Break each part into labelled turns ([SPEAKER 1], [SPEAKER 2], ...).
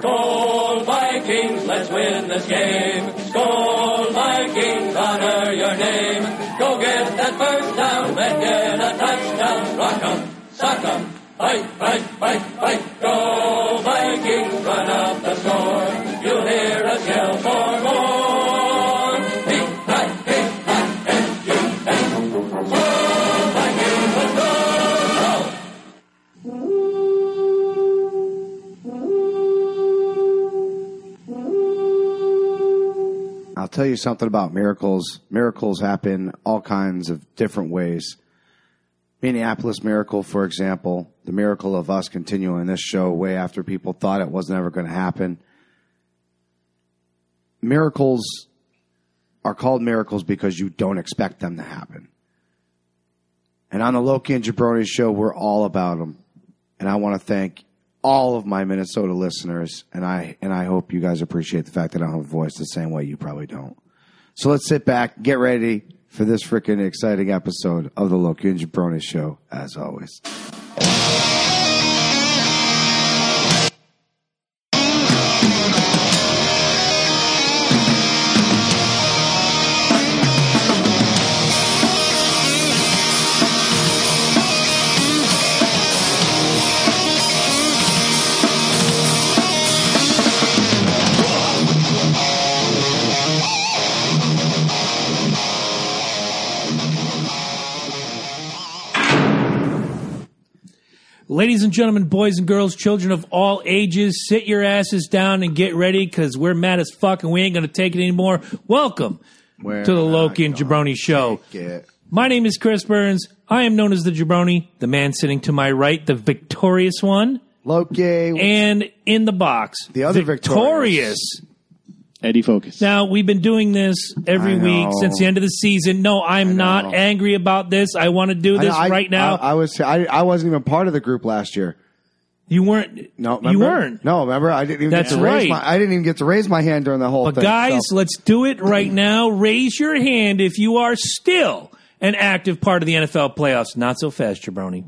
[SPEAKER 1] Go Vikings, let's win this game. Go Vikings, honor your name. Go get that first down, then get a touchdown. Rock 'em, sock 'em, fight, fight, fight, fight. Go Vikings, run up the score. You'll hear us yell for more. V-I-K-I-N-G-S. Go Vikings, let's go!
[SPEAKER 2] I'll tell you something about miracles. Miracles happen all kinds of different ways. Minneapolis miracle, for example, the miracle of us continuing this show way after people thought it was never going to happen. Miracles are called miracles because you don't expect them to happen. And on the Loki and Jabroni show, we're all about them. And I want to thank all of my Minnesota listeners, and I and I hope you guys appreciate the fact that I don't have a voice the same way you probably don't. So let's sit back, get ready for this freaking exciting episode of the Loki and Jabroni Show, as always.
[SPEAKER 3] Ladies and gentlemen, boys and girls, children of all ages, sit your asses down and get ready because we're mad as fuck and we ain't going to take it anymore. Welcome
[SPEAKER 2] We're
[SPEAKER 3] to the Loki and
[SPEAKER 2] not
[SPEAKER 3] Jabroni Show.
[SPEAKER 2] gonna take it.
[SPEAKER 3] My name is Chris Burns. I am known as the Jabroni, the man sitting to my right, the victorious one,
[SPEAKER 2] Loki,
[SPEAKER 3] and in the box,
[SPEAKER 2] The other
[SPEAKER 3] victorious.
[SPEAKER 4] Eddie Focus.
[SPEAKER 3] Now we've been doing this every
[SPEAKER 2] I
[SPEAKER 3] week
[SPEAKER 2] know.
[SPEAKER 3] since the end of the season. No, I'm
[SPEAKER 2] know.
[SPEAKER 3] not angry about this. I want to do this
[SPEAKER 2] I-
[SPEAKER 3] right now.
[SPEAKER 2] I, I was I, I wasn't even part of the group last year.
[SPEAKER 3] you weren't.
[SPEAKER 2] No,
[SPEAKER 3] you
[SPEAKER 2] remember?
[SPEAKER 3] weren't.
[SPEAKER 2] No, remember? I didn't even
[SPEAKER 3] That's
[SPEAKER 2] get to raise
[SPEAKER 3] right.
[SPEAKER 2] my I didn't even get to raise my hand during the whole
[SPEAKER 3] But
[SPEAKER 2] thing.
[SPEAKER 3] guys,
[SPEAKER 2] so-
[SPEAKER 3] let's do it right now. Raise your hand if you are still an active part of the NFL playoffs. Not so fast, Jabroni.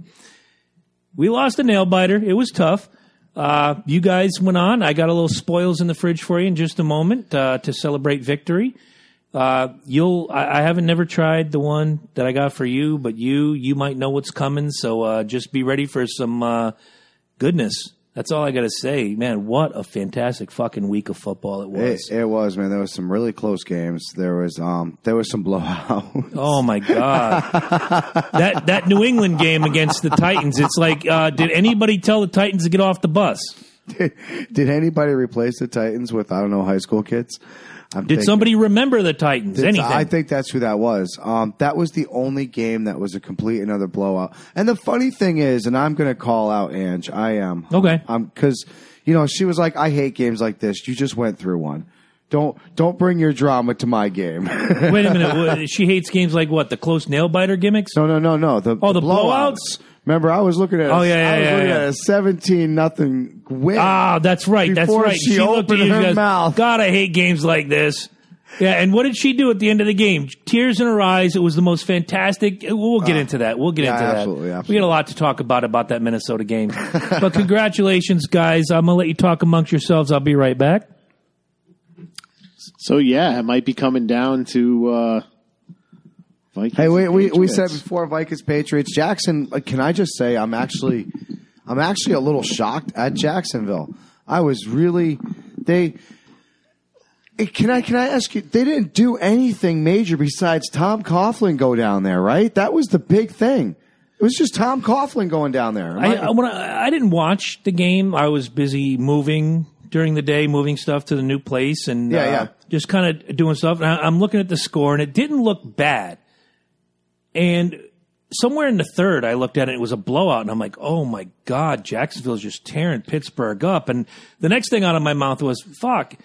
[SPEAKER 3] We lost a nail biter. It was tough. Uh, you guys went on. I got a little spoils in the fridge for you in just a moment uh, to celebrate victory. Uh, you'll. I, I haven't never tried the one that I got for you, but you you might know what's coming. So uh, just be ready for some uh, goodness. That's all I got to say, man. What a fantastic fucking week of football it was.
[SPEAKER 2] it, it was man. There was some really close games. There was um there was some blowout.
[SPEAKER 3] Oh my god! that that New England game against the Titans. It's like, uh, did anybody tell the Titans to get off the bus?
[SPEAKER 2] Did anybody replace the Titans with I don't know high school kids? I'm
[SPEAKER 3] Did somebody remember the Titans? Anything?
[SPEAKER 2] uh, I think that's who that was. Um, that was the only game that was a complete another blowout. And the funny thing is, and I'm going to call out Ange. I am
[SPEAKER 3] Okay.
[SPEAKER 2] I'm because you know she was like, I hate games like this. You just went through one. Don't don't bring your drama to my game. no,
[SPEAKER 3] Wait a minute. What- She hates games like what? The close nail biter gimmicks?
[SPEAKER 2] no, no, no. The
[SPEAKER 3] Oh, the blowouts?
[SPEAKER 2] Remember, I was looking at
[SPEAKER 3] Oh,
[SPEAKER 2] a-
[SPEAKER 3] yeah, yeah,
[SPEAKER 2] I was
[SPEAKER 3] yeah,
[SPEAKER 2] looking
[SPEAKER 3] yeah.
[SPEAKER 2] at a seventeen nothing win.
[SPEAKER 3] Ah, that's right. That's
[SPEAKER 2] Before
[SPEAKER 3] right.
[SPEAKER 2] she
[SPEAKER 3] looked at
[SPEAKER 2] opened
[SPEAKER 3] you
[SPEAKER 2] her
[SPEAKER 3] guys,
[SPEAKER 2] mouth.
[SPEAKER 3] God, I hate games like this. Yeah, and what did she do at the end of the game? Tears in her eyes. It was the most fantastic. We'll get into that. We'll
[SPEAKER 2] Ah.
[SPEAKER 3] get
[SPEAKER 2] yeah,
[SPEAKER 3] into that.
[SPEAKER 2] absolutely,
[SPEAKER 3] We
[SPEAKER 2] absolutely.
[SPEAKER 3] got a lot to talk about about that Minnesota game. but congratulations, guys. I'm gonna let you talk amongst yourselves. I'll be right back.
[SPEAKER 4] So yeah, it might be coming down to uh, Vikings.
[SPEAKER 2] Hey, we,
[SPEAKER 4] and
[SPEAKER 2] we, we
[SPEAKER 4] Patriots.
[SPEAKER 2] said before Vikings Patriots Jackson. uh, Can I just say I'm actually I'm actually a little shocked at Jacksonville. I was really they. eh, Can I can I ask you? They didn't do anything major besides Tom Coughlin go down there, right? That was the big thing. It was just Tom Coughlin going down there. Am
[SPEAKER 3] I, uh,
[SPEAKER 2] I-
[SPEAKER 3] I, when I, I didn't watch the game. I was busy moving during the day, moving stuff to the new place, and
[SPEAKER 2] Yeah,
[SPEAKER 3] uh,
[SPEAKER 2] yeah.
[SPEAKER 3] just kind of doing stuff. And I, I'm looking at the score, and it didn't look bad. And somewhere in the third, I looked at it. It was a blowout, and I'm like, "Oh my god, Jacksonville's just tearing Pittsburgh up." And the next thing out of my mouth was, "Fuck,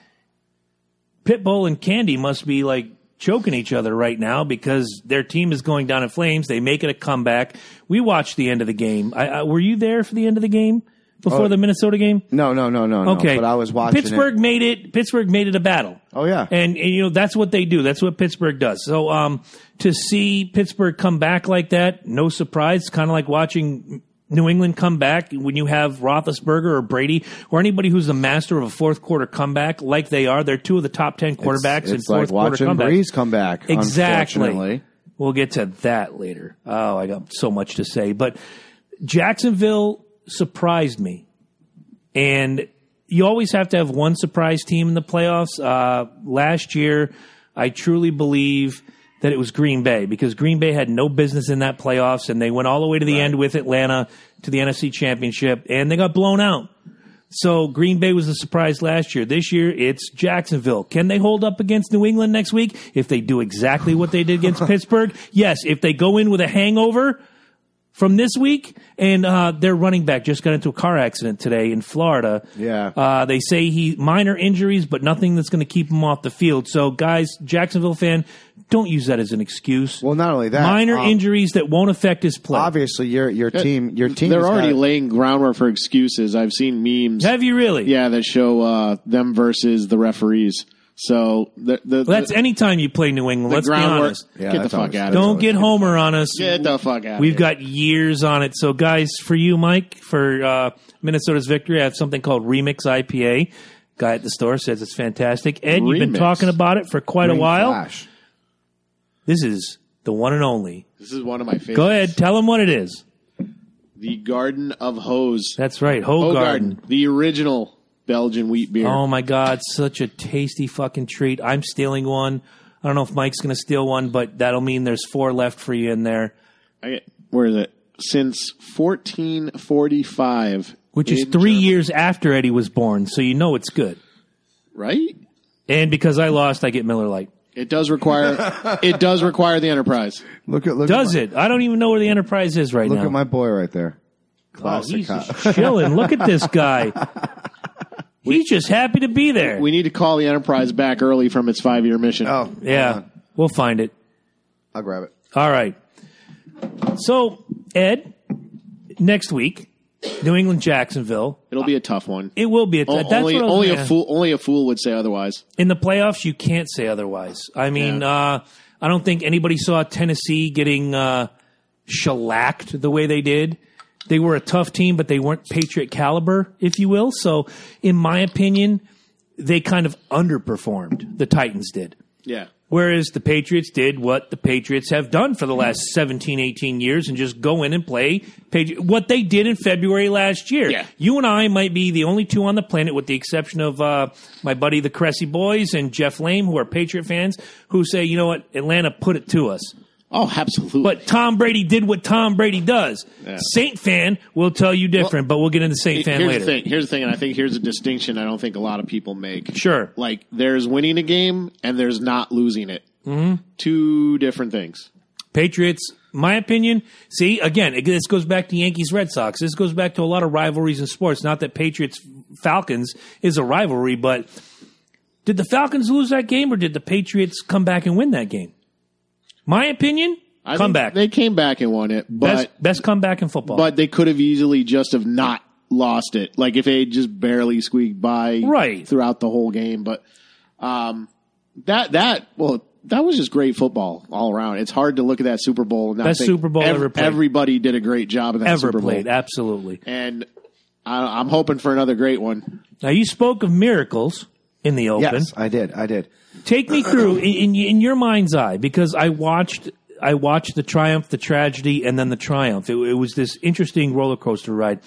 [SPEAKER 3] Pitbull and Candy must be like." Choking each other right now because their team is going down in flames. They make it a comeback. We watched the end of the game. I, I, were you there for the end of the game before the Minnesota game?
[SPEAKER 2] no, no, Oh, no, no, no.
[SPEAKER 3] Okay,
[SPEAKER 2] But I was watching it.
[SPEAKER 3] Pittsburgh made it. Pittsburgh made it a battle.
[SPEAKER 2] Oh, yeah.
[SPEAKER 3] and, and, you know that's what they do. That's what Pittsburgh does. So um, to see Pittsburgh come back like that, no surprise. Kind of like watching New England come back when you have Roethlisberger or Brady or anybody who's the master of a fourth quarter comeback, like they are. They're two of the top ten quarterbacks
[SPEAKER 2] it's,
[SPEAKER 3] in
[SPEAKER 2] it's
[SPEAKER 3] fourth
[SPEAKER 2] like watching
[SPEAKER 3] quarter comebacks.
[SPEAKER 2] Breeze come back.
[SPEAKER 3] Exactly.
[SPEAKER 2] unfortunately.
[SPEAKER 3] We'll get to that later. Oh, I got so much to say. But Jacksonville surprised me. And you always have to have one surprise team in the playoffs. Uh, last year, I truly believe that it was Green Bay because Green Bay had no business in that playoffs and they went all the way to the end with Atlanta to the NFC championship and they got blown out. So Green Bay was a surprise last year. This year, it's Jacksonville. Can they hold up against New England next week? If they do exactly what they did against Pittsburgh, yes. If they go in with a hangover from this week, and uh, their running back just got into a car accident today in Florida.
[SPEAKER 2] Yeah.
[SPEAKER 3] Uh, they say he minor injuries, but nothing that's going to keep him off the field. So, guys, Jacksonville fan, don't use that as an excuse.
[SPEAKER 2] Well, not only that,
[SPEAKER 3] minor
[SPEAKER 2] um,
[SPEAKER 3] injuries that won't affect his play.
[SPEAKER 2] Obviously, your your team your team.
[SPEAKER 4] They're
[SPEAKER 2] has
[SPEAKER 4] already
[SPEAKER 2] got-
[SPEAKER 4] laying groundwork for excuses. I've seen memes.
[SPEAKER 3] Have you really?
[SPEAKER 4] yeah, that show uh, them versus the referees. So the the,
[SPEAKER 3] Well, that's
[SPEAKER 4] the,
[SPEAKER 3] anytime you play New England.
[SPEAKER 4] the
[SPEAKER 3] let's be
[SPEAKER 4] groundwork.
[SPEAKER 3] honest.
[SPEAKER 2] Yeah,
[SPEAKER 4] get the
[SPEAKER 2] that's
[SPEAKER 4] fuck
[SPEAKER 2] always-
[SPEAKER 4] out of
[SPEAKER 3] Don't
[SPEAKER 4] here.
[SPEAKER 3] get Homer on us.
[SPEAKER 4] Get the fuck out.
[SPEAKER 3] We've
[SPEAKER 4] of here.
[SPEAKER 3] got years on it. So, guys, for you, Mike, for uh, Minnesota's victory, I have something called Remix IPA. Guy at the store says it's fantastic. Ed, you've been
[SPEAKER 4] Remix.
[SPEAKER 3] talking about it for quite a
[SPEAKER 2] Green
[SPEAKER 3] while.
[SPEAKER 2] Flash.
[SPEAKER 3] This is the one and only.
[SPEAKER 4] this is one of my favorites.
[SPEAKER 3] Go ahead, tell him what it is.
[SPEAKER 4] The Garden of Hose.
[SPEAKER 3] That's right, Ho
[SPEAKER 4] Hogarden,
[SPEAKER 3] Garden.
[SPEAKER 4] the original Belgian wheat beer.
[SPEAKER 3] Oh my God, such a tasty fucking treat. I'm stealing one. I don't know if Mike's going to steal one, but that'll mean there's four left for you in there,
[SPEAKER 4] I get, where is it? Since 1445,
[SPEAKER 3] which is
[SPEAKER 4] in
[SPEAKER 3] three
[SPEAKER 4] Germany.
[SPEAKER 3] years after Eddie was born. So you know it's good.
[SPEAKER 4] right?
[SPEAKER 3] And because I lost, I get Miller Lite.
[SPEAKER 4] It does require it does require the enterprise.
[SPEAKER 2] Look at look.
[SPEAKER 3] Does
[SPEAKER 2] at my,
[SPEAKER 3] it? I don't even know where the Enterprise is right
[SPEAKER 2] Look
[SPEAKER 3] now.
[SPEAKER 2] at my boy right there.
[SPEAKER 3] Oh,
[SPEAKER 2] Classic.
[SPEAKER 3] he's
[SPEAKER 2] cop.
[SPEAKER 3] just chilling. Look at this guy. He's just happy to be there.
[SPEAKER 4] We need to call the enterprise back early from its five year mission.
[SPEAKER 2] oh
[SPEAKER 3] yeah,
[SPEAKER 2] hold on.
[SPEAKER 3] we'll find it.
[SPEAKER 2] I'll grab it.
[SPEAKER 3] All right. So, Ed, next week, New England, Jacksonville.
[SPEAKER 4] It'll be a tough one.
[SPEAKER 3] It will be a
[SPEAKER 4] O-
[SPEAKER 3] that's
[SPEAKER 4] only
[SPEAKER 3] what I was
[SPEAKER 4] only
[SPEAKER 3] gonna-
[SPEAKER 4] a fool only a fool would say otherwise.
[SPEAKER 3] in the playoffs. You can't say otherwise. I mean,
[SPEAKER 4] Yeah.
[SPEAKER 3] uh, I don't think anybody saw Tennessee getting uh, shellacked the way they did. They were a tough team, but they weren't Patriot caliber, if you will. So, in my opinion, they kind of underperformed. The Titans did.
[SPEAKER 4] Yeah.
[SPEAKER 3] Whereas the Patriots did what the Patriots have done for the last 17, 18 years and just go in and play Patri- what they did in February last year.
[SPEAKER 4] Yeah.
[SPEAKER 3] You and I might be the only two on the planet, with the exception of uh, my buddy the Cressy Boys and Jeff Lame, who are Patriot fans, who say, you know what, Atlanta put it to us.
[SPEAKER 4] Oh, absolutely.
[SPEAKER 3] But Tom Brady did what Tom Brady does.
[SPEAKER 4] Yeah.
[SPEAKER 3] Saint fan will tell you different, but we'll get into Saint fan
[SPEAKER 4] here's
[SPEAKER 3] later.
[SPEAKER 4] the thing. Here's the thing, and I think here's a distinction I don't think a lot of people make.
[SPEAKER 3] Sure.
[SPEAKER 4] Like there's winning a game and there's not losing it. Mm-hmm. Two different things.
[SPEAKER 3] Patriots, my opinion. See, again, it, this goes back to Yankees Red Sox. This goes back to a lot of rivalries in sports. Not that Patriots Falcons is a rivalry, but did the Falcons lose that game or did the Patriots come back and win that game? My opinion,
[SPEAKER 4] I think
[SPEAKER 3] comeback.
[SPEAKER 4] They came back and won it, but
[SPEAKER 3] best, best comeback in football.
[SPEAKER 4] but they could have easily just have not lost it. Like if they just barely squeaked by
[SPEAKER 3] Right.
[SPEAKER 4] throughout the whole game. But um, that that well, that was just great football all around. It's hard to look at that Super Bowl. And not
[SPEAKER 3] Best
[SPEAKER 4] think
[SPEAKER 3] Super Bowl ever played.
[SPEAKER 4] Everybody did a great job in that
[SPEAKER 3] Ever
[SPEAKER 4] Super Bowl,
[SPEAKER 3] played, absolutely.
[SPEAKER 4] and I, I'm hoping for another great one.
[SPEAKER 3] Now, you spoke of miracles in the open.
[SPEAKER 2] Yes, I did. I did.
[SPEAKER 3] take me through in, in, in your mind's eye because I watched I watched the triumph, the tragedy, and then the triumph. It, it was this interesting roller coaster ride.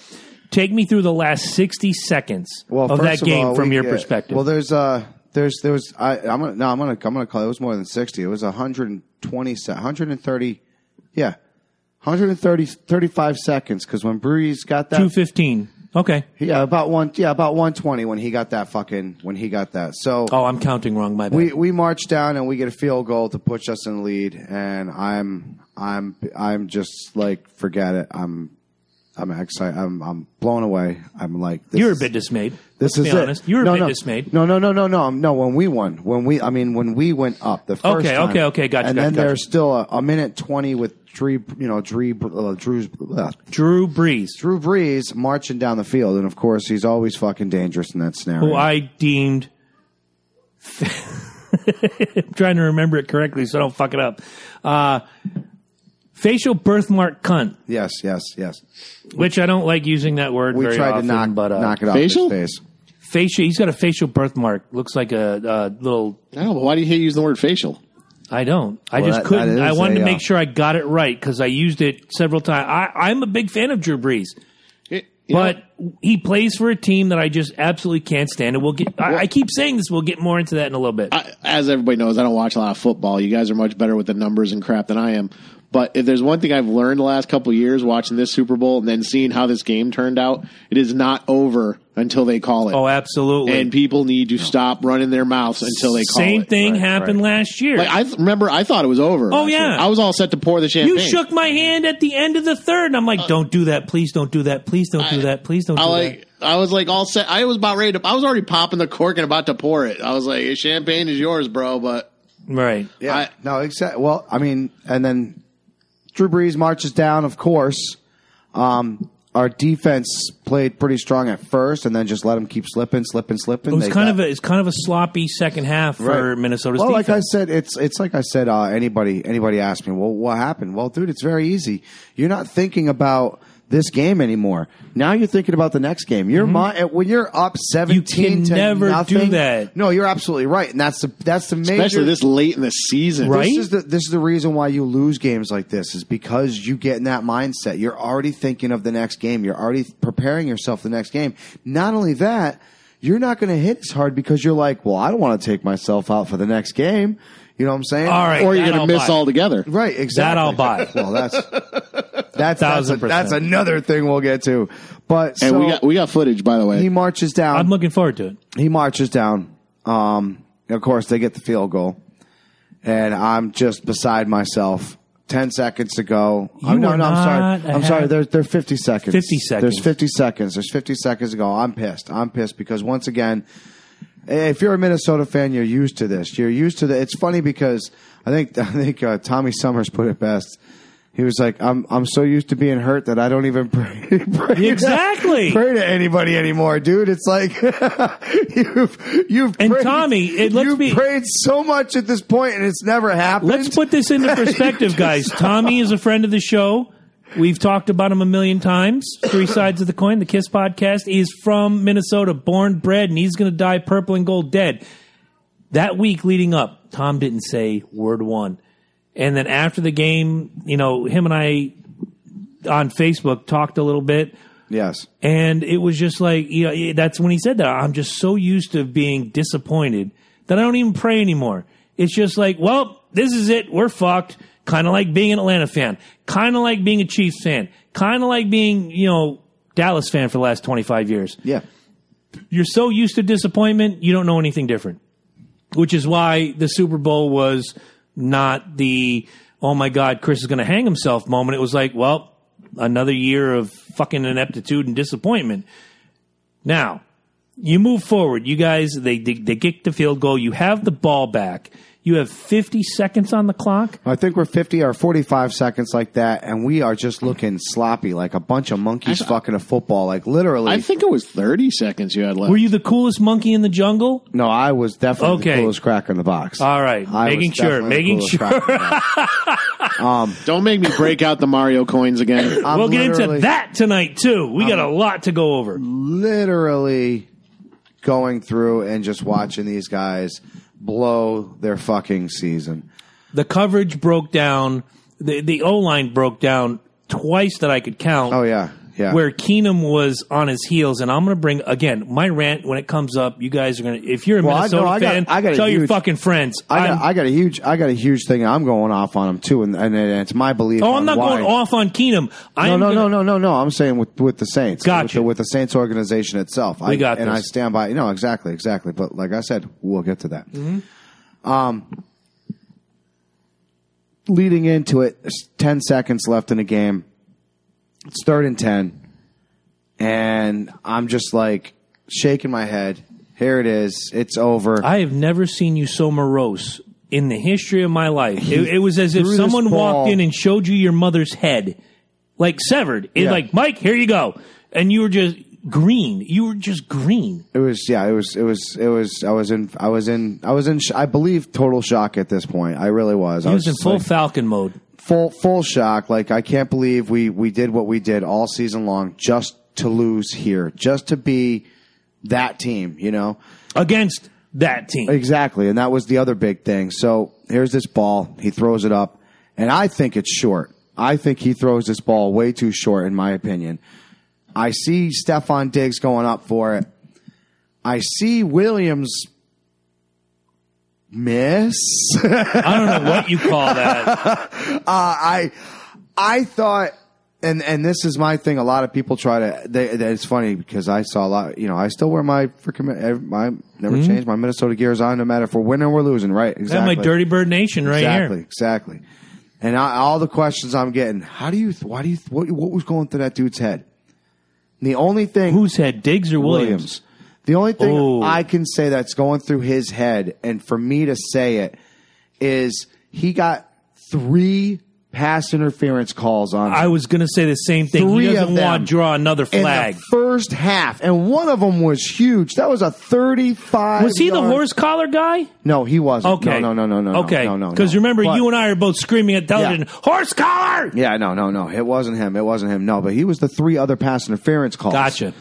[SPEAKER 3] Take me through the last sixty seconds
[SPEAKER 2] Well,
[SPEAKER 3] of
[SPEAKER 2] first
[SPEAKER 3] that game
[SPEAKER 2] all,
[SPEAKER 3] from
[SPEAKER 2] we
[SPEAKER 3] your
[SPEAKER 2] get-
[SPEAKER 3] perspective.
[SPEAKER 2] Well, there's uh, there's there was I I'm gonna no I'm gonna I'm gonna call it, it was more than sixty. It was 120 se- 130 yeah. 130 35 seconds because when Breeze got that
[SPEAKER 3] Two fifteen. Okay.
[SPEAKER 2] yeah about one yeah about 120 when he got that fucking when he got that so
[SPEAKER 3] Oh, I'm counting wrong. My bad.
[SPEAKER 2] we we march down and we get a field goal to push us in the lead and i'm i'm i'm just like forget it i'm i'm excited i'm i'm blown away i'm like this
[SPEAKER 3] you were a
[SPEAKER 2] is-
[SPEAKER 3] bit dismayed.
[SPEAKER 2] this
[SPEAKER 3] Let's
[SPEAKER 2] is
[SPEAKER 3] be
[SPEAKER 2] it.
[SPEAKER 3] honest. You were a
[SPEAKER 2] no,
[SPEAKER 3] bit
[SPEAKER 2] no.
[SPEAKER 3] dismayed.
[SPEAKER 2] No, no, no, no, no, no. When we won, when we, I mean, when we went up the first
[SPEAKER 3] Okay,
[SPEAKER 2] time,
[SPEAKER 3] okay, okay, gotcha,
[SPEAKER 2] And
[SPEAKER 3] gotcha,
[SPEAKER 2] then
[SPEAKER 3] gotcha.
[SPEAKER 2] there's still a, a minute twenty with Drew, you know, Drew, uh, Drew's, uh,
[SPEAKER 3] Drew Brees,
[SPEAKER 2] Drew Brees marching down the field, and of course he's always fucking dangerous in that scenario.
[SPEAKER 3] who I deemed. I'm trying to remember it correctly so I don't fuck it up. Uh, facial birthmark cunt,
[SPEAKER 2] Yes, yes, yes.
[SPEAKER 3] which I don't like using that word.
[SPEAKER 2] We
[SPEAKER 3] very
[SPEAKER 2] tried to
[SPEAKER 3] often,
[SPEAKER 2] knock,
[SPEAKER 3] but uh,
[SPEAKER 2] knock it off
[SPEAKER 4] Facial?
[SPEAKER 2] his face.
[SPEAKER 3] facial. He's got a facial birthmark. Looks like a, a little.
[SPEAKER 4] I don't know. but Why do you hate using the word facial?
[SPEAKER 3] I don't. I
[SPEAKER 2] Well,
[SPEAKER 3] just
[SPEAKER 2] that- that
[SPEAKER 3] couldn't.
[SPEAKER 2] is
[SPEAKER 3] I wanted
[SPEAKER 2] a,
[SPEAKER 3] to
[SPEAKER 2] uh,
[SPEAKER 3] make sure I got it right because I used it several times. I, I'm a big fan of Drew Brees,
[SPEAKER 4] It- you know,
[SPEAKER 3] but he plays for a team that I just absolutely can't stand. And we'll get. I, I keep saying this. We'll get more into that in a little bit.
[SPEAKER 4] I, as everybody knows, I don't watch a lot of football. You guys are much better with the numbers and crap than I am. But if there's one thing I've learned the last couple of years watching this Super Bowl and then seeing how this game turned out, it is not over until they call it.
[SPEAKER 3] oh, absolutely.
[SPEAKER 4] and people need to stop running their mouths until they call
[SPEAKER 3] Same
[SPEAKER 4] it.
[SPEAKER 3] thing
[SPEAKER 2] Right,
[SPEAKER 3] happened last year.
[SPEAKER 4] Like I th- remember, I thought it was over.
[SPEAKER 3] Oh,
[SPEAKER 4] last year.
[SPEAKER 3] yeah.
[SPEAKER 4] I was all set to pour the champagne.
[SPEAKER 3] you shook my hand at the end of the third, and I'm like, "Don't do that, please! Don't do that, please! Don't do
[SPEAKER 4] Uh, I-
[SPEAKER 3] that, please! Don't
[SPEAKER 4] I
[SPEAKER 3] do
[SPEAKER 4] like. I was like all set. I was about ready to. I was already popping the cork and about to pour it. I was like, "Hey, "Champagne is yours, bro." But
[SPEAKER 3] that." Right?
[SPEAKER 2] Yeah.
[SPEAKER 4] I-
[SPEAKER 2] no, except well, I mean, and then Drew Brees marches down, of course. Um, our defense played pretty strong at first, and then just let them keep slipping, slipping, slipping.
[SPEAKER 3] It was kind of a, it's kind of a sloppy second half for Minnesota's
[SPEAKER 2] Well, like I
[SPEAKER 3] defense.
[SPEAKER 2] said, it's it's like I said. Uh, anybody anybody asked me, well, what happened? Well, dude, it's very easy. You're not thinking about this game anymore. Now you're thinking about the next game. Your mind when you're up seventeen
[SPEAKER 3] Mm-hmm. can
[SPEAKER 2] to
[SPEAKER 3] never do
[SPEAKER 2] nothing.
[SPEAKER 3] that.
[SPEAKER 2] No, you're absolutely right, and that's the that's the major.
[SPEAKER 4] especially this late in the season,
[SPEAKER 3] Right?
[SPEAKER 2] This is the this is the reason why you lose games like this is because you get in that mindset. You're already thinking of the next game. You're already preparing yourself for the next game. Not only that, you're not going to hit as hard because you're like, well, I don't want to take myself out for the next game. You know what I'm saying?
[SPEAKER 3] All right,
[SPEAKER 4] or you're
[SPEAKER 3] that
[SPEAKER 4] going
[SPEAKER 3] I'll
[SPEAKER 4] to miss
[SPEAKER 3] buy.
[SPEAKER 4] altogether.
[SPEAKER 2] Right, exactly.
[SPEAKER 3] I'll buy.
[SPEAKER 2] Well, that's that's that's, a,
[SPEAKER 3] Thousand percent.
[SPEAKER 2] that's another thing we'll get to. But
[SPEAKER 4] And
[SPEAKER 2] so
[SPEAKER 4] we got we got footage, by the way.
[SPEAKER 2] he marches down
[SPEAKER 3] I'm looking forward to it.
[SPEAKER 2] he marches down. Um, and of course, they get the field goal, and I'm just beside myself. Ten seconds to go. I'm, no,
[SPEAKER 3] are
[SPEAKER 2] no, I'm
[SPEAKER 3] not
[SPEAKER 2] sorry.
[SPEAKER 3] a
[SPEAKER 2] I'm sorry.
[SPEAKER 3] hap-
[SPEAKER 2] There's there 50 seconds.
[SPEAKER 3] 50 seconds.
[SPEAKER 2] There's 50 seconds. There's 50 seconds to go. I'm pissed. I'm pissed because once again, if you're a Minnesota fan, you're used to this. You're used to the. It's funny because I think I think uh, Tommy Summers put it best. He was like, "I'm I'm so used to being hurt that I don't even pray, pray
[SPEAKER 3] Exactly.
[SPEAKER 2] pray to anybody anymore, dude. It's like you've you've
[SPEAKER 3] And
[SPEAKER 2] prayed,
[SPEAKER 3] Tommy, it- let's
[SPEAKER 2] you've
[SPEAKER 3] be-
[SPEAKER 2] prayed so much at this point, and it's never happened.
[SPEAKER 3] Let's put this into perspective, guys. Tommy is a friend of the show. We've talked about him a million times. Three Sides of the Coin, the Kiss podcast. He's from Minnesota, born, bred, and he's going to die purple and gold dead. That week leading up, Tom didn't say word one. And then after the game, you know, him and I on Facebook talked a little bit.
[SPEAKER 2] yes,
[SPEAKER 3] And it was just like, you know, it- that's when he said that. I'm just so used to being disappointed that I don't even pray anymore. It's just like, well, this is it. We're fucked. Kind of like being an Atlanta fan. Kind of like being a Chiefs fan. Kind of like being, you know, Dallas fan for the last 25 years.
[SPEAKER 2] yeah,
[SPEAKER 3] You're so used to disappointment, you don't know anything different. Which is why the Super Bowl was not the, oh my God, Chris is going to hang himself moment. It was like, well, another year of fucking ineptitude and disappointment. Now, you move forward. You guys, they, they, they kick the field goal. You have the ball back. You have 50 seconds on the clock.
[SPEAKER 2] I think we're fifty or forty-five seconds like that, and we are just looking sloppy, like a bunch of monkeys fucking a football, like literally.
[SPEAKER 4] I think it was thirty seconds you had left.
[SPEAKER 3] Were you the coolest monkey in the jungle?
[SPEAKER 2] no, I was definitely
[SPEAKER 3] Okay.
[SPEAKER 2] the coolest cracker in the box.
[SPEAKER 3] All right.
[SPEAKER 2] I was
[SPEAKER 3] Making sure.
[SPEAKER 2] definitely the
[SPEAKER 3] Making
[SPEAKER 2] coolest
[SPEAKER 3] sure.
[SPEAKER 2] cracker in the box. um,
[SPEAKER 4] Don't make me break out the Mario coins again.
[SPEAKER 2] I'm
[SPEAKER 3] we'll get into
[SPEAKER 2] literally-
[SPEAKER 3] that tonight, too. We got a lot to go over.
[SPEAKER 2] literally going through and just watching these guys blow their fucking season.
[SPEAKER 3] the coverage broke down. The the O line broke down twice that I could count.
[SPEAKER 2] Oh yeah, yeah.
[SPEAKER 3] Where Keenum was on his heels, and I'm going to bring again my rant when it comes up. You guys are going to, if you're a
[SPEAKER 2] Well, I-
[SPEAKER 3] Minnesota
[SPEAKER 2] no, I got-
[SPEAKER 3] fan,
[SPEAKER 2] I got a
[SPEAKER 3] tell your
[SPEAKER 2] huge-
[SPEAKER 3] fucking friends.
[SPEAKER 2] I got,
[SPEAKER 3] I'm-
[SPEAKER 2] I got a huge, I got a huge thing. I'm going off on them too, and, and it's my belief.
[SPEAKER 3] oh,
[SPEAKER 2] on
[SPEAKER 3] I'm not
[SPEAKER 2] why.
[SPEAKER 3] going off on
[SPEAKER 2] No,
[SPEAKER 3] Keenum. I'm
[SPEAKER 2] no,
[SPEAKER 3] gonna-
[SPEAKER 2] no, no, no, no. I'm saying with with the Saints, with
[SPEAKER 3] Gotcha.
[SPEAKER 2] the, with the Saints organization itself. I,
[SPEAKER 3] We got
[SPEAKER 2] and
[SPEAKER 3] this.
[SPEAKER 2] I stand by. No, exactly, exactly. But like I said, we'll get to that. Um,
[SPEAKER 3] Mm-hmm.
[SPEAKER 2] leading into it, there's ten seconds left in the game. It's third and ten, and I'm just like shaking my head. Here it is. It's over.
[SPEAKER 3] I have never seen you so morose in the history of my life. It, it was as if
[SPEAKER 2] threw this
[SPEAKER 3] someone walked
[SPEAKER 2] ball-
[SPEAKER 3] in and showed you your mother's head, like severed. It
[SPEAKER 2] Yeah.
[SPEAKER 3] like Mike, here you go, and you were just green. You were just green.
[SPEAKER 2] It was yeah. It was it was it was. I was in I was in I was in sh- I believe total shock at this point. I really was. I
[SPEAKER 3] He was in
[SPEAKER 2] just
[SPEAKER 3] full
[SPEAKER 2] like,
[SPEAKER 3] Falcon mode.
[SPEAKER 2] full full shock. Like I can't believe we we did what we did all season long just to lose here, just to be that team. You know.
[SPEAKER 3] against that team.
[SPEAKER 2] Exactly, and that was the other big thing. So here's this ball. He throws it up, and I think it's short. I think he throws this ball way too short, in my opinion. I see Stefan Diggs going up for it. I see Williams miss.
[SPEAKER 3] I don't know what you call that.
[SPEAKER 2] I I thought and and this is my thing. A lot of people try to. They, they, it's funny because I saw a lot. You know, I still wear my freaking ev- my never change my Minnesota gears on, no matter if we're winning or we're losing. Right?
[SPEAKER 3] That's
[SPEAKER 2] Exactly.
[SPEAKER 3] Mm-hmm. my Dirty Bird Nation right
[SPEAKER 2] exactly,
[SPEAKER 3] here.
[SPEAKER 2] Exactly. And I, all the questions I'm getting. How do you? Why do you? What, what was going through that dude's head? And the only thing
[SPEAKER 3] Who's had Diggs or Williams?
[SPEAKER 2] the only thing
[SPEAKER 3] Oh.
[SPEAKER 2] I can say that's going through his head, and for me to say it, is he got three pass interference calls on him
[SPEAKER 3] I was going to say the same thing.
[SPEAKER 2] Three
[SPEAKER 3] he
[SPEAKER 2] of
[SPEAKER 3] doesn't
[SPEAKER 2] them
[SPEAKER 3] want to draw another
[SPEAKER 2] in
[SPEAKER 3] flag.
[SPEAKER 2] the first half, and one of them was huge. That was a thirty-five.
[SPEAKER 3] Was he the
[SPEAKER 2] yard-
[SPEAKER 3] horse collar guy?
[SPEAKER 2] No, he wasn't.
[SPEAKER 3] Okay.
[SPEAKER 2] No, no, no, no, no.
[SPEAKER 3] Okay.
[SPEAKER 2] no, no.
[SPEAKER 3] Because
[SPEAKER 2] no.
[SPEAKER 3] remember,
[SPEAKER 2] But-
[SPEAKER 3] you and I are both screaming at television, horse collar!
[SPEAKER 2] Yeah, no, no, no. It wasn't him. It wasn't him. No, but he was the three other pass interference calls.
[SPEAKER 3] Gotcha.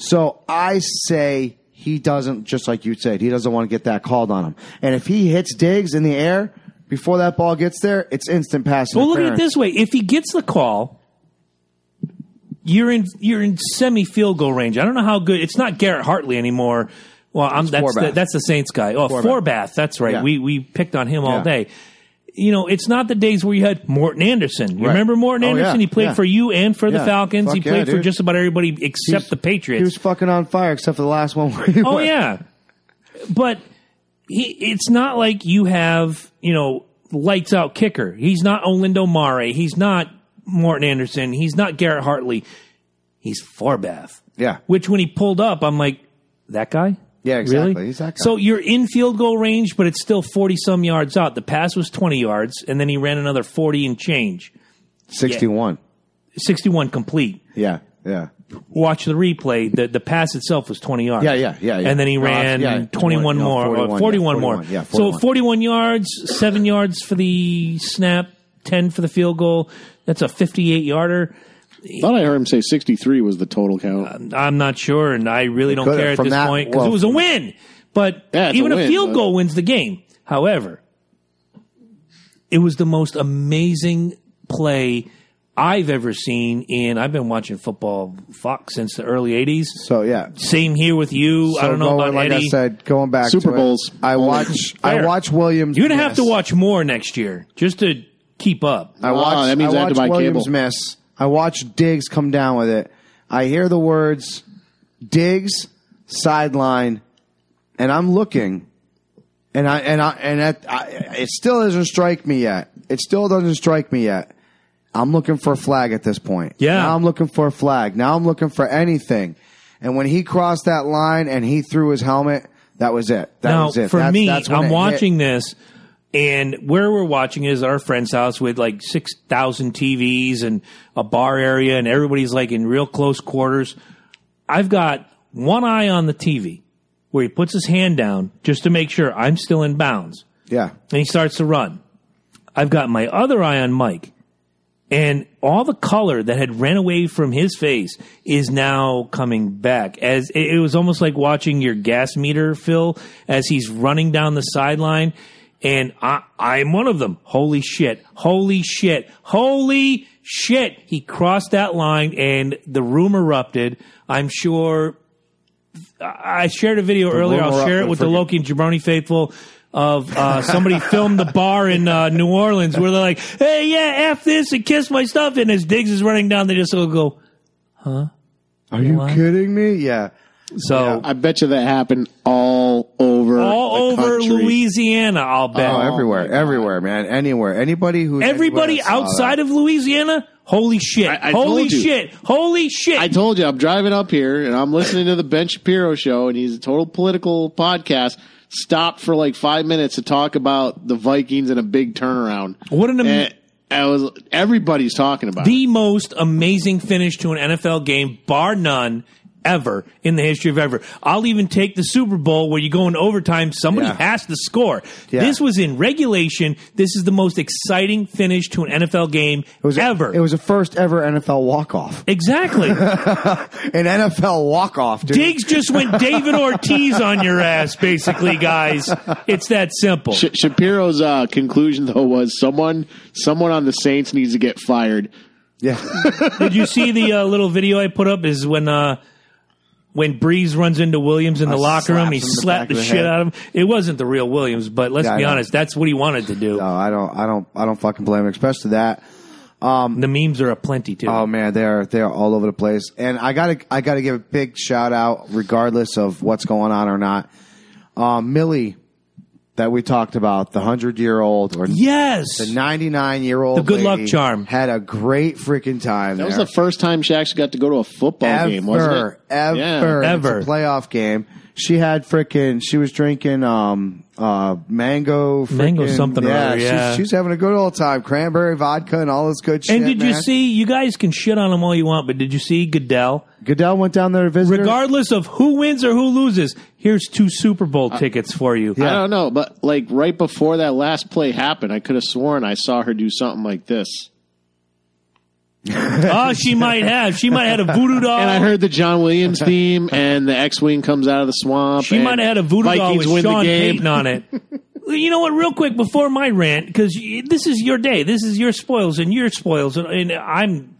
[SPEAKER 2] So I say he doesn't, just like you said, he doesn't want to get that called on him. And if he hits Diggs in the air before that ball gets there, it's instant pass
[SPEAKER 3] Well, look at it
[SPEAKER 2] interference.
[SPEAKER 3] this way. If he gets the call, you're in you're in semi field goal range. I don't know how good. It's not Garrett Hartley anymore. Well, I'm, that's
[SPEAKER 2] Forbath.
[SPEAKER 3] the, that's the Saints guy. Oh, Forbath.
[SPEAKER 2] Forbath.
[SPEAKER 3] that's right.
[SPEAKER 2] Yeah.
[SPEAKER 3] We we picked on him all
[SPEAKER 2] Yeah.
[SPEAKER 3] day. You know, it's not the days where you had Morton Anderson. You
[SPEAKER 2] Right.
[SPEAKER 3] remember Morton
[SPEAKER 2] Oh, yeah,
[SPEAKER 3] Anderson? He played
[SPEAKER 2] yeah.
[SPEAKER 3] for you and for the
[SPEAKER 2] Yeah.
[SPEAKER 3] Falcons. he
[SPEAKER 2] Fuck yeah,
[SPEAKER 3] played for
[SPEAKER 2] dude.
[SPEAKER 3] just about everybody
[SPEAKER 2] He
[SPEAKER 3] except
[SPEAKER 2] was-
[SPEAKER 3] the Patriots.
[SPEAKER 2] He was fucking on fire except for the last one where he
[SPEAKER 3] Oh
[SPEAKER 2] went.
[SPEAKER 3] yeah, but he, it's not like you have you know lights out kicker. He's not Olindo Mare. He's not Morton Anderson. He's not Garrett Hartley. He's Forbath.
[SPEAKER 2] Yeah.
[SPEAKER 3] Which when he pulled up, I'm like, that guy.
[SPEAKER 2] Yeah, exactly.
[SPEAKER 3] Really?
[SPEAKER 2] He's that guy.
[SPEAKER 3] So you're in field goal range, but it's still forty some yards out. The pass was twenty yards, and then he ran another forty and change,
[SPEAKER 2] 61.
[SPEAKER 3] sixty one complete.
[SPEAKER 2] Yeah. Yeah.
[SPEAKER 3] Watch the replay. The the pass itself was twenty yards.
[SPEAKER 2] Yeah, yeah, yeah, yeah.
[SPEAKER 3] And then he
[SPEAKER 2] No,
[SPEAKER 3] ran
[SPEAKER 2] yeah, yeah.
[SPEAKER 3] 21
[SPEAKER 2] No,
[SPEAKER 3] more,
[SPEAKER 2] 41,
[SPEAKER 3] or
[SPEAKER 2] yeah,
[SPEAKER 3] 41 more.
[SPEAKER 2] 41, yeah,
[SPEAKER 3] So
[SPEAKER 2] 41.
[SPEAKER 3] 41 yards, 7 yards for the snap, 10 for the field goal. That's a 58 yarder.
[SPEAKER 4] Thought I heard him say 63 was the total count.
[SPEAKER 3] I'm not sure, and I really don't
[SPEAKER 2] could've-
[SPEAKER 3] care at
[SPEAKER 2] from
[SPEAKER 3] this
[SPEAKER 2] that-
[SPEAKER 3] point because
[SPEAKER 2] well,
[SPEAKER 3] it was a win. But
[SPEAKER 4] Yeah, it's a
[SPEAKER 3] even a,
[SPEAKER 4] win,
[SPEAKER 3] field
[SPEAKER 4] but-
[SPEAKER 3] goal wins the game. However, it was the most amazing play I've ever seen in. I've been watching football Fox since the early 80s.
[SPEAKER 2] So, yeah.
[SPEAKER 3] Same here with you. I
[SPEAKER 2] So
[SPEAKER 3] don't know
[SPEAKER 2] going-
[SPEAKER 3] about
[SPEAKER 2] like
[SPEAKER 3] Eddie.
[SPEAKER 2] I said, going back
[SPEAKER 4] Super
[SPEAKER 2] to it,
[SPEAKER 4] Bowls.
[SPEAKER 2] I watch. I
[SPEAKER 3] Fair.
[SPEAKER 2] watch Williams.
[SPEAKER 3] You're gonna have to
[SPEAKER 2] miss.
[SPEAKER 3] watch more next year just to keep up.
[SPEAKER 2] I
[SPEAKER 4] Ah,
[SPEAKER 2] watch.
[SPEAKER 4] that means
[SPEAKER 2] I
[SPEAKER 4] I
[SPEAKER 2] watch
[SPEAKER 4] have to buy
[SPEAKER 2] Williams
[SPEAKER 4] cable.
[SPEAKER 2] miss. I watch Diggs come down with it. I hear the words Diggs sideline, and I'm looking, and I and I and at, I, it still doesn't strike me yet. It still doesn't strike me yet. I'm looking for a flag at this point.
[SPEAKER 3] Yeah.
[SPEAKER 2] Now I'm looking for a flag. Now I'm looking for anything. And when he crossed that line and he threw his helmet, that was it. That
[SPEAKER 3] now,
[SPEAKER 2] was it.
[SPEAKER 3] for
[SPEAKER 2] That's-
[SPEAKER 3] me,
[SPEAKER 2] that's when it
[SPEAKER 3] I'm
[SPEAKER 2] hit.
[SPEAKER 3] watching this, and where we're watching it is our friend's house with like six thousand TVs and a bar area, and everybody's like in real close quarters. I've got one eye on the TV where he puts his hand down just to make sure I'm still in bounds.
[SPEAKER 2] Yeah.
[SPEAKER 3] and he starts to run. I've got my other eye on Mike, and all the color that had ran away from his face is now coming back. As it, it was almost like watching your gas meter fill as he's running down the sideline, and I, I'm one of them. Holy shit! Holy shit! Holy shit! He crossed that line, and the room erupted. I'm sure I shared a video earlier. I'll
[SPEAKER 2] rumor
[SPEAKER 3] share
[SPEAKER 2] up
[SPEAKER 3] it with the
[SPEAKER 2] and
[SPEAKER 3] Loki and Jabroni faithful of uh, somebody filmed the bar in uh, New Orleans where they're like, "Hey, yeah, f this and kiss my stuff." And as Diggs is running down, they just all go.
[SPEAKER 2] Are you
[SPEAKER 3] What?
[SPEAKER 2] kidding me? Yeah.
[SPEAKER 3] So
[SPEAKER 4] I bet you that happened all over
[SPEAKER 3] all
[SPEAKER 4] the
[SPEAKER 3] over
[SPEAKER 4] country.
[SPEAKER 3] Louisiana, I'll bet.
[SPEAKER 2] Oh, everywhere, everywhere, man, anywhere, anybody who uh,
[SPEAKER 3] Everybody outside of Louisiana, holy shit,
[SPEAKER 4] I- I
[SPEAKER 3] holy
[SPEAKER 4] told you.
[SPEAKER 3] shit, holy shit.
[SPEAKER 4] I told you I'm driving up here and I'm listening to the Ben Shapiro show and he's a total political podcast. Stopped for like five minutes to talk about the Vikings and a big turnaround.
[SPEAKER 3] What an am-
[SPEAKER 4] And I was everybody's talking about. it.
[SPEAKER 3] the most amazing finish to an NFL game, bar none, ever in the history of ever. I'll even take the Super Bowl where you go in overtime, somebody
[SPEAKER 2] Yeah.
[SPEAKER 3] has to score.
[SPEAKER 2] Yeah.
[SPEAKER 3] This was in regulation. This is the most exciting finish to an NFL game
[SPEAKER 2] It was a-
[SPEAKER 3] ever.
[SPEAKER 2] it was the first ever NFL walk off.
[SPEAKER 3] exactly.
[SPEAKER 2] An NFL walk off, dude.
[SPEAKER 3] Diggs just went David Ortiz on your ass, basically, guys. It's that simple.
[SPEAKER 4] Sh- Shapiro's uh, conclusion though was someone someone on the Saints needs to get fired.
[SPEAKER 2] Yeah.
[SPEAKER 3] Did you see the uh, little video I put up? Is when uh, when Breeze runs into Williams in the
[SPEAKER 2] Uh,
[SPEAKER 3] locker room,
[SPEAKER 2] slaps him in
[SPEAKER 3] he
[SPEAKER 2] the
[SPEAKER 3] slapped
[SPEAKER 2] back
[SPEAKER 3] the,
[SPEAKER 2] of the
[SPEAKER 3] shit
[SPEAKER 2] head.
[SPEAKER 3] out of him. It wasn't the real Williams, but let's
[SPEAKER 2] Yeah, I
[SPEAKER 3] be
[SPEAKER 2] know.
[SPEAKER 3] honest, that's what he wanted to do.
[SPEAKER 2] No, I don't. I don't. I don't fucking blame him, especially that.
[SPEAKER 3] The memes are aplenty too.
[SPEAKER 2] Oh man, they're they're all over the place. And I gotta I gotta give a big shout out, regardless of what's going on or not. Um, Millie, that we talked about, the hundred year old or
[SPEAKER 3] yes,
[SPEAKER 2] the ninety nine year old,
[SPEAKER 3] The good luck charm.
[SPEAKER 2] had a great freaking time.
[SPEAKER 4] That was
[SPEAKER 2] there.
[SPEAKER 4] the first time she actually got to go to a football
[SPEAKER 2] ever,
[SPEAKER 4] game, wasn't it?
[SPEAKER 2] Ever,
[SPEAKER 4] Yeah.
[SPEAKER 3] Ever.
[SPEAKER 2] It's a playoff game. She had freaking. She was drinking um uh mango frickin',
[SPEAKER 3] Mango something or other, yeah.
[SPEAKER 2] She's, she's having a good old time. Cranberry vodka and all this good shit.
[SPEAKER 3] and did you
[SPEAKER 2] man.
[SPEAKER 3] see? You guys can shit on him all you want, but did you see Goodell?
[SPEAKER 2] Goodell went down there to visit. her.
[SPEAKER 3] Regardless of who wins or who loses, here's two Super Bowl
[SPEAKER 2] Uh,
[SPEAKER 3] tickets for you.
[SPEAKER 4] I don't know, but like right before that last play happened, I could have sworn I saw her do something like this.
[SPEAKER 3] Oh, she might have. She might have had a voodoo doll.
[SPEAKER 4] And I heard the John Williams theme, and the X-wing comes out of the swamp.
[SPEAKER 3] She
[SPEAKER 4] and
[SPEAKER 3] might have had a voodoo doll
[SPEAKER 4] Vikings
[SPEAKER 3] with
[SPEAKER 4] win
[SPEAKER 3] Sean
[SPEAKER 4] the game.
[SPEAKER 3] Payton on it. you know what? Real quick before my rant, because this is your day. This is your spoils and your spoils, and, and I'm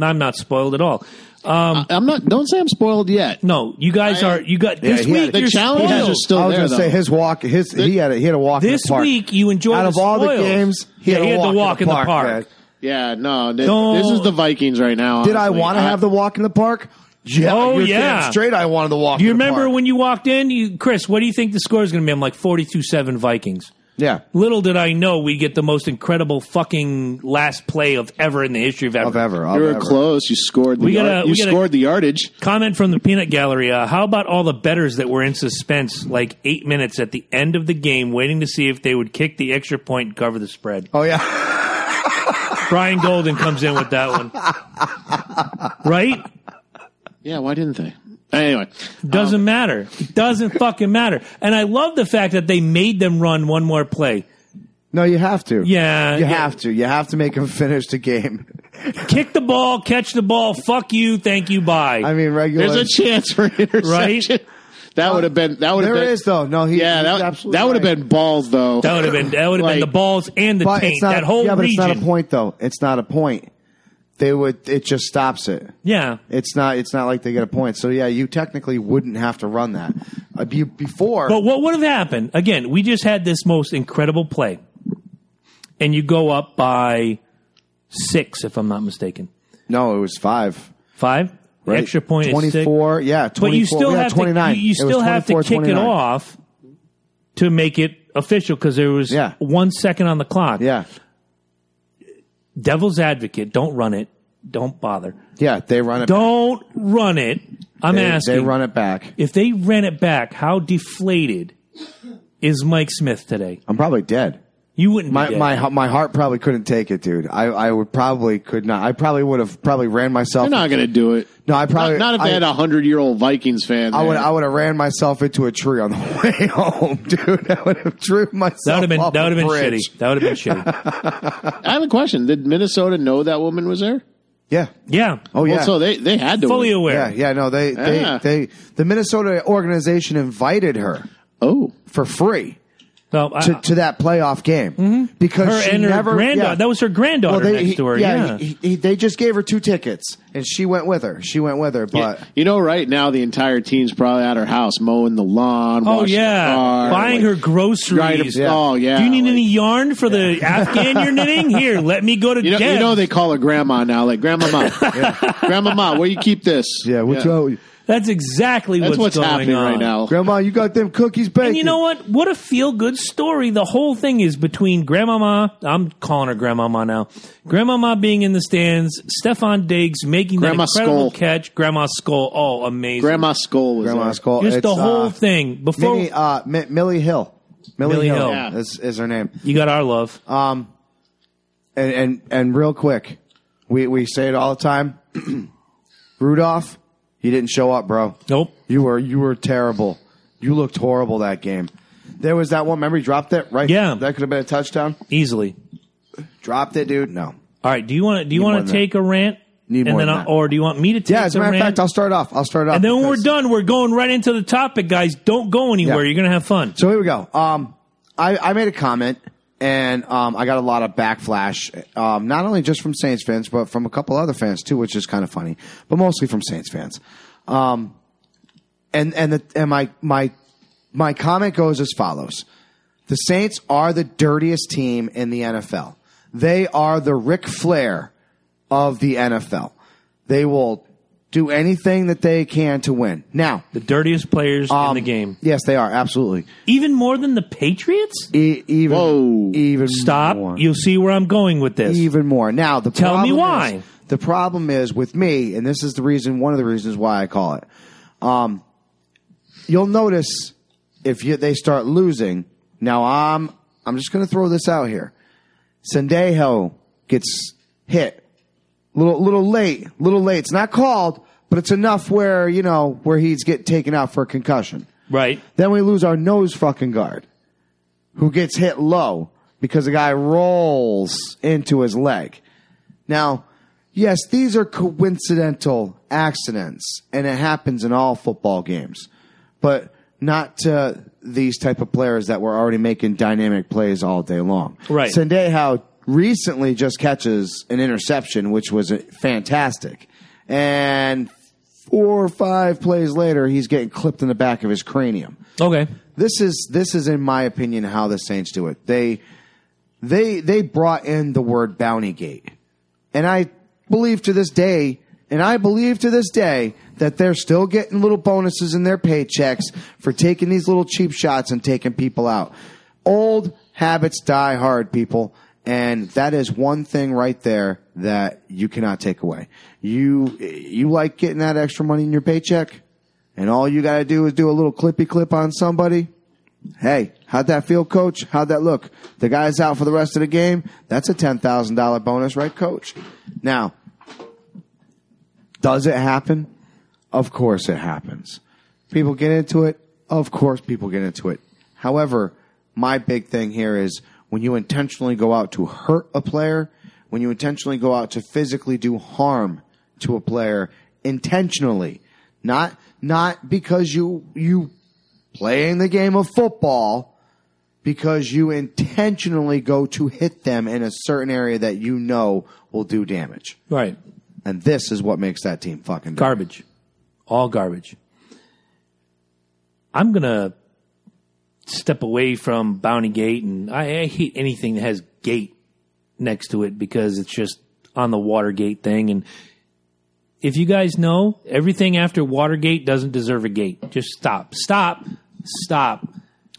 [SPEAKER 3] I'm not spoiled at all. Um,
[SPEAKER 2] Uh,
[SPEAKER 4] I'm not. Don't say I'm spoiled yet.
[SPEAKER 3] No, you guys
[SPEAKER 4] I-
[SPEAKER 3] are. You got
[SPEAKER 2] Yeah,
[SPEAKER 3] this
[SPEAKER 2] he had-
[SPEAKER 3] week.
[SPEAKER 4] The
[SPEAKER 3] you're
[SPEAKER 4] challenges
[SPEAKER 3] spoiled.
[SPEAKER 4] are still
[SPEAKER 2] I was
[SPEAKER 4] there,
[SPEAKER 2] gonna say
[SPEAKER 4] though.
[SPEAKER 2] his walk. His he had a, he had a walk in
[SPEAKER 3] This
[SPEAKER 2] the park.
[SPEAKER 3] week you enjoyed
[SPEAKER 2] out of
[SPEAKER 3] the
[SPEAKER 2] all the
[SPEAKER 3] spoils.
[SPEAKER 2] games. He
[SPEAKER 3] Yeah,
[SPEAKER 2] had,
[SPEAKER 3] he
[SPEAKER 2] a
[SPEAKER 3] had
[SPEAKER 2] walk
[SPEAKER 3] the walk in the park.
[SPEAKER 4] Yeah, no. th-
[SPEAKER 3] Don't-
[SPEAKER 4] This is the Vikings right now.
[SPEAKER 2] man. Did I
[SPEAKER 4] honestly.
[SPEAKER 2] want to have the walk in the park? Yeah,
[SPEAKER 3] Oh,
[SPEAKER 2] you're
[SPEAKER 3] yeah.
[SPEAKER 2] damn straight. I wanted the walk.
[SPEAKER 3] Do you
[SPEAKER 2] in the
[SPEAKER 3] remember
[SPEAKER 2] park.
[SPEAKER 3] when you walked in, you, Chris? What do you think the score is going to be? I'm like 42-7 Vikings.
[SPEAKER 2] Yeah,
[SPEAKER 3] Little did I know we get the most incredible fucking last play of ever in the history of ever.
[SPEAKER 2] of ever. Of
[SPEAKER 4] You were
[SPEAKER 2] ever.
[SPEAKER 4] close. You scored. The
[SPEAKER 3] We gotta-
[SPEAKER 4] yard-
[SPEAKER 3] we
[SPEAKER 4] you
[SPEAKER 3] gotta-
[SPEAKER 4] scored the yardage.
[SPEAKER 3] Comment from the peanut gallery. Uh, how about all the betters that were in suspense, like eight minutes at the end of the game, waiting to see if they would kick the extra point and cover the spread?
[SPEAKER 2] Oh yeah,
[SPEAKER 3] Brian Golden comes in with that one, right?
[SPEAKER 4] Yeah, why didn't they? Anyway,
[SPEAKER 3] Doesn't matter. It doesn't fucking matter. And I love the fact that they made them run one more play.
[SPEAKER 2] no, you have to.
[SPEAKER 3] Yeah,
[SPEAKER 2] you
[SPEAKER 3] Uh, yeah.
[SPEAKER 2] have to. You have to make him finish the game.
[SPEAKER 3] Kick the ball, catch the ball. Fuck you. Thank you. Bye.
[SPEAKER 2] I mean, regular.
[SPEAKER 4] there's a chance for interception. That would have been. That would have
[SPEAKER 2] There
[SPEAKER 4] been.
[SPEAKER 2] is, though. No, he-
[SPEAKER 4] Yeah,
[SPEAKER 2] he's
[SPEAKER 4] that,
[SPEAKER 2] absolutely
[SPEAKER 4] that would have
[SPEAKER 2] right.
[SPEAKER 4] been balls though.
[SPEAKER 3] that would have been that would have been
[SPEAKER 4] Like-
[SPEAKER 3] the balls and the
[SPEAKER 2] but
[SPEAKER 3] taint.
[SPEAKER 2] it's not
[SPEAKER 3] That
[SPEAKER 2] a,
[SPEAKER 3] whole
[SPEAKER 2] yeah, but
[SPEAKER 3] region.
[SPEAKER 2] it's not a point though. It's not a point. They would. It just stops it.
[SPEAKER 3] Yeah.
[SPEAKER 2] It's not. It's not like they get a point. So yeah, you technically wouldn't have to run that. Uh, be- before,
[SPEAKER 3] But what would have happened? Again, we just had this most incredible play, and you go up by six, if I'm not mistaken,
[SPEAKER 2] no, it was five.
[SPEAKER 3] five The
[SPEAKER 2] Right.
[SPEAKER 3] extra point is six.
[SPEAKER 2] 24, yeah, 24.
[SPEAKER 3] But you still
[SPEAKER 2] yeah,
[SPEAKER 3] have
[SPEAKER 2] 29.
[SPEAKER 3] to you, you
[SPEAKER 2] It was
[SPEAKER 3] still have to
[SPEAKER 2] 24,
[SPEAKER 3] kick it
[SPEAKER 2] 29.
[SPEAKER 3] off to make it official because there was
[SPEAKER 2] Yeah.
[SPEAKER 3] one second on the clock.
[SPEAKER 2] Yeah.
[SPEAKER 3] Devil's advocate, don't run it. Don't bother.
[SPEAKER 2] Yeah, they run it
[SPEAKER 3] Don't run it. I'm
[SPEAKER 2] back. They,
[SPEAKER 3] asking.
[SPEAKER 2] they run it back.
[SPEAKER 3] if they ran it back, how deflated is Mike Smith today?
[SPEAKER 2] I'm probably dead.
[SPEAKER 3] You wouldn't.
[SPEAKER 2] My
[SPEAKER 3] be dead.
[SPEAKER 2] my my heart probably couldn't take it, dude. I, I would probably could not. I probably would have probably ran myself.
[SPEAKER 4] They're not going to do it.
[SPEAKER 2] No, I probably-
[SPEAKER 4] not, not if they
[SPEAKER 2] I-
[SPEAKER 4] had a hundred year old Vikings fan.
[SPEAKER 2] I would
[SPEAKER 4] there.
[SPEAKER 2] I would have ran myself into a tree on the way home, dude. I would have driven myself.
[SPEAKER 3] That would have been
[SPEAKER 2] off
[SPEAKER 3] that would have
[SPEAKER 2] a
[SPEAKER 3] been
[SPEAKER 2] bridge.
[SPEAKER 3] shitty. That would have been shitty.
[SPEAKER 4] I have a question. Did Minnesota know that woman was there?
[SPEAKER 2] Yeah.
[SPEAKER 3] Yeah.
[SPEAKER 2] Oh yeah.
[SPEAKER 4] Well, so they they had to.
[SPEAKER 3] Fully
[SPEAKER 2] yeah,
[SPEAKER 3] aware.
[SPEAKER 2] yeah. No, they they,
[SPEAKER 4] Yeah.
[SPEAKER 2] they the Minnesota organization invited her
[SPEAKER 4] Oh,
[SPEAKER 2] for free
[SPEAKER 3] No, I-
[SPEAKER 2] to, to that playoff game because
[SPEAKER 3] Uh-huh. Mm-hmm. her
[SPEAKER 2] she
[SPEAKER 3] and her
[SPEAKER 2] never
[SPEAKER 3] granddaughter.
[SPEAKER 2] yeah.
[SPEAKER 3] That was her granddaughter next to her. Yeah.
[SPEAKER 2] He, he, they just gave her two tickets, and she went with her. She went with her, but
[SPEAKER 4] you know, right now the entire team's probably at her house mowing the lawn.
[SPEAKER 3] Oh
[SPEAKER 4] washing
[SPEAKER 3] yeah,
[SPEAKER 4] the car,
[SPEAKER 3] buying
[SPEAKER 4] like,
[SPEAKER 3] her groceries.
[SPEAKER 4] Right, yeah. Oh, yeah,
[SPEAKER 3] Do you need
[SPEAKER 4] like-
[SPEAKER 3] any yarn for the Afghan you're knitting? Here, let me go to
[SPEAKER 4] You know, you
[SPEAKER 3] Deb's.
[SPEAKER 4] know they call her grandma now, like grandmama, grandmama. Where you keep this?
[SPEAKER 2] oh,
[SPEAKER 3] That's exactly
[SPEAKER 4] That's
[SPEAKER 3] what's,
[SPEAKER 4] what's,
[SPEAKER 3] going
[SPEAKER 4] happening
[SPEAKER 3] on.
[SPEAKER 4] right now.
[SPEAKER 2] Grandma, you got them cookies baked.
[SPEAKER 3] And you know what? What a feel good story. The whole thing is between Grandmama, I'm calling her Grandmama now, Grandmama being in the stands, Stefan Diggs making
[SPEAKER 4] Grandma
[SPEAKER 3] that incredible
[SPEAKER 4] Skoll.
[SPEAKER 3] catch, Grandma Skull. Oh, amazing.
[SPEAKER 4] Grandma Skull was
[SPEAKER 2] Grandma
[SPEAKER 4] there.
[SPEAKER 2] Skull.
[SPEAKER 3] Just
[SPEAKER 2] It's,
[SPEAKER 3] the whole
[SPEAKER 2] uh,
[SPEAKER 3] thing. Before
[SPEAKER 2] Minnie, uh, Mi- Millie Hill. Millie,
[SPEAKER 3] Millie
[SPEAKER 2] Hill,
[SPEAKER 3] Hill.
[SPEAKER 4] Yeah.
[SPEAKER 2] is, is her name.
[SPEAKER 3] you got our love.
[SPEAKER 4] uh,
[SPEAKER 2] Um, and and and real quick, we we say it all the time. Rudolph, You didn't show up, bro.
[SPEAKER 3] Nope.
[SPEAKER 2] You were you were terrible. You looked horrible that game. There was that one. Remember, he dropped it right.
[SPEAKER 3] Yeah.
[SPEAKER 2] that could have been a touchdown.
[SPEAKER 3] Easily.
[SPEAKER 2] Dropped it, dude. No.
[SPEAKER 3] All right. Do you want to do you
[SPEAKER 2] Need
[SPEAKER 3] want
[SPEAKER 2] more
[SPEAKER 3] to
[SPEAKER 2] than
[SPEAKER 3] take a rant?
[SPEAKER 2] Need
[SPEAKER 3] and
[SPEAKER 2] more
[SPEAKER 3] then
[SPEAKER 2] than
[SPEAKER 3] I'll-
[SPEAKER 2] that.
[SPEAKER 3] or do you want me to take
[SPEAKER 2] Yeah, as a
[SPEAKER 3] the
[SPEAKER 2] matter of
[SPEAKER 3] rant?
[SPEAKER 2] fact, I'll start it off. I'll start it off.
[SPEAKER 3] and then when we're
[SPEAKER 2] because-
[SPEAKER 3] done, we're going right into the topic, guys. Don't go anywhere.
[SPEAKER 2] Yeah.
[SPEAKER 3] You're gonna have fun.
[SPEAKER 2] So here we go. Um, I, I made a comment and um, I got a lot of backflash, um, not only just from Saints fans, but from a couple other fans too, which is kind of funny, but mostly from Saints fans. Um, and and the, and my my my comment goes as follows: The Saints are the dirtiest team in the NFL. They are the Ric Flair of the NFL. They will do anything that they can to win. Now,
[SPEAKER 3] The dirtiest players in
[SPEAKER 2] um,
[SPEAKER 3] the game,
[SPEAKER 2] Yes, they are absolutely.
[SPEAKER 3] even more than the Patriots.
[SPEAKER 2] E- even
[SPEAKER 4] Whoa.
[SPEAKER 2] even
[SPEAKER 3] Stop.
[SPEAKER 2] more.
[SPEAKER 3] You'll see where I'm going with this.
[SPEAKER 2] even more. Now the
[SPEAKER 3] Tell me
[SPEAKER 2] problem
[SPEAKER 3] why.
[SPEAKER 2] is- the problem is with me, and this is the reason. One of the reasons why I call it. Um, you'll notice if you, they start losing. Now I'm I'm just going to throw this out here. Sendejo gets hit little little late, little late. It's not called, but it's enough where you know where he's getting taken out for a concussion.
[SPEAKER 3] Right.
[SPEAKER 2] Then we lose our nose fucking guard, who gets hit low because the guy rolls into his leg. Now, yes, these are coincidental accidents, and it happens in all football games, but not to these type of players that were already making dynamic plays all day long.
[SPEAKER 3] Right.
[SPEAKER 2] Sendejo recently just catches an interception, which was uh, fantastic, and four or five plays later, he's getting clipped in the back of his cranium
[SPEAKER 3] Okay.
[SPEAKER 2] this is this is in my opinion how the Saints do it. They they they brought in the word bounty gate. And I believe to this day and I believe to this day that they're still getting little bonuses in their paychecks for taking these little cheap shots and taking people out. Old habits die hard, people. And that is one thing right there that you cannot take away. You, you like getting that extra money in your paycheck? and all you got to do is do a little clippy clip on somebody. Hey, how'd that feel, coach? How'd that look? The guy's out for the rest of the game. That's a $10,000 bonus, right, coach? Now, does it happen? Of course it happens. People get into it. Of course people get into it. However, my big thing here is when you intentionally go out to hurt a player, when you intentionally go out to physically do harm to a player intentionally, not, not because you, you playing the game of football because you intentionally go to hit them in a certain area that you know will do damage.
[SPEAKER 3] Right.
[SPEAKER 2] And this is what makes that team fucking good.
[SPEAKER 3] Garbage. All garbage. I'm gonna step away from Bounty Gate, and I, I hate anything that has gate next to it because it's just on the Watergate thing. And if you guys know, everything after Watergate doesn't deserve a gate. Just stop, stop, stop,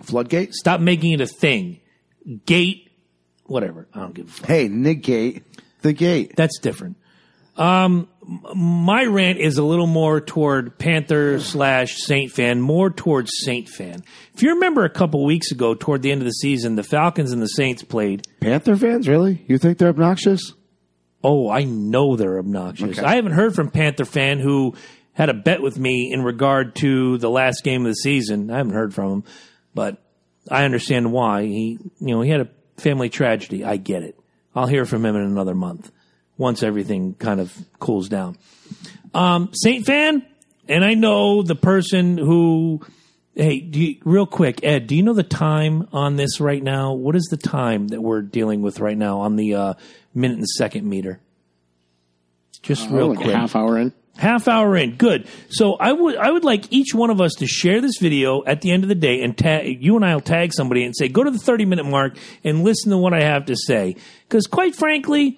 [SPEAKER 2] Floodgate?
[SPEAKER 3] stop making it a thing. Gate, whatever. I don't give a fuck.
[SPEAKER 2] Hey, negate the gate.
[SPEAKER 3] That's different. Um, m- my rant is a little more toward Panther slash Saint fan, more towards Saint fan. If you remember a couple weeks ago, toward the end of the season, the Falcons and the Saints played.
[SPEAKER 2] Panther fans, really? You think they're obnoxious?
[SPEAKER 3] Oh, I know they're obnoxious.
[SPEAKER 2] Okay.
[SPEAKER 3] I haven't heard from Panther fan who had a bet with me in regard to the last game of the season. I haven't heard from him, but I understand why. He, you know, he had a family tragedy. I get it. I'll hear from him in another month once everything kind of cools down. Um, Saint fan, and I know the person who. Hey, do you, real quick, Ed, do you know the time on this right now? What is the time that we're dealing with right now on the uh, minute and second meter? Just
[SPEAKER 4] We're
[SPEAKER 3] real
[SPEAKER 4] like a
[SPEAKER 3] quick
[SPEAKER 4] half hour in.
[SPEAKER 3] half hour in good so i would i would like each one of us to share this video at the end of the day and tag you and i'll tag somebody and say go to the 30 minute mark and listen to what i have to say because quite frankly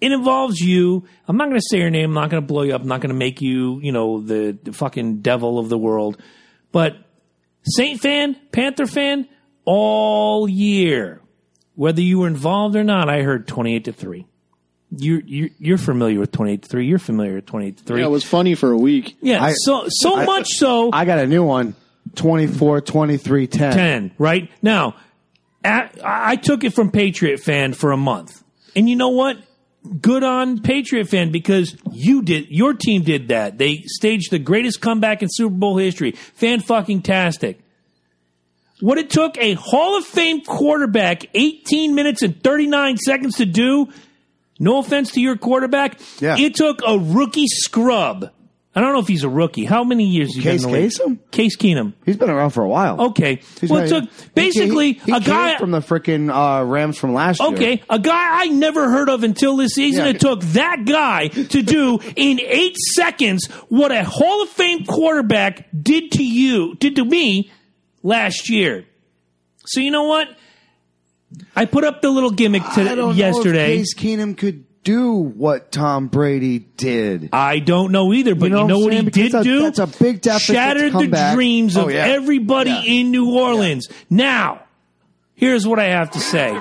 [SPEAKER 3] it involves you i'm not going to say your name i'm not going to blow you up i'm not going to make you you know the, the fucking devil of the world but saint fan panther fan all year whether you were involved or not i heard 28 to 3 you're, you're, you're familiar with 28 to 3 you're familiar with 28 to 3
[SPEAKER 4] Yeah, it was funny for a week.
[SPEAKER 3] yeah,
[SPEAKER 2] I-
[SPEAKER 3] so so
[SPEAKER 2] I-
[SPEAKER 3] much so
[SPEAKER 2] I got a new one. 24, 23, 10.
[SPEAKER 3] ten right now. At, I I took it from Patriot fan for a month, and you know what? good on Patriot fan because you did your team did that. They staged the greatest comeback in Super Bowl history. Fan fucking tastic. What it took a Hall of Fame quarterback 18 minutes and 39 seconds to do, no offense to your quarterback,
[SPEAKER 2] Yeah.
[SPEAKER 3] it took a rookie scrub. I don't know if he's a rookie. How many years he
[SPEAKER 2] Case
[SPEAKER 3] been in the league?
[SPEAKER 2] Kasem?
[SPEAKER 3] Case Keenum.
[SPEAKER 2] He's been around for a while.
[SPEAKER 3] Okay.
[SPEAKER 2] He's
[SPEAKER 3] well,
[SPEAKER 2] not-
[SPEAKER 3] it took
[SPEAKER 2] he came-
[SPEAKER 3] basically
[SPEAKER 2] he
[SPEAKER 3] a
[SPEAKER 2] came
[SPEAKER 3] guy
[SPEAKER 2] from the freaking uh, Rams from last year.
[SPEAKER 3] Okay, a guy I never heard of until this season.
[SPEAKER 2] Yeah.
[SPEAKER 3] It took that guy to do in eight seconds what a Hall of Fame quarterback did to you, did to me last year. So you know what? I put up the little gimmick
[SPEAKER 2] I
[SPEAKER 3] to,
[SPEAKER 2] don't know if
[SPEAKER 3] yesterday.
[SPEAKER 2] Case Keenum could do what Tom Brady did.
[SPEAKER 3] I don't know either, but you
[SPEAKER 2] know
[SPEAKER 3] know,
[SPEAKER 2] what I'm
[SPEAKER 3] what
[SPEAKER 2] saying?
[SPEAKER 3] he
[SPEAKER 2] Because
[SPEAKER 3] did
[SPEAKER 2] that's a-
[SPEAKER 3] do?
[SPEAKER 2] that's a big deficit
[SPEAKER 3] Shattered
[SPEAKER 2] to come
[SPEAKER 3] the
[SPEAKER 2] back.
[SPEAKER 3] dreams of
[SPEAKER 2] Oh, yeah.
[SPEAKER 3] everybody
[SPEAKER 2] Yeah.
[SPEAKER 3] in New Orleans. Now, here's what I have to say.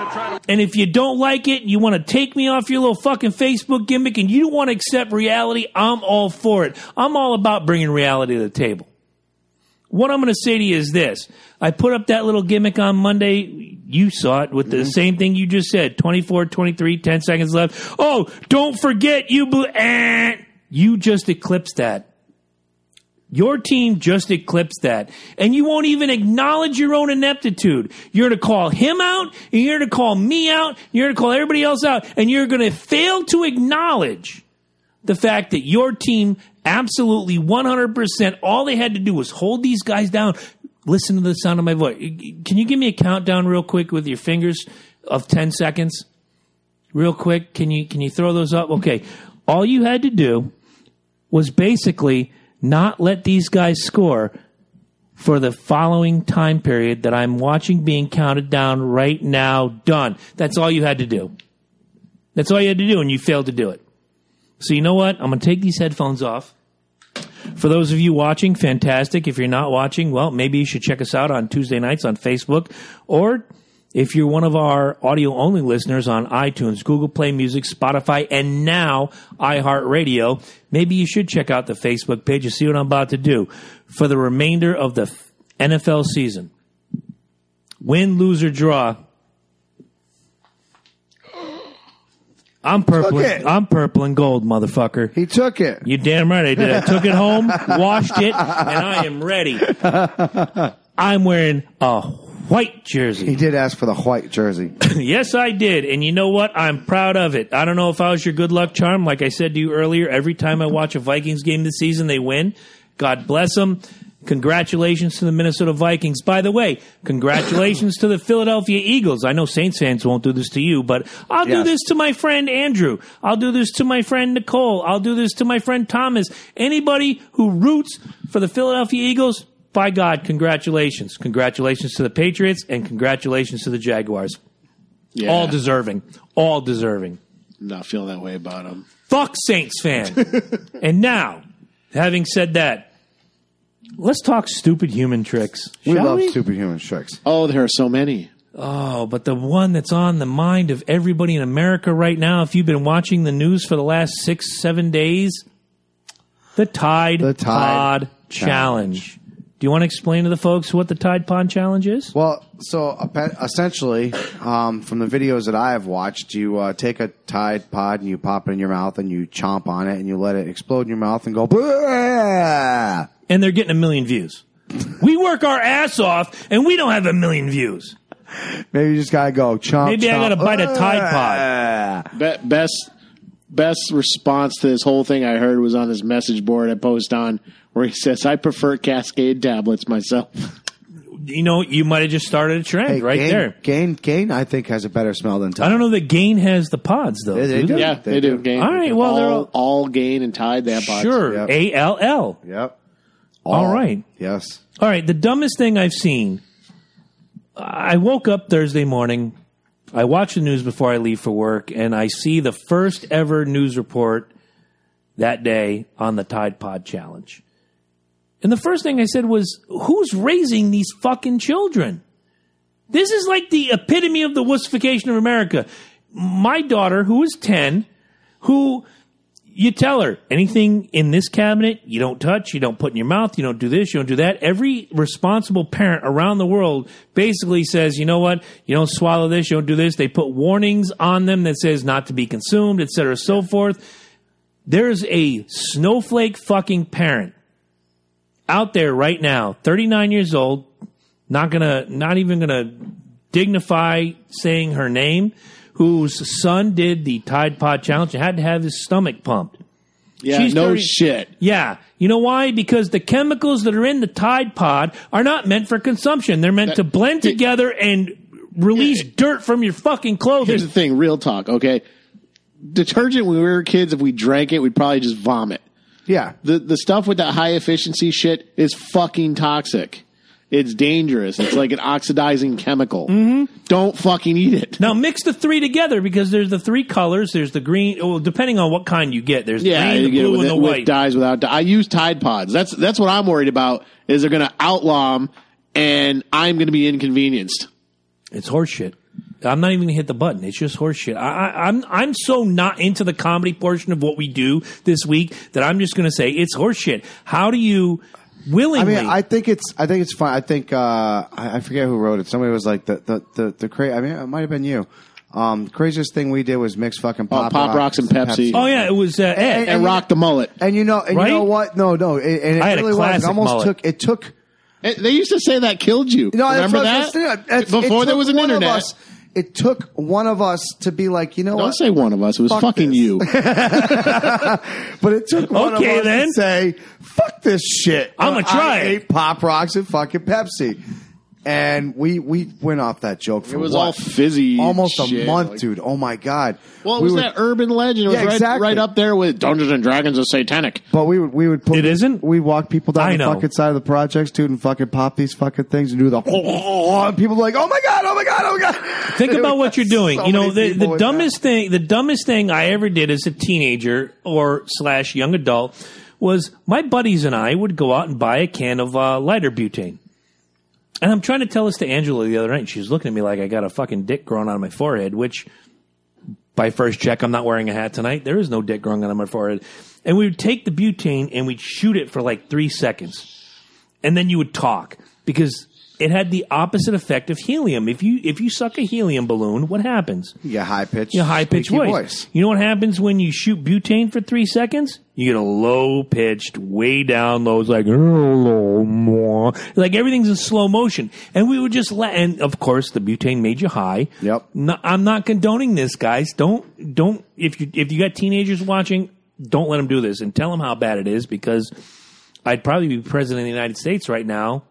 [SPEAKER 3] And if you don't like it, you want to take me off your little fucking Facebook gimmick and you don't want to accept reality, I'm all for it. I'm all about bringing reality to the table. What I'm going to say to you is this. I put up that little gimmick on Monday. You saw it with the same thing you just said 24, 23, 10 seconds left. Oh, don't forget you. Ble- eh. You just eclipsed that. Your team just eclipsed that. And you won't even acknowledge your own ineptitude. You're going to call him out, and you're going to call me out, and you're going to call everybody else out, and you're going to fail to acknowledge the fact that your team absolutely 100% all they had to do was hold these guys down. Listen to the sound of my voice. Can you give me a countdown real quick with your fingers of 10 seconds? Real quick, can you can you throw those up? Okay. All you had to do was basically not let these guys score for the following time period that I'm watching being counted down right now. Done. That's all you had to do. That's all you had to do, and you failed to do it. So you know what? I'm going to take these headphones off. For those of you watching, fantastic. If you're not watching, well, maybe you should check us out on Tuesday nights on Facebook or if you're one of our audio only listeners on iTunes, Google Play Music, Spotify, and now iHeartRadio, maybe you should check out the Facebook page and see what I'm about to do for the remainder of the f- NFL season. Win, lose, or draw. I'm purple.
[SPEAKER 2] Okay.
[SPEAKER 3] I'm purple and gold, motherfucker.
[SPEAKER 2] He took it.
[SPEAKER 3] You damn right I did. I took it home, washed it, and I am ready. I'm wearing a white
[SPEAKER 2] He
[SPEAKER 3] jersey.
[SPEAKER 2] did ask for the white jersey.
[SPEAKER 3] yes, I did. And you know what? I'm proud of it. I don't know if I was your good luck charm. Like I said to you earlier, every time I watch a Vikings game this season, they win. God bless them. Congratulations to the Minnesota Vikings. By the way, congratulations to the Philadelphia Eagles. I know Saints fans won't do this to you, but I'll do
[SPEAKER 2] Yes.
[SPEAKER 3] this to my friend Andrew. I'll do this to my friend Nicole. I'll do this to my friend Thomas. Anybody who roots for the Philadelphia Eagles, by God, congratulations. Congratulations to the Patriots and congratulations to the Jaguars.
[SPEAKER 4] Yeah,
[SPEAKER 3] All deserving. All deserving.
[SPEAKER 4] not feeling that way about him.
[SPEAKER 3] Fuck Saints fan. and now, having said that, let's talk stupid human tricks.
[SPEAKER 2] We
[SPEAKER 3] shall
[SPEAKER 2] love
[SPEAKER 3] we?
[SPEAKER 2] superhuman tricks.
[SPEAKER 4] Oh, there are so many.
[SPEAKER 3] Oh, but the one that's on the mind of everybody in America right now, if you've been watching the news for the last six, seven days, the Tide,
[SPEAKER 2] The Tide
[SPEAKER 3] Pod Challenge. Do you want to explain to the folks what the Tide Pod Challenge is?
[SPEAKER 2] Well, so appe- essentially, um, from the videos that I have watched, you uh, take a Tide Pod and you pop it in your mouth and you chomp on it and you let it explode in your mouth and go. "Bleh!"
[SPEAKER 3] And they're getting a million views. we work our ass off and we don't have a million views.
[SPEAKER 2] Maybe you just gotta go chomp.
[SPEAKER 3] Maybe I
[SPEAKER 2] chomp,
[SPEAKER 3] gotta bite a Tide Pod.
[SPEAKER 2] "Bleh!"
[SPEAKER 4] Be- best best response to this whole thing I heard was on this message board I post on where he says, "I prefer Cascade tablets myself."
[SPEAKER 3] You know, you might have just started a trend
[SPEAKER 2] Hey,
[SPEAKER 3] right
[SPEAKER 2] Gain-
[SPEAKER 3] there.
[SPEAKER 2] Gain, Gain, I think has a better smell than
[SPEAKER 3] I
[SPEAKER 2] Tide.
[SPEAKER 3] don't know that Gain has the pods though.
[SPEAKER 2] They- they do.
[SPEAKER 4] Yeah, they,
[SPEAKER 2] They do.
[SPEAKER 4] do. Gain.
[SPEAKER 3] All right, well,
[SPEAKER 4] all,
[SPEAKER 3] they're all-
[SPEAKER 4] all gain and tide. They have pods.
[SPEAKER 3] Sure,
[SPEAKER 2] Yep.
[SPEAKER 3] A L L.
[SPEAKER 2] Yep.
[SPEAKER 3] All right.
[SPEAKER 2] Yes.
[SPEAKER 3] All right, the dumbest thing I've seen. I woke up Thursday morning. I watch the news before I leave for work, and I see the first ever news report that day on the Tide Pod Challenge. And the first thing I said was, Who's raising these fucking children? This is like the epitome of the wussification of America. My daughter, who is 10, who you tell her anything in this cabinet you don't touch, you don't put in your mouth, you don't do this, you don't do that. Every responsible parent around the world basically says, you know what, you don't swallow this, you don't do this. They put warnings on them that says not to be consumed, et cetera, so forth. There's a snowflake fucking parent out there right now, 39 years old, not gonna, not even gonna dignify saying her name, whose son did the Tide Pod Challenge and had to have his stomach pumped.
[SPEAKER 4] Yeah,
[SPEAKER 3] She's
[SPEAKER 4] no
[SPEAKER 3] thirty-
[SPEAKER 4] shit.
[SPEAKER 3] Yeah. You know why? Because the chemicals that are in the Tide Pod are not meant for consumption. They're meant to blend together and release dirt from your fucking
[SPEAKER 4] Here's
[SPEAKER 3] clothing.
[SPEAKER 4] the thing, real talk, okay? Detergent when we were kids, if we drank it, we'd probably just vomit.
[SPEAKER 2] Yeah.
[SPEAKER 4] the the stuff with that high efficiency shit is fucking toxic. It's dangerous. It's like an oxidizing chemical. Mm-hmm. Don't fucking eat it.
[SPEAKER 3] Now mix the three together because there's the three colors. There's the green. Well, depending on what kind you get, there's
[SPEAKER 4] Yeah,
[SPEAKER 3] the
[SPEAKER 4] you
[SPEAKER 3] green,
[SPEAKER 4] get
[SPEAKER 3] the
[SPEAKER 4] it
[SPEAKER 3] blue,
[SPEAKER 4] with,
[SPEAKER 3] and the
[SPEAKER 4] with
[SPEAKER 3] white.
[SPEAKER 4] dyes without. I use Tide Pods. That's that's what I'm worried about. Is they're going to outlaw them, and I'm going to be inconvenienced.
[SPEAKER 3] It's horseshit. I'm not even gonna hit the button. It's just horseshit. I, I, I'm I'm so not into the comedy portion of what we do this week that I'm just gonna say it's horseshit. How do you
[SPEAKER 2] I
[SPEAKER 3] willingly?
[SPEAKER 2] mean, I think it's I think it's fine. I think uh, I, I forget who wrote it. Somebody was like the the the, the cra- I mean, it might have been you. Um, the craziest thing we did was mix fucking pop,
[SPEAKER 4] Oh, Pop Rocks and Pepsi.
[SPEAKER 3] oh yeah, it was uh, Ed.
[SPEAKER 4] And rock the mullet.
[SPEAKER 2] And you know, and
[SPEAKER 3] Right?
[SPEAKER 2] you know what? No, no, it, and it
[SPEAKER 3] I had a
[SPEAKER 2] really was.
[SPEAKER 3] classic
[SPEAKER 2] It almost
[SPEAKER 3] mullet.
[SPEAKER 2] took. It took.
[SPEAKER 4] And they used to say that killed you.
[SPEAKER 2] No, that's
[SPEAKER 4] Remember
[SPEAKER 2] what I was
[SPEAKER 4] that?
[SPEAKER 2] saying. That's- it
[SPEAKER 4] Before there
[SPEAKER 2] took
[SPEAKER 4] was an
[SPEAKER 2] one of
[SPEAKER 4] internet.
[SPEAKER 2] us- it took one of us to be like, you know
[SPEAKER 4] Don't
[SPEAKER 2] what?
[SPEAKER 4] say one of us. It was
[SPEAKER 2] Fuck
[SPEAKER 4] fucking
[SPEAKER 2] this.
[SPEAKER 4] you.
[SPEAKER 2] But it took one
[SPEAKER 3] Okay,
[SPEAKER 2] of us
[SPEAKER 3] then.
[SPEAKER 2] to say, "Fuck this shit."
[SPEAKER 3] I'ma
[SPEAKER 2] I
[SPEAKER 3] try it.
[SPEAKER 2] ate Pop Rocks and fucking Pepsi, and we we went off that joke for
[SPEAKER 4] It was
[SPEAKER 2] what?
[SPEAKER 4] all fizzy.
[SPEAKER 2] almost
[SPEAKER 4] shit,
[SPEAKER 2] a month,
[SPEAKER 4] like-
[SPEAKER 2] dude. Oh my god.
[SPEAKER 4] Well, it
[SPEAKER 2] We
[SPEAKER 4] was
[SPEAKER 2] would-
[SPEAKER 4] that urban legend. It was
[SPEAKER 2] Yeah,
[SPEAKER 4] right,
[SPEAKER 2] exactly.
[SPEAKER 4] right up there with Dungeons and Dragons is satanic.
[SPEAKER 2] But we would we would pull
[SPEAKER 3] It isn't?
[SPEAKER 2] We walk people down
[SPEAKER 3] I
[SPEAKER 2] the
[SPEAKER 3] know.
[SPEAKER 2] fucking side of the projects, dude, and fucking pop these fucking things and do the. and people were like, oh my god, oh my god, oh my god.
[SPEAKER 3] Think about what you're doing.
[SPEAKER 2] So
[SPEAKER 3] you know,
[SPEAKER 2] many
[SPEAKER 3] the,
[SPEAKER 2] people
[SPEAKER 3] the
[SPEAKER 2] with
[SPEAKER 3] dumbest thing, the dumbest thing I ever did as a teenager or slash young adult was my buddies and I would go out and buy a can of uh, lighter butane. And I'm trying to tell this to Angela the other night. And she was looking at me like I got a fucking dick growing out of my forehead, which by first check, I'm not wearing a hat tonight. There is no dick growing out of my forehead. And we would take the butane and we'd shoot it for like three seconds and then you would talk because it had the opposite effect of helium. If you if you suck a helium balloon, what happens?
[SPEAKER 2] You get high pitched.
[SPEAKER 3] You high pitched voice. You know what happens when you shoot butane for three seconds? You get a low pitched, way down low. It's like "Hello, ma." like everything's in slow motion. And we would just let. And of course, the butane made you high.
[SPEAKER 2] Yep.
[SPEAKER 3] No, I'm not condoning this, guys. Don't don't if you if you got teenagers watching, don't let them do this and tell them how bad it is because I'd probably be president of the United States right now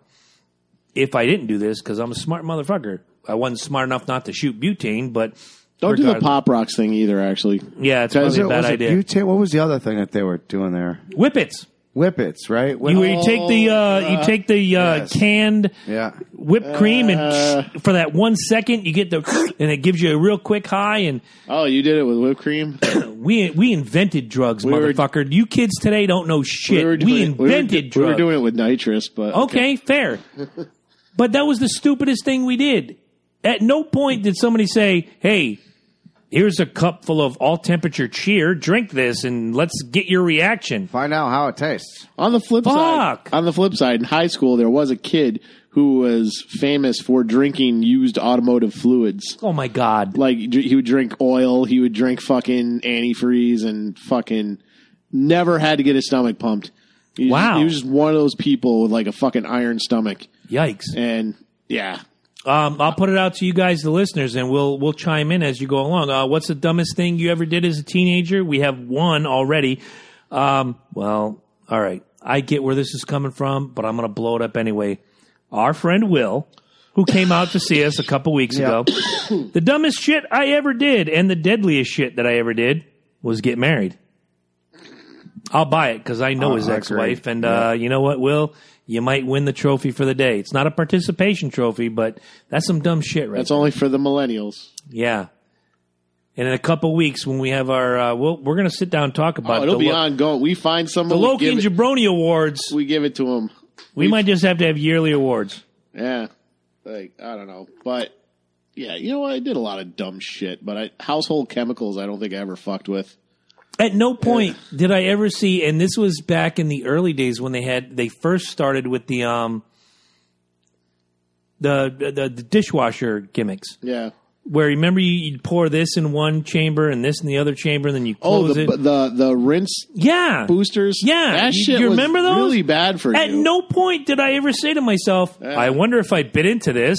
[SPEAKER 3] if I didn't do this because I'm a smart motherfucker. I wasn't smart enough not to shoot butane, but
[SPEAKER 4] Don't do the
[SPEAKER 3] regardless-
[SPEAKER 4] Pop Rocks thing either, actually.
[SPEAKER 3] Yeah, it's
[SPEAKER 4] Was
[SPEAKER 2] Was
[SPEAKER 3] probably
[SPEAKER 2] it,
[SPEAKER 3] a bad
[SPEAKER 2] was it
[SPEAKER 3] idea.
[SPEAKER 2] butane? What was the other thing that they were doing there?
[SPEAKER 3] Whippets.
[SPEAKER 2] Whippets, right? Whip-
[SPEAKER 3] You, you take the uh,
[SPEAKER 4] Oh,
[SPEAKER 3] you take the uh,
[SPEAKER 2] Yes.
[SPEAKER 3] canned
[SPEAKER 2] yeah.
[SPEAKER 3] whipped cream and
[SPEAKER 4] Uh.
[SPEAKER 3] for that one second you get the and it gives you a real quick high and
[SPEAKER 4] Oh, you did it with whipped cream?
[SPEAKER 3] we we invented drugs,
[SPEAKER 4] We were-
[SPEAKER 3] motherfucker. you kids today don't know shit. We,
[SPEAKER 4] were
[SPEAKER 3] invented
[SPEAKER 4] do- we were
[SPEAKER 3] drugs. Oh,
[SPEAKER 4] doing it with nitrous, but.
[SPEAKER 3] okay, fair. but that was the stupidest thing we did. At no point did somebody say, "Hey, here's a cup full of all temperature cheer. Drink this and let's get your reaction."
[SPEAKER 2] Find out how it tastes.
[SPEAKER 4] On the flip
[SPEAKER 3] Fuck.
[SPEAKER 4] side, on the flip side, in high school, there was a kid who was famous for drinking used automotive fluids.
[SPEAKER 3] Oh my god.
[SPEAKER 4] Like dr- he would drink oil, he would drink fucking antifreeze, and fucking never had to get his stomach pumped. He was-
[SPEAKER 3] Wow.
[SPEAKER 4] he was just one of those people with like a fucking iron stomach,
[SPEAKER 3] Yikes.
[SPEAKER 4] and yeah,
[SPEAKER 3] Um, I'll put it out to you guys, the listeners, and we'll we'll chime in as you go along. Uh, what's the dumbest thing you ever did as a teenager? We have one already. Um, well, all right. I get where this is coming from, but I'm going to blow it up anyway. Our friend Will, who came out to see us a couple weeks
[SPEAKER 2] Yeah.
[SPEAKER 3] ago, the dumbest shit I ever did and the deadliest shit that I ever did was get married. I'll buy it because I know
[SPEAKER 2] Uh,
[SPEAKER 3] his
[SPEAKER 2] I
[SPEAKER 3] ex wife.
[SPEAKER 2] agree.
[SPEAKER 3] And uh, you know what, Will? You might win the trophy for the day. It's not a participation trophy, but that's some dumb shit, right?
[SPEAKER 4] That's only for the millennials.
[SPEAKER 3] yeah. And in a couple weeks, when we have our, uh, we'll, we're going to sit down and talk about
[SPEAKER 4] Oh, it'll
[SPEAKER 3] the,
[SPEAKER 4] be
[SPEAKER 3] lo-
[SPEAKER 4] ongoing. We find
[SPEAKER 3] the
[SPEAKER 4] someone. we,
[SPEAKER 3] Loki and
[SPEAKER 4] give it,
[SPEAKER 3] Jabroni Awards.
[SPEAKER 4] we give it to them.
[SPEAKER 3] We might just have to have yearly awards.
[SPEAKER 4] Yeah, like I don't know, but yeah, you know, I did a lot of dumb shit, but I household chemicals. I don't think I ever fucked with.
[SPEAKER 3] At no point did I ever see, and this was back in the early days when they had they first started with the um the the, the dishwasher gimmicks.
[SPEAKER 4] Yeah.
[SPEAKER 3] Where remember you, you'd pour this in one chamber and this in the other chamber, and then you
[SPEAKER 4] Oh,
[SPEAKER 3] close
[SPEAKER 4] the,
[SPEAKER 3] it.
[SPEAKER 4] the the rinse
[SPEAKER 3] yeah,
[SPEAKER 4] boosters.
[SPEAKER 3] Yeah.
[SPEAKER 4] that
[SPEAKER 3] You-
[SPEAKER 4] shit
[SPEAKER 3] you
[SPEAKER 4] was
[SPEAKER 3] remember those?
[SPEAKER 4] really bad for
[SPEAKER 3] At
[SPEAKER 4] you.
[SPEAKER 3] no point did I ever say to myself, I wonder if I bit into this.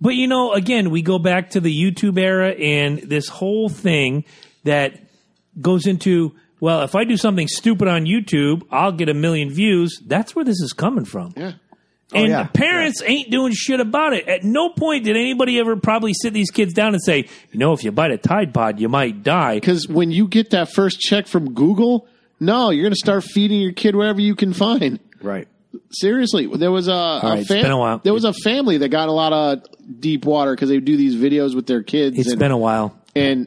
[SPEAKER 3] But you know, again, we go back to the YouTube era and this whole thing that goes into, well, if I do something stupid on YouTube, I'll get a million views. That's where this is coming from.
[SPEAKER 4] Oh, Yeah.
[SPEAKER 3] and
[SPEAKER 2] yeah.
[SPEAKER 3] the parents ain't doing shit about it. At no point did anybody ever probably sit these kids down and say, you know, if you bite a Tide Pod, you might die.
[SPEAKER 4] Because when you get that first check from Google, no, you're going to start feeding your kid whatever you can find.
[SPEAKER 2] Right.
[SPEAKER 4] Seriously, there was a, a,
[SPEAKER 3] right, it's been a while.
[SPEAKER 4] there was a family that got a lot of deep water because they do these videos with their kids.
[SPEAKER 3] It's
[SPEAKER 4] and,
[SPEAKER 3] been a while.
[SPEAKER 4] and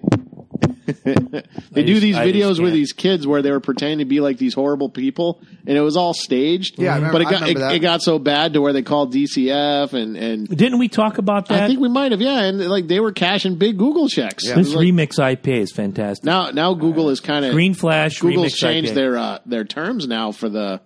[SPEAKER 4] they do
[SPEAKER 3] just-
[SPEAKER 4] these
[SPEAKER 3] I just
[SPEAKER 4] videos with
[SPEAKER 3] can't.
[SPEAKER 4] these kids where they were pretending to be like these horrible people, and it was all staged.
[SPEAKER 2] Yeah, I remember-
[SPEAKER 4] but it
[SPEAKER 2] I
[SPEAKER 4] got
[SPEAKER 2] remember
[SPEAKER 4] it,
[SPEAKER 2] that.
[SPEAKER 4] it got so bad to where they called DCF and and
[SPEAKER 3] Didn't we talk about that?
[SPEAKER 4] I think we might have yeah, and like they were cashing big Google checks. It
[SPEAKER 3] This
[SPEAKER 4] was like-
[SPEAKER 3] remix IPA is fantastic.
[SPEAKER 4] now now Google is kind of
[SPEAKER 3] Green Flash
[SPEAKER 4] Google's
[SPEAKER 3] remix
[SPEAKER 4] changed
[SPEAKER 3] IPA.
[SPEAKER 4] their uh, their terms now for the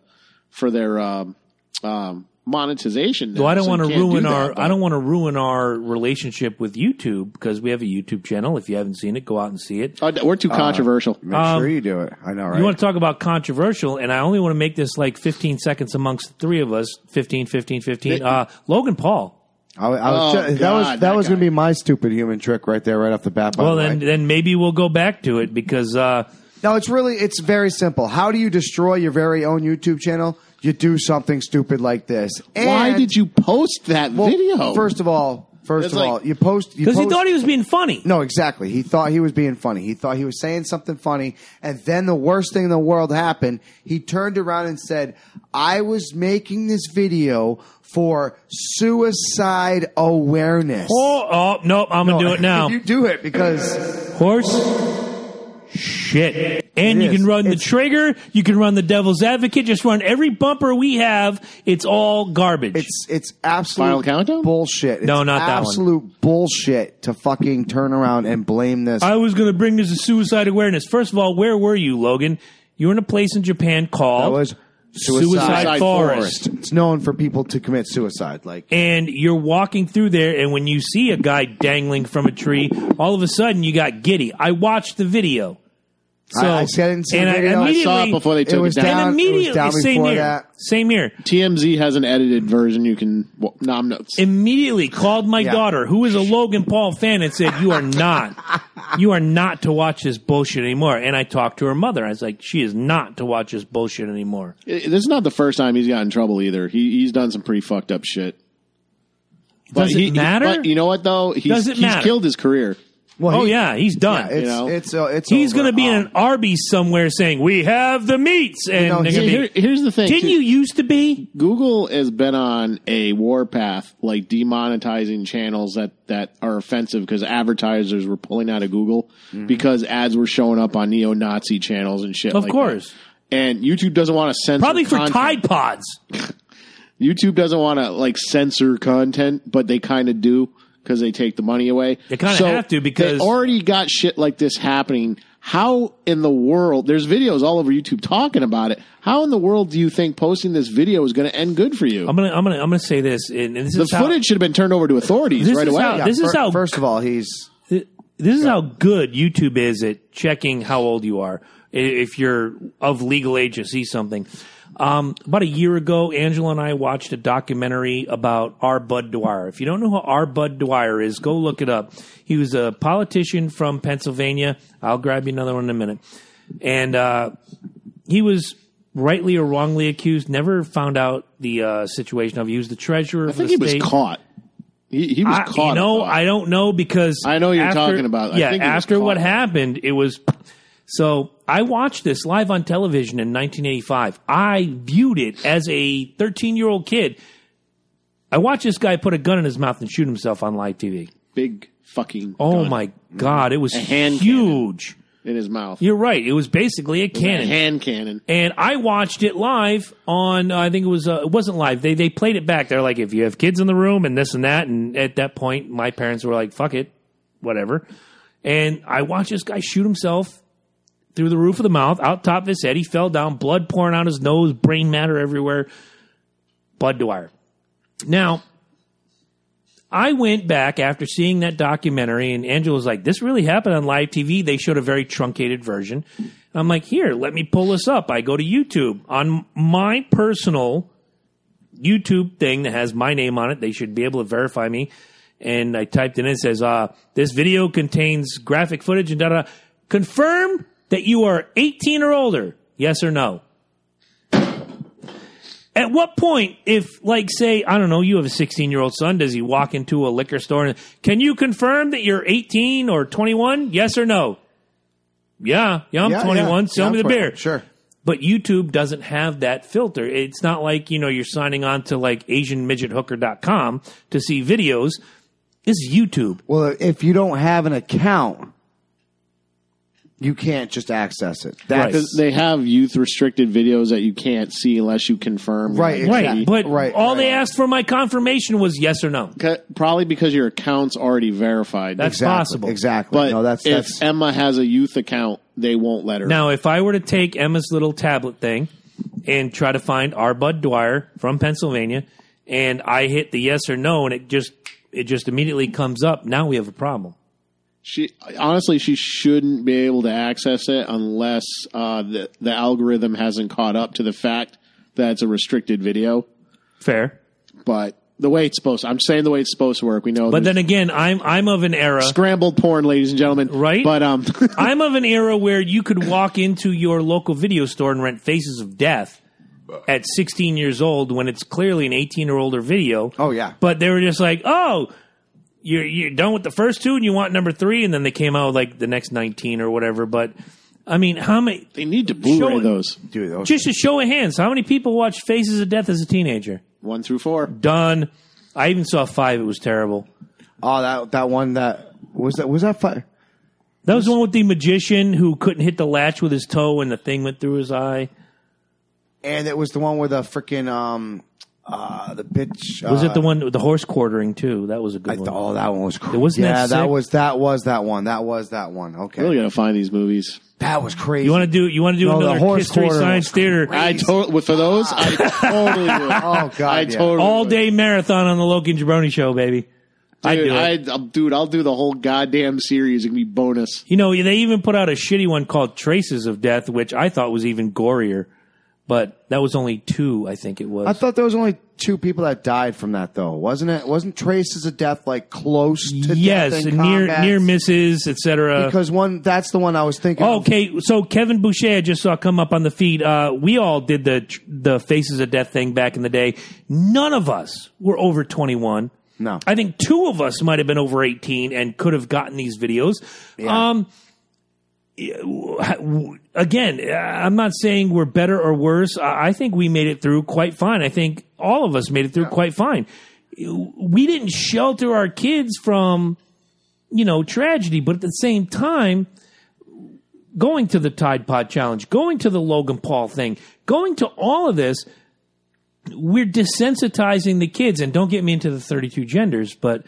[SPEAKER 4] for their um, um, monetization.
[SPEAKER 3] So I don't want to ruin our
[SPEAKER 4] I
[SPEAKER 3] I don't want to ruin our relationship with YouTube because we have a YouTube channel. If you haven't seen it, go out and see it.
[SPEAKER 4] Oh, we're
[SPEAKER 2] Uh,
[SPEAKER 4] too controversial.
[SPEAKER 2] Make sure you do it. I know, right?
[SPEAKER 3] Um, You want to talk about controversial, and I only want to make this like 15 seconds amongst the three of us 15, 15, 15. Uh, Logan Paul.
[SPEAKER 2] I, I was
[SPEAKER 4] Oh,
[SPEAKER 2] ju- that
[SPEAKER 4] God,
[SPEAKER 2] was that,
[SPEAKER 4] that
[SPEAKER 2] was
[SPEAKER 4] guy.
[SPEAKER 2] going to be my stupid human trick right there, right off the bat. By
[SPEAKER 3] Well,
[SPEAKER 2] the way.
[SPEAKER 3] then, then maybe we'll go back to it because uh,
[SPEAKER 2] No, it's really it's very simple. How do you destroy your very own YouTube channel? You do something stupid like this.
[SPEAKER 4] Why
[SPEAKER 2] And-
[SPEAKER 4] did you post that
[SPEAKER 2] well,
[SPEAKER 4] video?
[SPEAKER 2] First of all, first
[SPEAKER 4] It's
[SPEAKER 2] of
[SPEAKER 4] like-
[SPEAKER 2] all, you post you
[SPEAKER 3] because he
[SPEAKER 2] post-
[SPEAKER 3] thought he was being funny.
[SPEAKER 2] no, exactly. He thought he was being funny. He thought he was saying something funny, and then the worst thing in the world happened. He turned around and said, "I was making this video for suicide awareness."
[SPEAKER 3] Oh, oh no! I'm gonna do it now.
[SPEAKER 2] you do it because
[SPEAKER 3] Horse shit. And
[SPEAKER 2] It
[SPEAKER 3] you
[SPEAKER 2] is.
[SPEAKER 3] can run the
[SPEAKER 2] It's-
[SPEAKER 3] trigger, you can run the devil's advocate, just run every bumper we have. It's all garbage.
[SPEAKER 2] it's it's absolute
[SPEAKER 4] Final countdown?
[SPEAKER 2] bullshit. It's
[SPEAKER 3] No, not that one.
[SPEAKER 2] absolute bullshit to fucking turn around and blame this.
[SPEAKER 3] I was going to bring this to suicide awareness. First of all, where were you, Logan? You were in a place in Japan
[SPEAKER 2] that
[SPEAKER 3] called
[SPEAKER 2] was
[SPEAKER 3] Suicide,
[SPEAKER 2] suicide
[SPEAKER 3] Forest.
[SPEAKER 2] forest. It's known for people to commit suicide. Like
[SPEAKER 3] And you're walking through there, and when you see a guy dangling from a tree, all of a sudden you got giddy. I watched the video. So,
[SPEAKER 2] I- I didn't see the
[SPEAKER 3] and
[SPEAKER 2] video. I
[SPEAKER 3] I
[SPEAKER 4] I saw it
[SPEAKER 3] immediately-
[SPEAKER 4] before they
[SPEAKER 2] It
[SPEAKER 4] took it,
[SPEAKER 2] was
[SPEAKER 4] down.
[SPEAKER 2] down-
[SPEAKER 3] And immediately,
[SPEAKER 2] down
[SPEAKER 3] same
[SPEAKER 2] before
[SPEAKER 3] year.
[SPEAKER 2] that.
[SPEAKER 3] Same year.
[SPEAKER 4] TMZ has an edited version. You can well, no, I'm not.
[SPEAKER 3] immediately called my
[SPEAKER 2] Yeah.
[SPEAKER 3] daughter, who is a Logan Paul fan, and said, "You are not, you are not to watch this bullshit anymore." And I talked to her mother. I was like, "She is not to watch this bullshit anymore."
[SPEAKER 4] This is not the first time he's gotten in trouble either. He, he's done some pretty fucked up shit.
[SPEAKER 3] Does it
[SPEAKER 4] he- he-
[SPEAKER 3] matter?
[SPEAKER 4] but you know what though? He's,
[SPEAKER 3] Does it
[SPEAKER 4] he's
[SPEAKER 3] matter?
[SPEAKER 4] killed his career.
[SPEAKER 2] well,
[SPEAKER 3] oh
[SPEAKER 2] he-
[SPEAKER 3] yeah, he's done.
[SPEAKER 2] it's
[SPEAKER 4] know?
[SPEAKER 2] it's uh, it's
[SPEAKER 3] he's
[SPEAKER 2] over.
[SPEAKER 3] going to be in an
[SPEAKER 2] Um,
[SPEAKER 3] Arby's somewhere saying, "We have the meats," and
[SPEAKER 2] know,
[SPEAKER 3] they're
[SPEAKER 2] he-
[SPEAKER 3] gonna be,
[SPEAKER 4] Here- here's the thing.
[SPEAKER 3] didn't
[SPEAKER 4] too.
[SPEAKER 3] you used to be?
[SPEAKER 4] Google has been on a warpath, like demonetizing channels that, that are offensive because advertisers were pulling out of Google because ads were showing up on neo Nazi channels and shit.
[SPEAKER 3] Mm-hmm. Of
[SPEAKER 4] like
[SPEAKER 3] course.
[SPEAKER 4] that. And YouTube doesn't want to censor.
[SPEAKER 3] Probably for
[SPEAKER 4] content.
[SPEAKER 3] Tide Pods.
[SPEAKER 4] YouTube doesn't want to like censor content, but they kind of do because they take the money away.
[SPEAKER 3] They kinda have to because-
[SPEAKER 4] they already got shit like this happening. How in the world? There's videos all over YouTube talking about it. How in the world do you think posting this video is going to end good for you?
[SPEAKER 3] I'm gonna, I'm gonna, I'm gonna say this, and, and Um, this
[SPEAKER 4] the
[SPEAKER 3] is how,
[SPEAKER 4] footage should have been turned over to authorities
[SPEAKER 3] This
[SPEAKER 4] right
[SPEAKER 3] is
[SPEAKER 4] away.
[SPEAKER 3] how-
[SPEAKER 2] Oh, yeah,
[SPEAKER 3] this is
[SPEAKER 2] fir-
[SPEAKER 3] how-
[SPEAKER 2] First of all, he's
[SPEAKER 3] Th- this is how good YouTube is at checking how old you are i- if you're of legal age to see something. Um, about a year ago, Angela and I watched a documentary about R. Bud Dwyer. If you don't know who R. Bud Dwyer is, go look it up. He was a politician from Pennsylvania. I'll grab you another one in a minute. And uh, he was rightly or wrongly accused. Never found out the uh, situation of. He was the treasurer.
[SPEAKER 4] I think
[SPEAKER 3] the
[SPEAKER 4] he was
[SPEAKER 3] state.
[SPEAKER 4] caught. He, he was
[SPEAKER 3] I,
[SPEAKER 4] caught.
[SPEAKER 3] You know,
[SPEAKER 4] though.
[SPEAKER 3] I don't know because
[SPEAKER 4] I know you're talking about. I
[SPEAKER 3] yeah,
[SPEAKER 4] think he was
[SPEAKER 3] after what
[SPEAKER 4] caught.
[SPEAKER 3] happened, it was. So I watched this live on television in 1985. I viewed it as a 13 year old kid. I watched this guy put a gun in his mouth and shoot himself on live TV.
[SPEAKER 4] big fucking
[SPEAKER 3] Oh
[SPEAKER 4] gun
[SPEAKER 3] my god, it was
[SPEAKER 4] hand
[SPEAKER 3] huge.
[SPEAKER 4] in his mouth.
[SPEAKER 3] You're right. It was basically a cannon
[SPEAKER 4] A hand cannon.
[SPEAKER 3] and I watched it live on. Uh, I think it was. Uh, it wasn't live. They they played it back. They're like, if you have kids in the room and this and that. And at that point, my parents were like, "Fuck it, whatever." And I watched this guy shoot himself through the roof of the mouth, out top of his head. He fell down, blood pouring out his nose, brain matter everywhere. Bud Dwyer. Now, I went back after seeing that documentary, and Angela was like, "This really happened on live TV." They showed a very truncated version. I'm like, "Here, let me pull this up." I go to YouTube on my personal YouTube thing that has my name on it. They should be able to verify me. And I typed in it says, uh, "This video contains graphic footage and da da." Confirm that you are 18 or older. Yes or no? At what point, if like say, I don't know, you have a 16 year old son, does he walk into a liquor store and can you confirm that you're 18 or 21? Yes or no? Yeah, yeah, I'm
[SPEAKER 2] Yeah,
[SPEAKER 3] 21.
[SPEAKER 2] yeah.
[SPEAKER 3] Sell
[SPEAKER 2] Yeah,
[SPEAKER 3] me the
[SPEAKER 2] I'm for it.
[SPEAKER 3] beer.
[SPEAKER 2] Sure.
[SPEAKER 3] But YouTube doesn't have that filter. It's not like, you know, you're signing on to like AsianMidgetHooker.com to see videos. This is YouTube.
[SPEAKER 2] Well, if you don't have an account, you can't just access it. That's
[SPEAKER 3] Right.
[SPEAKER 4] Because they have youth restricted videos that you can't see unless you confirm.
[SPEAKER 2] Right,
[SPEAKER 4] your
[SPEAKER 3] Right.
[SPEAKER 4] ID.
[SPEAKER 2] Exactly.
[SPEAKER 3] But
[SPEAKER 2] Right,
[SPEAKER 3] all
[SPEAKER 2] right.
[SPEAKER 3] they asked for my confirmation was yes or no.
[SPEAKER 4] C- Probably because your account's already verified.
[SPEAKER 3] That's
[SPEAKER 2] exactly,
[SPEAKER 3] possible.
[SPEAKER 2] Exactly.
[SPEAKER 4] but
[SPEAKER 2] no, that's
[SPEAKER 4] if
[SPEAKER 2] that's
[SPEAKER 4] Emma has a youth account, they won't let her.
[SPEAKER 3] Now, if I were to take Emma's little tablet thing and try to find our Bud Dwyer from Pennsylvania, and I hit the yes or no, and it just it just immediately comes up. Now we have a problem.
[SPEAKER 4] She honestly, she shouldn't be able to access it unless uh, the the algorithm hasn't caught up to the fact that it's a restricted video.
[SPEAKER 3] Fair,
[SPEAKER 4] But the way it's supposed, I'm saying the way it's supposed to work. We know,
[SPEAKER 3] but
[SPEAKER 4] there's
[SPEAKER 3] then again, I'm I'm of an era.
[SPEAKER 4] scrambled porn, ladies and gentlemen.
[SPEAKER 3] Right?
[SPEAKER 4] But um,
[SPEAKER 3] I'm of an era where you could walk into your local video store and rent Faces of Death at 16 years old when it's clearly an 18 or older video.
[SPEAKER 2] Oh, yeah.
[SPEAKER 3] But they were just like, oh, you're you're done with the first two and you want number three, and then they came out with like the next 19 or whatever. But I mean, how many?
[SPEAKER 4] they need to Blu-ray
[SPEAKER 3] Showing-
[SPEAKER 4] those
[SPEAKER 2] dude. Those,
[SPEAKER 3] Just a show of hands. How many people watched Faces of Death as a teenager?
[SPEAKER 4] one through four.
[SPEAKER 3] Done. I even saw five. It was terrible.
[SPEAKER 2] oh, that that one that was that was that fire.
[SPEAKER 3] That was the one with the magician who couldn't hit the latch with his toe and the thing went through his eye.
[SPEAKER 2] And it was the one with the freaking um uh the bitch.
[SPEAKER 3] Was
[SPEAKER 2] uh,
[SPEAKER 3] it the one with the horse quartering too? That was a good
[SPEAKER 2] I
[SPEAKER 3] one.
[SPEAKER 2] thought, oh, that one was crazy.
[SPEAKER 3] wasn't that
[SPEAKER 2] yeah, that
[SPEAKER 3] sick?
[SPEAKER 2] was that was that one. That was that one. Okay,
[SPEAKER 4] Really gotta find these movies.
[SPEAKER 2] that was crazy.
[SPEAKER 3] You want to do? You want to do
[SPEAKER 2] No, the
[SPEAKER 3] another
[SPEAKER 2] horse
[SPEAKER 3] history
[SPEAKER 2] quarter
[SPEAKER 3] science
[SPEAKER 2] was
[SPEAKER 3] theater
[SPEAKER 4] I totally for those. I totally would.
[SPEAKER 2] Oh, God,
[SPEAKER 4] I
[SPEAKER 2] yeah.
[SPEAKER 4] totally
[SPEAKER 3] all
[SPEAKER 4] would.
[SPEAKER 3] day marathon on the Logan Jabroni show, baby? I'd
[SPEAKER 4] Dude,
[SPEAKER 3] do it.
[SPEAKER 4] I'd, I'll, dude, I'll do the whole goddamn series. It can be bonus.
[SPEAKER 3] You know, they even put out a shitty one called Traces of Death, which I thought was even gorier, but that was only two, I think it was.
[SPEAKER 2] I thought there was only two people that died from that though, wasn't it? Wasn't traces of death like close to
[SPEAKER 3] yes,
[SPEAKER 2] death in
[SPEAKER 3] near
[SPEAKER 2] combat?
[SPEAKER 3] near misses, etc.
[SPEAKER 2] because one that's the one I was thinking. of.
[SPEAKER 3] Okay, so Kevin Boucher I just saw come up on the feed. Uh, we all did the the Faces of Death thing back in the day. None of us were over twenty one.
[SPEAKER 2] No.
[SPEAKER 3] I think two of us might have been over eighteen and could have gotten these videos.
[SPEAKER 2] Yeah.
[SPEAKER 3] Um, again, I'm not saying we're better or worse. I I think we made it through quite fine. I think all of us made it through quite fine. We didn't shelter our kids from, you know, tragedy, but at the same time, going to the Tide Pod Challenge, going to the Logan Paul thing, going to all of this, we're desensitizing the kids. And don't get me into the 32 genders, but.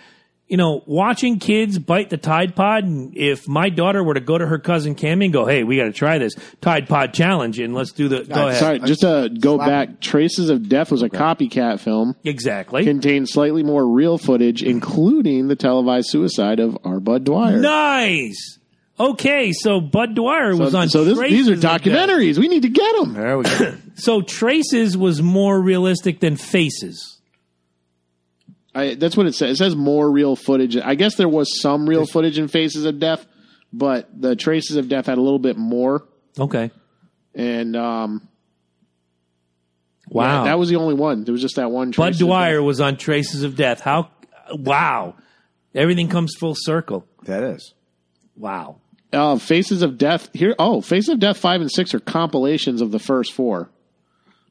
[SPEAKER 3] You know, watching kids bite the Tide Pod, and if my daughter were to go to her cousin Cammy and go, hey, we got to try this Tide Pod Challenge and let's do the. Go ahead.
[SPEAKER 4] Sorry, just to go back. Traces of Death was a copycat film.
[SPEAKER 3] Exactly.
[SPEAKER 4] Contained slightly more real footage, including the televised suicide of R. Bud Dwyer.
[SPEAKER 3] nice. Okay, so Bud Dwyer was
[SPEAKER 4] so,
[SPEAKER 3] on.
[SPEAKER 4] so this, these are
[SPEAKER 3] Traces of Death.
[SPEAKER 4] documentaries. We need to get them.
[SPEAKER 2] there we go.
[SPEAKER 3] So Traces was more realistic than Faces.
[SPEAKER 4] I, that's what it says. It says more real footage. I guess there was some real footage in Faces of Death, but the Traces of Death had a little bit more.
[SPEAKER 3] Okay.
[SPEAKER 4] And um,
[SPEAKER 3] Wow.
[SPEAKER 4] that was the only one. There was just that one.
[SPEAKER 3] Bud
[SPEAKER 4] Traces of
[SPEAKER 3] Dwyer was on Traces of Death. How? Wow. Everything comes full circle.
[SPEAKER 2] that is.
[SPEAKER 3] Wow.
[SPEAKER 4] Uh, Faces of Death here. Oh, Faces of Death five and six are compilations of the first four.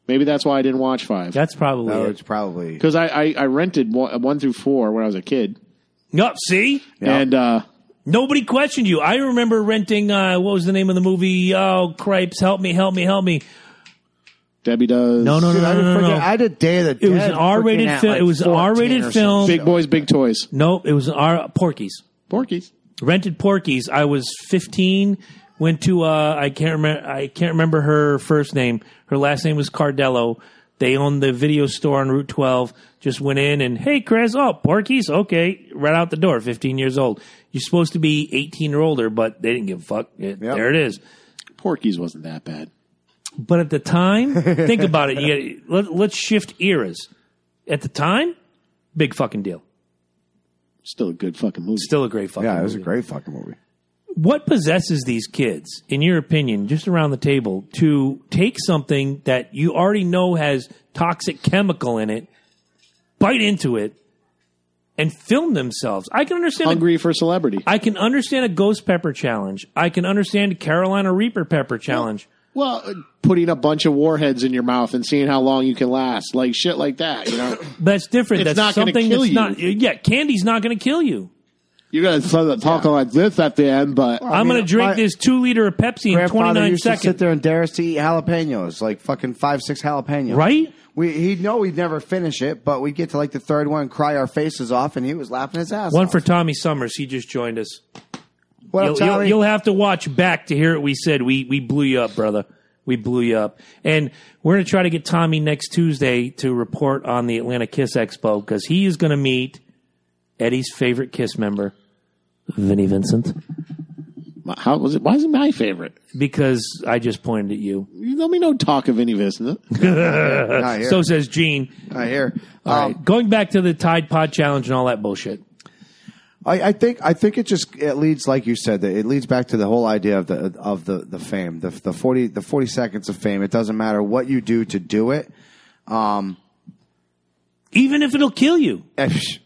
[SPEAKER 4] Maybe that's why I didn't watch five
[SPEAKER 3] That's probably
[SPEAKER 2] That was
[SPEAKER 3] it.
[SPEAKER 2] probably
[SPEAKER 4] because I, I I rented one, uh, one through four when I was a kid,
[SPEAKER 3] Yup, see?
[SPEAKER 2] Yeah.
[SPEAKER 4] and uh,
[SPEAKER 3] Nobody questioned you. I remember renting, uh, what was the name of the movie? Oh, cripes, help me, help me, help me.
[SPEAKER 4] Debbie does
[SPEAKER 3] No, no,
[SPEAKER 2] Dude,
[SPEAKER 3] no,
[SPEAKER 2] I,
[SPEAKER 3] no,
[SPEAKER 2] did
[SPEAKER 3] no, no.
[SPEAKER 2] forget- I did Day of the Dead.
[SPEAKER 3] was an R-rated
[SPEAKER 2] freaking at,
[SPEAKER 3] film-
[SPEAKER 2] like,
[SPEAKER 3] it was an
[SPEAKER 2] 14
[SPEAKER 3] R-rated
[SPEAKER 2] or some
[SPEAKER 3] film.
[SPEAKER 4] big
[SPEAKER 2] shit.
[SPEAKER 4] boys, big toys,
[SPEAKER 3] No, it was our Porkies.
[SPEAKER 4] Porkies.
[SPEAKER 3] Rented Porkies. I was 15. Went to uh, I can't remember I can't remember her first name. Her last name was Cardello. They owned the video store on Route 12. Just went in and hey, Chris, oh Porky's okay. Right out the door. 15 years old. You're supposed to be 18 or older, but they didn't give a fuck.
[SPEAKER 2] Yep.
[SPEAKER 3] It- There it is.
[SPEAKER 4] Porky's wasn't that bad.
[SPEAKER 3] But at the time, think about it. You got let, let's shift eras. At the time, big fucking deal.
[SPEAKER 4] Still a good fucking movie.
[SPEAKER 3] Still a great fucking.
[SPEAKER 2] Yeah, it was a
[SPEAKER 3] movie.
[SPEAKER 2] great fucking movie.
[SPEAKER 3] What possesses these kids, in your opinion, just around the table, to take something that you already know has toxic chemical in it, bite into it, and film themselves? I can understand. a-
[SPEAKER 4] Hungry for celebrity.
[SPEAKER 3] I can understand a ghost pepper challenge. I can understand a Carolina Reaper pepper challenge.
[SPEAKER 4] Well, uh, putting a bunch of warheads in your mouth and seeing how long you can last, like shit like that. You know,
[SPEAKER 3] That's different.
[SPEAKER 4] It's
[SPEAKER 3] that's
[SPEAKER 4] not gonna
[SPEAKER 3] something
[SPEAKER 4] kill
[SPEAKER 3] that's
[SPEAKER 4] you.
[SPEAKER 3] not. Yeah, candy's not going to kill you.
[SPEAKER 4] you're gonna talk like this at the end, but
[SPEAKER 2] I
[SPEAKER 3] I am
[SPEAKER 2] mean,
[SPEAKER 3] going to drink
[SPEAKER 2] my
[SPEAKER 3] this two liter of Pepsi in
[SPEAKER 2] Grandfather
[SPEAKER 3] 29
[SPEAKER 2] used to sit
[SPEAKER 3] seconds.
[SPEAKER 2] there and dare us to eat jalapenos, like fucking five, six jalapenos.
[SPEAKER 3] Right?
[SPEAKER 2] We, he'd know we'd never finish it, but we'd get to like the third one, cry our faces off, and he was laughing his ass
[SPEAKER 3] One
[SPEAKER 2] off.
[SPEAKER 3] for Tommy Summers. He just joined us.
[SPEAKER 2] What up,
[SPEAKER 3] You'll, you'll,
[SPEAKER 2] Tommy?
[SPEAKER 3] you'll have to watch back to hear what we said. We we blew you up, brother. We blew you up. And we're going to try to get Tommy next Tuesday to report on the Atlanta Kiss Expo because he is going to meet Eddie's favorite Kiss member, Vinnie Vincent,
[SPEAKER 4] how was it? Why is it my favorite?
[SPEAKER 3] because I just pointed at you.
[SPEAKER 4] You Let me know. Talk of any business.
[SPEAKER 2] Not here.
[SPEAKER 3] So says Gene.
[SPEAKER 2] Not here.
[SPEAKER 3] Um,
[SPEAKER 2] Um,
[SPEAKER 3] Going back to the Tide Pod Challenge and all that bullshit.
[SPEAKER 2] I, I think I think it just it leads like you said that it leads back to the whole idea of the of the the fame the the forty the forty seconds of fame. It doesn't matter what you do to do it,
[SPEAKER 3] Even if it'll kill you.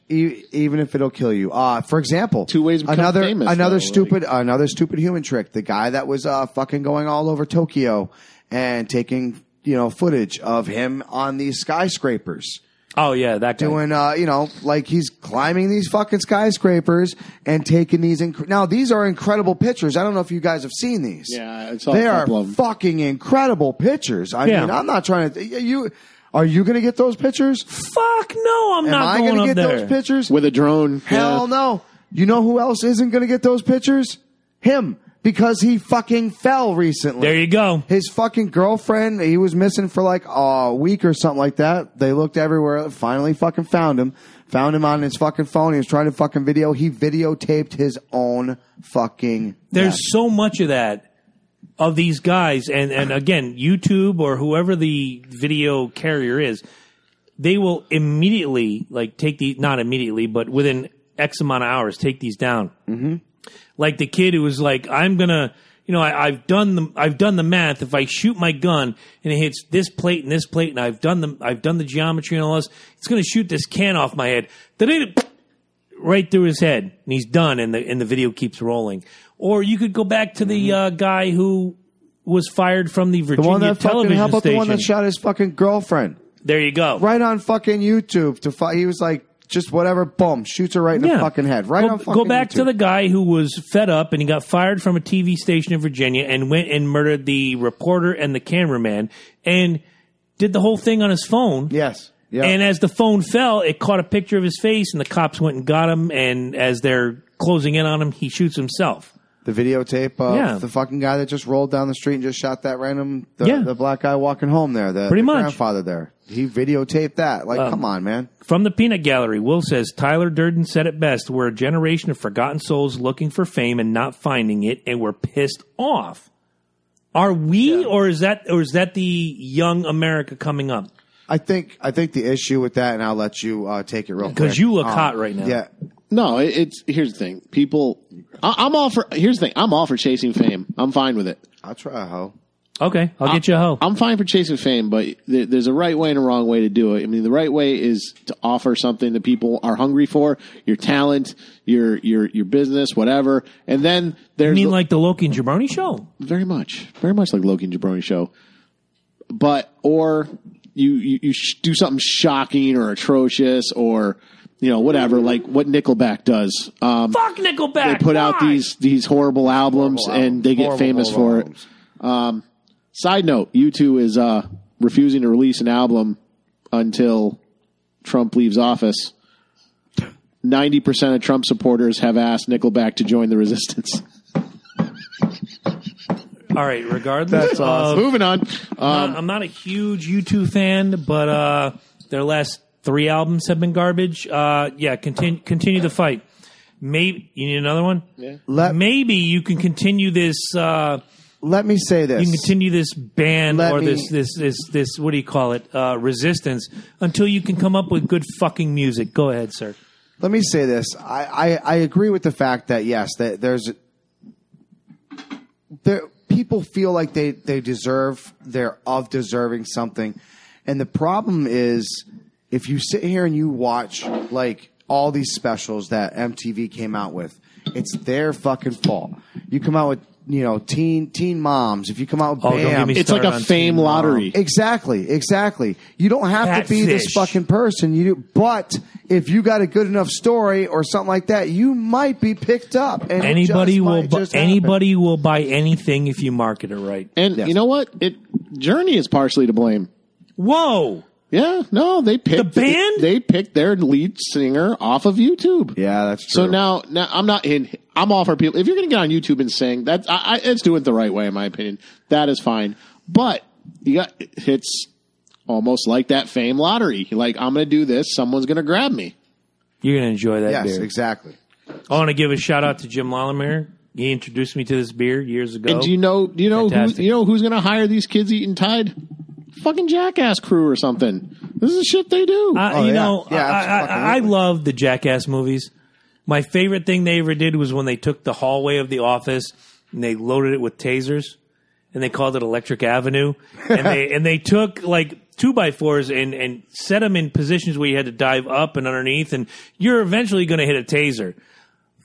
[SPEAKER 2] e- even if it'll kill you. Uh, for example,
[SPEAKER 4] Two ways to become
[SPEAKER 2] another
[SPEAKER 4] famous,
[SPEAKER 2] another
[SPEAKER 4] though, like-
[SPEAKER 2] stupid another stupid human trick. The guy that was uh, fucking going all over Tokyo and taking you know footage of him on these skyscrapers.
[SPEAKER 3] Oh, yeah, that guy.
[SPEAKER 2] doing uh, you know like he's climbing these fucking skyscrapers and taking these inc- now these are incredible pictures i don't know if you guys have seen these
[SPEAKER 4] Yeah, I saw a
[SPEAKER 2] they are
[SPEAKER 4] couple of 'em.
[SPEAKER 2] fucking incredible pictures i
[SPEAKER 3] Yeah.
[SPEAKER 2] mean i'm not trying to you are you gonna get those pictures
[SPEAKER 3] Fuck no, I'm
[SPEAKER 2] am
[SPEAKER 3] not
[SPEAKER 2] i
[SPEAKER 3] going
[SPEAKER 2] gonna
[SPEAKER 3] up
[SPEAKER 2] get
[SPEAKER 3] there.
[SPEAKER 2] those pictures
[SPEAKER 4] with a drone.
[SPEAKER 2] hell no you know who else isn't gonna get those pictures him because he fucking fell recently
[SPEAKER 3] There you go.
[SPEAKER 2] his fucking girlfriend he was missing for like a week or something like that they looked everywhere finally fucking found him found him on his fucking phone he was trying to fucking video he videotaped his own fucking
[SPEAKER 3] There's
[SPEAKER 2] death.
[SPEAKER 3] so much of that of these guys, and and again, YouTube or whoever the video carrier is, they will immediately like take the not immediately, but within X amount of hours, take these down. Mm-hmm. Like the kid who was like, "I'm gonna." You know, I, I've done the I've done the math. If I shoot my gun and it hits this plate and this plate, and I've done the I've done the geometry and all this, it's going to shoot this can off my head. Da-da-da- right through his head and he's done and the and the video keeps rolling or you could go back to the uh, guy who was fired from the Virginia
[SPEAKER 2] Mm-hmm. the one that fucking
[SPEAKER 3] television
[SPEAKER 2] how about
[SPEAKER 3] station.
[SPEAKER 2] the one that shot his fucking girlfriend
[SPEAKER 3] there you go.
[SPEAKER 2] right on fucking youtube to fu- he was like just whatever boom shoots her right in the fucking head right
[SPEAKER 3] go,
[SPEAKER 2] on fucking
[SPEAKER 3] go back to
[SPEAKER 2] YouTube.
[SPEAKER 3] the guy who was fed up and he got fired from a TV station in Virginia and went and murdered the reporter and the cameraman and did the whole thing on his phone.
[SPEAKER 2] yes yeah
[SPEAKER 3] And as the phone fell, it caught a picture of his face and the cops went and got him and as they're closing in on him, he shoots himself.
[SPEAKER 2] the videotape of
[SPEAKER 3] Yeah.
[SPEAKER 2] the fucking guy that just rolled down the street and just shot that random the,
[SPEAKER 3] Yeah.
[SPEAKER 2] the black guy walking home there the,
[SPEAKER 3] Pretty
[SPEAKER 2] the
[SPEAKER 3] much.
[SPEAKER 2] grandfather there he videotaped that like come on man
[SPEAKER 3] From the Peanut Gallery, Will says Tyler Durden said it best we're a generation of forgotten souls looking for fame and not finding it, and we're pissed off. Are we, or is that, or is that the young America coming up?
[SPEAKER 2] I think I think the issue with that, and I'll let you uh, take it real quick Um,
[SPEAKER 3] 'Cause you look hot right now.
[SPEAKER 2] Yeah,
[SPEAKER 4] No, it, it's here's the thing. People, I, I'm all for. Here's the thing. I'm all for chasing fame. I'm fine with it.
[SPEAKER 2] I'll try a hoe.
[SPEAKER 3] Okay, I'll get you a hoe.
[SPEAKER 4] I'm fine for chasing fame, but there, there's a right way and a wrong way to do it. I mean, the right way is to offer something that people are hungry for: your talent, your your your business, whatever. And then
[SPEAKER 3] I
[SPEAKER 4] there's
[SPEAKER 3] mean, like the Loki and Jabroni show.
[SPEAKER 4] very much, very much like Loki and Jabroni show. But or you you, you sh- do something shocking or atrocious or you know whatever, like what Nickelback does. Um,
[SPEAKER 3] Fuck Nickelback.
[SPEAKER 4] they put out
[SPEAKER 3] why?
[SPEAKER 4] these these horrible albums
[SPEAKER 2] Horrible
[SPEAKER 4] and they get
[SPEAKER 2] albums.
[SPEAKER 4] famous
[SPEAKER 2] Horrible,
[SPEAKER 4] for
[SPEAKER 2] horrible
[SPEAKER 4] it.
[SPEAKER 2] albums.
[SPEAKER 4] Side note: U2 is uh, refusing to release an album until Trump leaves office. Ninety percent of Trump supporters have asked Nickelback to join the resistance.
[SPEAKER 3] All right, regardless.
[SPEAKER 2] That's awesome.
[SPEAKER 3] of-
[SPEAKER 4] Uh, Moving on.
[SPEAKER 2] Uh,
[SPEAKER 4] Um,
[SPEAKER 3] I'm not a huge U2 fan, but uh, their last three albums have been garbage. Uh, yeah, continue continue the fight. Maybe you need another one. Yeah.
[SPEAKER 2] Let-
[SPEAKER 3] Maybe you can continue this. Uh,
[SPEAKER 2] Let me say this.
[SPEAKER 3] you can continue this band
[SPEAKER 2] Let
[SPEAKER 3] or
[SPEAKER 2] me-
[SPEAKER 3] this this this this what do you call it uh, resistance until you can come up with good fucking music. Go ahead, sir.
[SPEAKER 2] Let me say this. I, I, I agree with the fact that yes, that there's there people feel like they, they deserve they're of deserving something. And the problem is if you sit here and you watch like all these specials that MTV came out with, it's their fucking fault. You come out with you know, teen teen moms, if you come out with
[SPEAKER 3] Oh, don't get
[SPEAKER 2] Bam,
[SPEAKER 3] me
[SPEAKER 4] it's like
[SPEAKER 3] started
[SPEAKER 4] a
[SPEAKER 3] on
[SPEAKER 4] fame
[SPEAKER 3] Teen Mom.
[SPEAKER 4] lottery.
[SPEAKER 2] Exactly, exactly. You don't have
[SPEAKER 3] That
[SPEAKER 2] to be
[SPEAKER 3] fish.
[SPEAKER 2] this fucking person. You do, but if you got a good enough story or something like that, you might be picked up. And it
[SPEAKER 3] Anybody
[SPEAKER 2] just
[SPEAKER 3] will
[SPEAKER 2] might
[SPEAKER 3] bu-
[SPEAKER 2] just happen.
[SPEAKER 3] anybody will buy anything if you market it right.
[SPEAKER 4] And
[SPEAKER 2] Yes.
[SPEAKER 4] you know what? It Journey is partially to blame.
[SPEAKER 3] Whoa.
[SPEAKER 4] Yeah, no, they picked
[SPEAKER 3] The band?
[SPEAKER 4] They picked their lead singer off of YouTube.
[SPEAKER 2] Yeah, that's true.
[SPEAKER 4] So now, now I'm not in. I'm all for people. If you're going to get on YouTube and sing, that's I, I, it's doing it the right way, in my opinion. That is fine. But you got it's almost like that fame lottery. Like I'm going to do this, someone's going to grab me.
[SPEAKER 3] You're gonna enjoy that
[SPEAKER 2] yes,
[SPEAKER 3] beer.
[SPEAKER 2] exactly.
[SPEAKER 3] I want to give a shout out to Jim Lollimer. He introduced me to this beer years ago.
[SPEAKER 4] And do you know? Do you know? Who,
[SPEAKER 3] Fantastic.
[SPEAKER 4] you know who's going to hire these kids eating Tide? Fucking jackass crew or something. This is the shit they do.
[SPEAKER 3] I,
[SPEAKER 2] Oh,
[SPEAKER 3] you
[SPEAKER 2] yeah.
[SPEAKER 3] know,
[SPEAKER 2] Yeah,
[SPEAKER 3] I, I, I, I
[SPEAKER 2] absolutely.
[SPEAKER 3] love the Jackass movies. My favorite thing they ever did was when they took the hallway of the office and they loaded it with tasers and they called it Electric Avenue. And they, and they took like two by fours and, and set them in positions where you had to dive up and underneath and you're eventually going to hit a taser.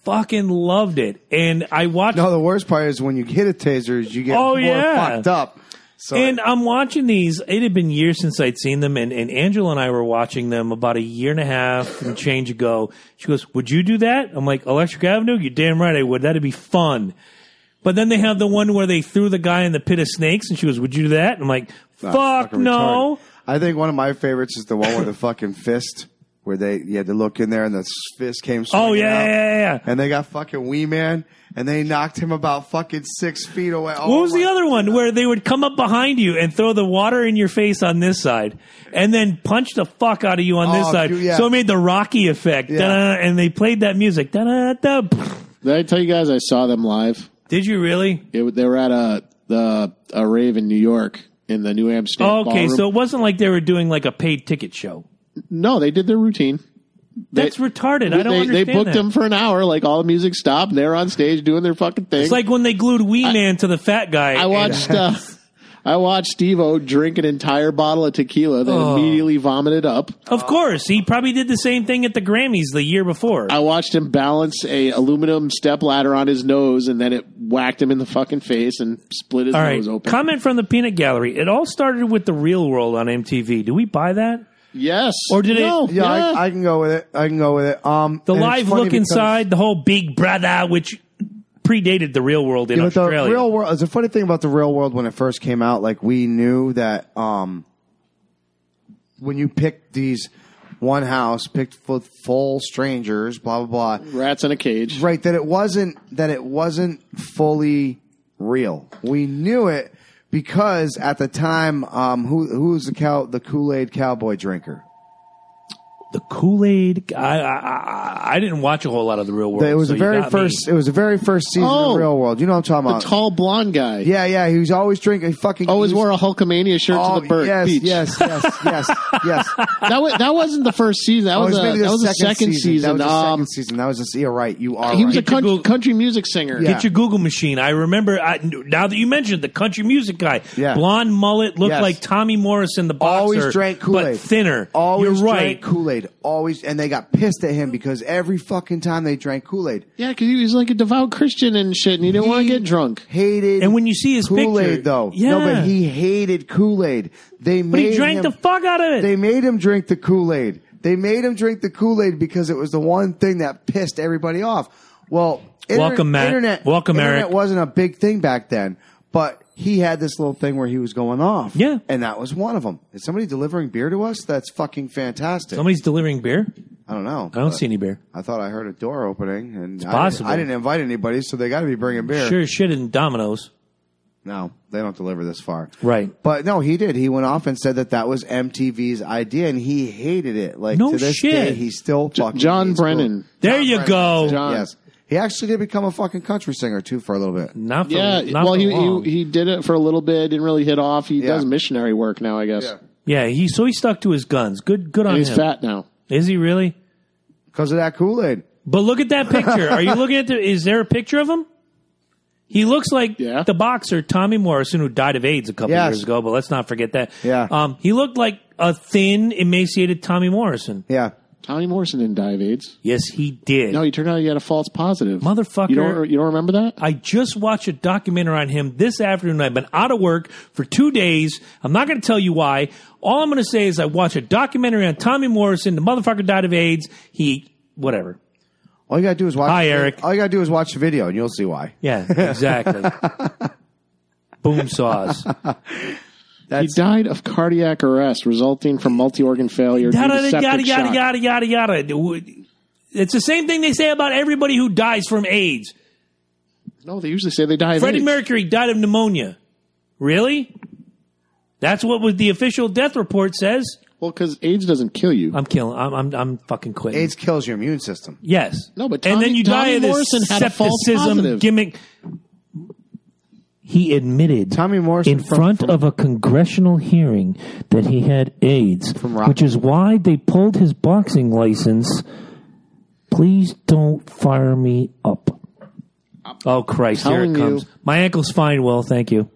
[SPEAKER 3] Fucking loved it. And I watched
[SPEAKER 2] No, the worst part is when you hit a taser, is you get
[SPEAKER 3] Oh,
[SPEAKER 2] more
[SPEAKER 3] yeah.
[SPEAKER 2] fucked up. So
[SPEAKER 3] And I'm watching these. It had been years since I'd seen them, and, and Angela and I were watching them about a year and a half and change ago. She goes, "Would you do that?" I'm like, "Electric Avenue? You're damn right I would. That'd be fun." But then they have the one where they threw the guy in the pit of snakes, and she goes, "Would you do that?" I'm like,
[SPEAKER 2] That's
[SPEAKER 3] "Fuck
[SPEAKER 2] fucking
[SPEAKER 3] no."
[SPEAKER 2] retarded. I think one of my favorites is the one with the fucking fist, where they you had to look in there and the s- fist came.
[SPEAKER 3] Oh
[SPEAKER 2] swinging
[SPEAKER 3] yeah,
[SPEAKER 2] out.
[SPEAKER 3] yeah, yeah, yeah.
[SPEAKER 2] And they got fucking Wee Man, and they knocked him about fucking six feet away. Oh,
[SPEAKER 3] What was the
[SPEAKER 2] my-
[SPEAKER 3] other one where they would come up behind you and throw the water in your face on this side, and then punch the fuck out of you on this
[SPEAKER 2] Oh,
[SPEAKER 3] side?
[SPEAKER 2] dude, yeah.
[SPEAKER 3] So it made the Rocky effect,
[SPEAKER 2] Yeah.
[SPEAKER 3] Da-da, and they played that music. Da-da-da.
[SPEAKER 4] Did I tell you guys I saw them live?
[SPEAKER 3] Did you really?
[SPEAKER 4] It, they were at a the a rave in New York in the New Amsterdam.
[SPEAKER 3] okay,
[SPEAKER 4] ballroom.
[SPEAKER 3] so it wasn't like they were doing like a paid ticket show.
[SPEAKER 4] no, they did their routine.
[SPEAKER 3] That's retarded. I don't
[SPEAKER 4] they,
[SPEAKER 3] understand
[SPEAKER 4] they booked
[SPEAKER 3] that.
[SPEAKER 4] them for an hour. Like all the music stopped, and they were on stage doing their fucking thing.
[SPEAKER 3] It's like when they glued Wee Man to the fat guy.
[SPEAKER 4] I
[SPEAKER 3] and-
[SPEAKER 4] watched. Uh, I watched Steve-O drink an entire bottle of tequila, then
[SPEAKER 3] Oh.
[SPEAKER 4] immediately vomited up.
[SPEAKER 3] of course, he probably did the same thing at the Grammys the year before.
[SPEAKER 4] I watched him balance a aluminum step ladder on his nose, and then it whacked him in the fucking face and split his
[SPEAKER 3] All right,
[SPEAKER 4] nose open.
[SPEAKER 3] comment from the Peanut Gallery. It all started with the Real World on MTV. Do we buy that?
[SPEAKER 4] yes,
[SPEAKER 3] Or did it-
[SPEAKER 4] No,
[SPEAKER 2] Yeah, I, I can go with it. I can go with it. Um,
[SPEAKER 3] The
[SPEAKER 2] and it's
[SPEAKER 3] live
[SPEAKER 2] funny
[SPEAKER 3] look
[SPEAKER 2] because-
[SPEAKER 3] inside, the whole Big Brother, which predated the Real World in
[SPEAKER 2] Yeah, but the
[SPEAKER 3] Australia.
[SPEAKER 2] real world. It's a funny thing about the real world when it first came out. Like we knew that um, when you picked these one house, picked full, full strangers, blah blah blah.
[SPEAKER 4] rats in a cage.
[SPEAKER 2] Right, that it wasn't that it wasn't fully real. We knew it because at the time, um, who who was the cow the Kool Aid cowboy drinker?
[SPEAKER 3] the Kool Aid. I, I I I didn't watch a whole lot of the Real World.
[SPEAKER 2] It was
[SPEAKER 3] so
[SPEAKER 2] the
[SPEAKER 3] you
[SPEAKER 2] very
[SPEAKER 3] got me.
[SPEAKER 2] first. It was the very first season of
[SPEAKER 4] Oh.
[SPEAKER 2] the Real World. You know what I'm talking
[SPEAKER 4] The
[SPEAKER 2] about?
[SPEAKER 4] tall blonde guy.
[SPEAKER 2] yeah, yeah. He was always drinking. He fucking
[SPEAKER 4] Always
[SPEAKER 2] he was-
[SPEAKER 4] wore a Hulkamania shirt to the bird
[SPEAKER 2] Oh, yes,
[SPEAKER 4] beach.
[SPEAKER 2] yes, yes, yes, yes.
[SPEAKER 4] That was that wasn't the first season. That
[SPEAKER 2] Oh, it
[SPEAKER 4] was, a,
[SPEAKER 2] maybe the
[SPEAKER 4] that was the second season.
[SPEAKER 2] That was the
[SPEAKER 4] Um,
[SPEAKER 2] second season. That was the. You're right. You are.
[SPEAKER 4] he was a
[SPEAKER 2] right.
[SPEAKER 3] Get your
[SPEAKER 4] country,
[SPEAKER 3] Oh, Google-
[SPEAKER 4] country music singer.
[SPEAKER 2] Yeah.
[SPEAKER 3] Get your Google machine. I remember. I, now that you mentioned the country music guy,
[SPEAKER 2] Yeah.
[SPEAKER 3] blonde mullet, looked
[SPEAKER 2] Yes.
[SPEAKER 3] like Tommy Morrison, the boxer,
[SPEAKER 2] always drank Kool Aid.
[SPEAKER 3] but thinner.
[SPEAKER 2] Always
[SPEAKER 3] You're
[SPEAKER 2] drank
[SPEAKER 3] right.
[SPEAKER 2] Kool Aid. Always, and they got pissed at him because every fucking time they drank Kool Aid,
[SPEAKER 4] Yeah, because he was like a devout Christian and shit, and he didn't want to get drunk.
[SPEAKER 2] hated.
[SPEAKER 3] And when you see his
[SPEAKER 2] Kool
[SPEAKER 3] picture-
[SPEAKER 2] Aid, though,
[SPEAKER 3] Yeah.
[SPEAKER 2] no, but he hated Kool Aid. They made
[SPEAKER 3] but he drank
[SPEAKER 2] him,
[SPEAKER 3] the fuck out of it.
[SPEAKER 2] They made him drink the Kool Aid. They made him drink the Kool Aid because it was the one thing that pissed everybody off. Well, inter-
[SPEAKER 3] Welcome, Matt.
[SPEAKER 2] Internet,
[SPEAKER 3] Welcome,
[SPEAKER 2] internet
[SPEAKER 3] Eric.
[SPEAKER 2] wasn't a big thing back then, but he had this little thing where he was going off.
[SPEAKER 3] Yeah.
[SPEAKER 2] and that was one of them. Is somebody delivering beer to us? That's fucking fantastic.
[SPEAKER 3] Somebody's delivering beer.
[SPEAKER 2] I don't know.
[SPEAKER 3] I don't
[SPEAKER 2] but
[SPEAKER 3] see any beer.
[SPEAKER 2] I thought I heard a door opening, and I,
[SPEAKER 3] possible.
[SPEAKER 2] Didn't, I didn't invite anybody, so they got to be bringing beer.
[SPEAKER 3] Sure as shit in Domino's.
[SPEAKER 2] no, they don't deliver this far.
[SPEAKER 3] Right.
[SPEAKER 2] But no, he did. He went off and said that that was MTV's idea, and he hated it. Like
[SPEAKER 3] No
[SPEAKER 2] to this
[SPEAKER 3] shit.
[SPEAKER 2] day, he still fucking
[SPEAKER 4] John
[SPEAKER 2] hates Cool.
[SPEAKER 4] Brennan.
[SPEAKER 3] There you go.
[SPEAKER 4] John.
[SPEAKER 2] Yes, he actually did become a fucking country singer too for a little bit.
[SPEAKER 3] Not for,
[SPEAKER 4] Yeah,
[SPEAKER 3] not
[SPEAKER 4] well,
[SPEAKER 3] for
[SPEAKER 4] he,
[SPEAKER 3] long.
[SPEAKER 4] he he did it for a little bit. Didn't really hit off. He
[SPEAKER 2] Yeah.
[SPEAKER 4] does missionary work now, I guess.
[SPEAKER 3] yeah, he so he stuck to his guns. Good, good on
[SPEAKER 4] And he's
[SPEAKER 3] him.
[SPEAKER 4] fat now.
[SPEAKER 3] Is he really?
[SPEAKER 2] because of that Kool Aid.
[SPEAKER 3] But look at that picture. Are you looking at the? Is there a picture of him? He looks like
[SPEAKER 4] Yeah.
[SPEAKER 3] the boxer Tommy Morrison, who died of AIDS a couple
[SPEAKER 2] Yes.
[SPEAKER 3] years ago. But let's not forget that.
[SPEAKER 2] Yeah.
[SPEAKER 3] Um, he looked like a thin, emaciated Tommy Morrison.
[SPEAKER 2] Yeah,
[SPEAKER 4] Tommy Morrison didn't die of AIDS.
[SPEAKER 3] Yes, he did.
[SPEAKER 4] No, he turned out he had a false positive.
[SPEAKER 3] Motherfucker.
[SPEAKER 4] You don't you don't remember that?
[SPEAKER 3] I just watched a documentary on him this afternoon. I've been out of work for two days. I'm not going to tell you why. All I'm going to say is I watched a documentary on Tommy Morrison. The motherfucker died of AIDS. He, whatever.
[SPEAKER 2] all you gotta do is watch.
[SPEAKER 3] Hi,
[SPEAKER 2] the-
[SPEAKER 3] Eric.
[SPEAKER 2] All you gotta do is watch the video, and you'll see why.
[SPEAKER 3] Yeah, exactly. Boom saws.
[SPEAKER 4] He died of cardiac arrest resulting from multi-organ failure due
[SPEAKER 3] Yada,
[SPEAKER 4] to septic
[SPEAKER 3] yada,
[SPEAKER 4] shock.
[SPEAKER 3] yada, yada, yada, yada. It's the same thing they say about everybody who dies from AIDS.
[SPEAKER 4] No, they usually say they die of
[SPEAKER 3] Freddie
[SPEAKER 4] AIDS.
[SPEAKER 3] Mercury died of pneumonia. Really? That's what was the official death report says.
[SPEAKER 4] well, because AIDS doesn't kill you.
[SPEAKER 3] I'm killing. I'm. I'm, I'm fucking quitting.
[SPEAKER 2] AIDS kills your immune system.
[SPEAKER 3] Yes.
[SPEAKER 4] No, but
[SPEAKER 3] and
[SPEAKER 4] Tommy-
[SPEAKER 3] then you
[SPEAKER 4] Tommy
[SPEAKER 3] die of this
[SPEAKER 4] Morrison had a false
[SPEAKER 3] septicism
[SPEAKER 4] positive.
[SPEAKER 3] gimmick. He admitted
[SPEAKER 2] Tommy Morrison
[SPEAKER 3] in
[SPEAKER 2] from-
[SPEAKER 3] front
[SPEAKER 2] from-
[SPEAKER 3] of a congressional hearing that he had AIDS,
[SPEAKER 2] rock-
[SPEAKER 3] which is why they pulled his boxing license. Please don't fire me up. Oh Christ! Here
[SPEAKER 4] Telling
[SPEAKER 3] it
[SPEAKER 4] you.
[SPEAKER 3] comes. My ankle's fine. Well, thank you.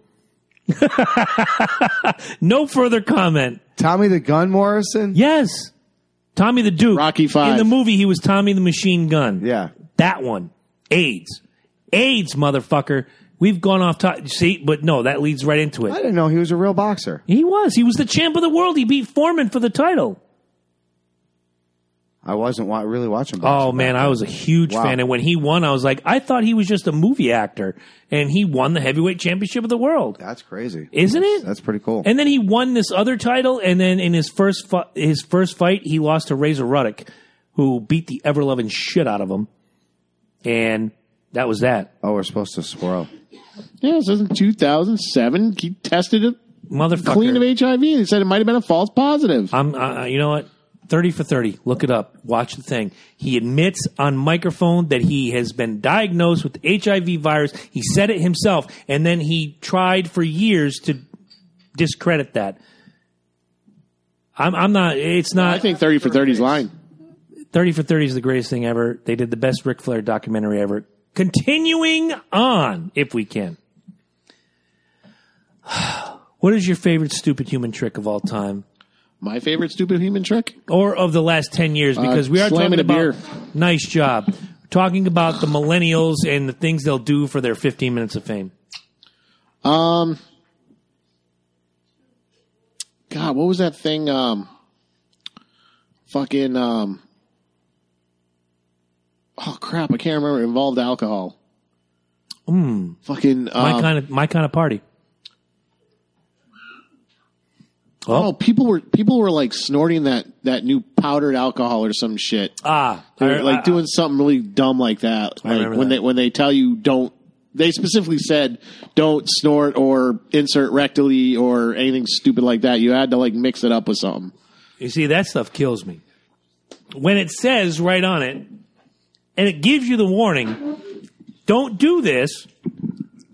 [SPEAKER 3] no further comment.
[SPEAKER 2] Tommy the Gun Morrison.
[SPEAKER 3] Yes, Tommy the Duke.
[SPEAKER 4] Rocky
[SPEAKER 3] In
[SPEAKER 4] Five.
[SPEAKER 3] the movie, he was Tommy the Machine Gun.
[SPEAKER 2] Yeah.
[SPEAKER 3] That one. AIDS. AIDS, motherfucker. We've gone off top. See, but no, that leads right into
[SPEAKER 2] I
[SPEAKER 3] it.
[SPEAKER 2] didn't know he was a real boxer.
[SPEAKER 3] He was. He was the champ of the world. He beat Foreman for the title.
[SPEAKER 2] I wasn't wa- really watching. Boxing
[SPEAKER 3] Oh, man. I was a huge
[SPEAKER 2] Wow.
[SPEAKER 3] fan. And when he won, I was like, I thought he was just a movie actor. And he won the heavyweight championship of the world.
[SPEAKER 2] That's crazy,
[SPEAKER 3] Isn't it?
[SPEAKER 2] That's pretty cool.
[SPEAKER 3] And then he won this other title, and then in his first fu- his first fight, he lost to Razor Ruddock, who beat the ever loving shit out of him, and that was that
[SPEAKER 2] oh, we're supposed to swirl.
[SPEAKER 4] yeah, it says in 2007 he tested it
[SPEAKER 3] motherfucker.
[SPEAKER 4] clean of HIV. They said it might have been a false positive.
[SPEAKER 3] I'm, uh, you know what? 30 for 30. Look it up. Watch the thing. He admits on microphone that he has been diagnosed with HIV virus. He said it himself, and then he tried for years to discredit that. I'm, I'm not, it's not.
[SPEAKER 4] I think 30 for 30 is lying.
[SPEAKER 3] 30 for 30 is the greatest thing ever. They did the best Ric Flair documentary ever. Continuing on, if we can. What is your favorite stupid human trick of all time?
[SPEAKER 4] My favorite stupid human trick.
[SPEAKER 3] Or of the last 10 years? Because we are
[SPEAKER 4] Uh, slamming
[SPEAKER 3] talking
[SPEAKER 4] a
[SPEAKER 3] about.
[SPEAKER 4] beer.
[SPEAKER 3] Nice job. Talking about the millennials and the things they'll do for their 15 minutes of fame.
[SPEAKER 4] Um, God, what was that thing? Um, fucking um. Oh crap! I can't remember. It involved alcohol. Mm. Fucking
[SPEAKER 3] My
[SPEAKER 4] um,
[SPEAKER 3] kind of my kind of party.
[SPEAKER 4] oh, people were people were like snorting that that new powdered alcohol or some shit.
[SPEAKER 3] Ah,
[SPEAKER 4] They were,
[SPEAKER 3] I-
[SPEAKER 4] like
[SPEAKER 3] I-
[SPEAKER 4] doing something really dumb like that. Like
[SPEAKER 3] remember
[SPEAKER 4] when
[SPEAKER 3] that.
[SPEAKER 4] they when they tell you don't they specifically said don't snort or insert rectally or anything stupid like that. You had to like mix it up with something.
[SPEAKER 3] You see, that stuff kills me. When it says right on it, and it gives you the warning, don't do this,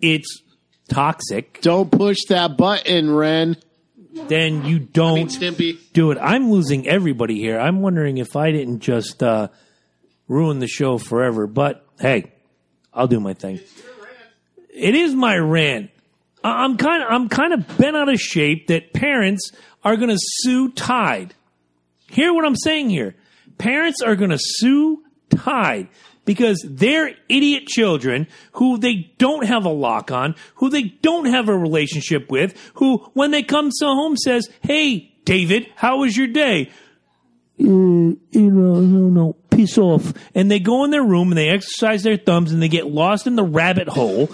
[SPEAKER 3] it's toxic,
[SPEAKER 4] Don't push that button, Ren.
[SPEAKER 3] then you don't
[SPEAKER 4] Stimpy.
[SPEAKER 3] do it. I'm losing everybody here. I'm wondering if I didn't just uh, ruin the show forever, but hey, I'll do my thing. It is my rant. I- I'm kind of I'm kind of bent out of shape that parents are going to sue Tide. Hear what I'm saying here. Parents are going to sue Tide because their idiot children who they don't have a lock on, who they don't have a relationship with, who when they come so home says, "Hey, David, how was your day?" Mm, you know, no, no, piss off. And they go in their room and they exercise their thumbs and they get lost in the rabbit hole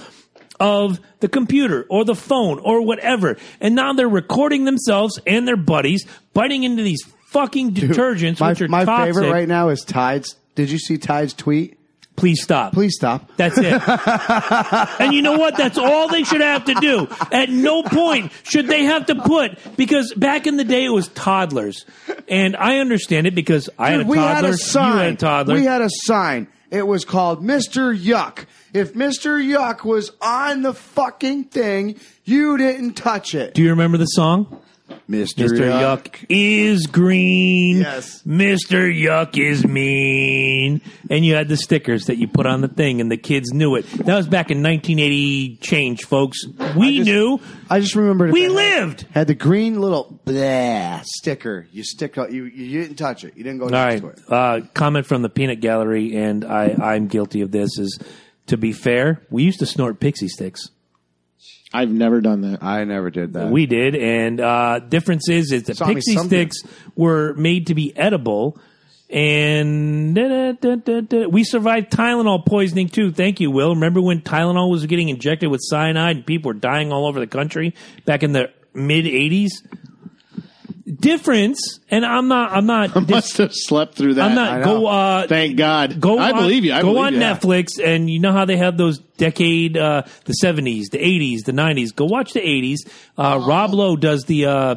[SPEAKER 3] of the computer or the phone or whatever. And now they're recording themselves and their buddies biting into these fucking detergents,
[SPEAKER 2] My,
[SPEAKER 3] which are
[SPEAKER 2] my
[SPEAKER 3] toxic.
[SPEAKER 2] favorite right now is Tides. Did you see Tides tweet?
[SPEAKER 3] Please stop.
[SPEAKER 2] Please stop.
[SPEAKER 3] That's it. and you know what? That's all they should have to do. At no point should they have to put because back in the day it was toddlers, and I understand it because I had a
[SPEAKER 2] Dude, we
[SPEAKER 3] toddler,
[SPEAKER 2] had a sign.
[SPEAKER 3] you had a toddler.
[SPEAKER 2] We had a sign. It was called Mr. Yuck. If Mr. Yuck was on the fucking thing, you didn't touch it.
[SPEAKER 3] do you remember the song?
[SPEAKER 2] Mr.
[SPEAKER 3] Mr. Yuck. is green.
[SPEAKER 2] Yes.
[SPEAKER 3] Mr. Yuck is mean. And you had the stickers that you put on the thing, and the kids knew it. That was back in 1980 change, folks. We
[SPEAKER 2] just-
[SPEAKER 3] knew.
[SPEAKER 2] I just remembered it
[SPEAKER 3] We
[SPEAKER 2] had-
[SPEAKER 3] lived.
[SPEAKER 2] Had the green little blah sticker. You stick up. You, you didn't touch it. You didn't go
[SPEAKER 3] All
[SPEAKER 2] next
[SPEAKER 3] right.
[SPEAKER 2] to it.
[SPEAKER 3] Uh, comment from the peanut gallery, and I, I'm guilty of this. Is to be fair, we used to snort pixie sticks.
[SPEAKER 4] I've never done that.
[SPEAKER 2] I never did that.
[SPEAKER 3] We did, and uh, difference is is that
[SPEAKER 2] Saw me
[SPEAKER 3] pixie
[SPEAKER 2] some
[SPEAKER 3] sticks were made to be edible, and da-da-da-da-da. we survived Tylenol poisoning too. Thank you, Will. Remember when Tylenol was getting injected with cyanide and people were dying all over the country back in the mid '80s? Difference, and I'm not, I'm not,
[SPEAKER 4] Must have slept through that.
[SPEAKER 3] I'm not. Go,
[SPEAKER 2] know.
[SPEAKER 3] uh,
[SPEAKER 4] Thank God.
[SPEAKER 3] Go
[SPEAKER 4] I
[SPEAKER 3] on,
[SPEAKER 4] believe you. I
[SPEAKER 3] go
[SPEAKER 4] believe
[SPEAKER 3] on
[SPEAKER 4] you.
[SPEAKER 3] Netflix, and you know how they have those decade, uh, the seventies, the eighties, the nineties. Go watch the eighties. Uh, Rob Lowe does the. Uh,